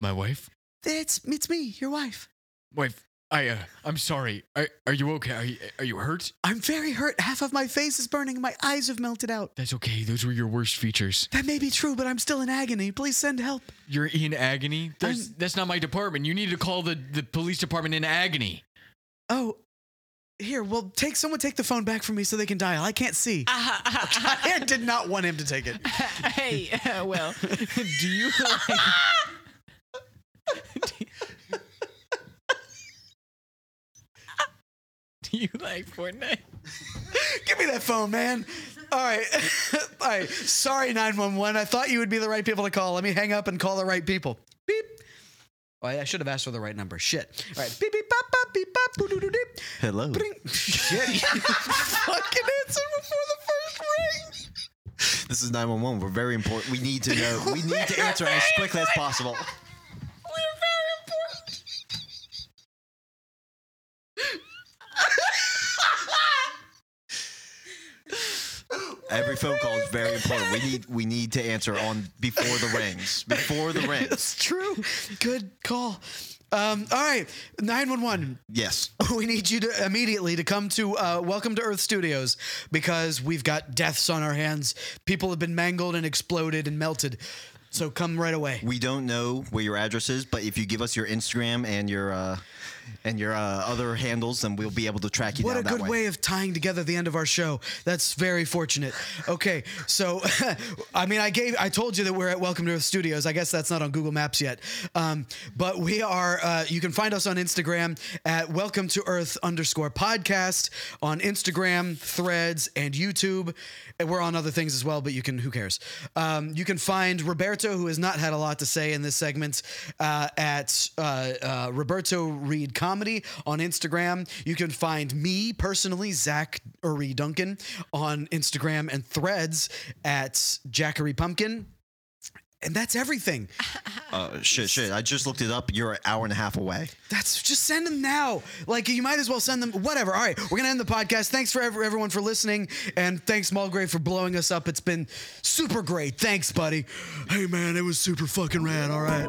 [SPEAKER 2] My wife.
[SPEAKER 4] It's it's me, your wife.
[SPEAKER 2] Wife. I. Uh, I'm sorry. Are, are you okay? Are you, are you hurt?
[SPEAKER 4] I'm very hurt. Half of my face is burning. and My eyes have melted out.
[SPEAKER 2] That's okay. Those were your worst features.
[SPEAKER 4] That may be true, but I'm still in agony. Please send help.
[SPEAKER 2] You're in agony. That's that's not my department. You need to call the the police department in agony.
[SPEAKER 4] Oh, here. Well, take someone take the phone back from me so they can dial. I can't see. I did not want him to take it.
[SPEAKER 6] hey, uh, well,
[SPEAKER 2] do you?
[SPEAKER 6] do you like Fortnite?
[SPEAKER 4] Give me that phone, man. All right. All right. Sorry, 911. I thought you would be the right people to call. Let me hang up and call the right people. Beep. Oh, I should have asked for the right number. Shit. All right. Beep, beep, pop, pop, beep, pop, boo, doo, doo, dip.
[SPEAKER 3] Hello.
[SPEAKER 4] Bring. Shit. Fucking answer before the first ring.
[SPEAKER 3] This is 911. We're very important. We need to know. We need to answer as quickly as possible. Every phone call is very important. We need we need to answer on before the rings. Before the rings.
[SPEAKER 4] That's true. Good call. Um, all right. 911.
[SPEAKER 3] Yes.
[SPEAKER 4] We need you to immediately to come to uh, Welcome to Earth Studios because we've got deaths on our hands. People have been mangled and exploded and melted. So come right away.
[SPEAKER 3] We don't know where your address is, but if you give us your Instagram and your uh, and your uh, other handles, then we'll be able to track you
[SPEAKER 4] What a
[SPEAKER 3] down that
[SPEAKER 4] good way. of tying together the end of our show. That's very fortunate. Okay, so I mean, I gave, I told you that we're at Welcome to Earth Studios. I guess that's not on Google Maps yet, um, but we are. Uh, you can find us on Instagram at Welcome to Earth underscore podcast on Instagram, Threads, and YouTube. And we're on other things as well, but you can. Who cares? Um, you can find Roberto, who has not had a lot to say in this segment, uh, at uh, uh, Roberto Reed Comedy on Instagram. You can find me personally, Zach Uri Duncan, on Instagram and Threads at Jackery Pumpkin. And that's everything.
[SPEAKER 3] Uh, shit, shit. I just looked it up. You're an hour and a half away.
[SPEAKER 4] That's just send them now. Like you might as well send them whatever. All right, we're gonna end the podcast. Thanks for ev- everyone for listening, and thanks Mulgrave for blowing us up. It's been super great. Thanks, buddy.
[SPEAKER 8] Hey, man, it was super fucking rad. All right.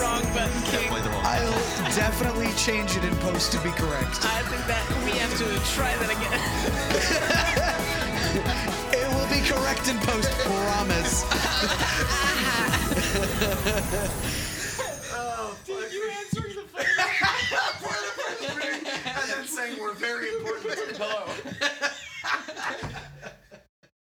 [SPEAKER 6] Wrong button, King.
[SPEAKER 3] Played the wrong-
[SPEAKER 4] I'll definitely change it in post to be correct.
[SPEAKER 6] I think that we have to try that again.
[SPEAKER 4] It will be correct in post, promise.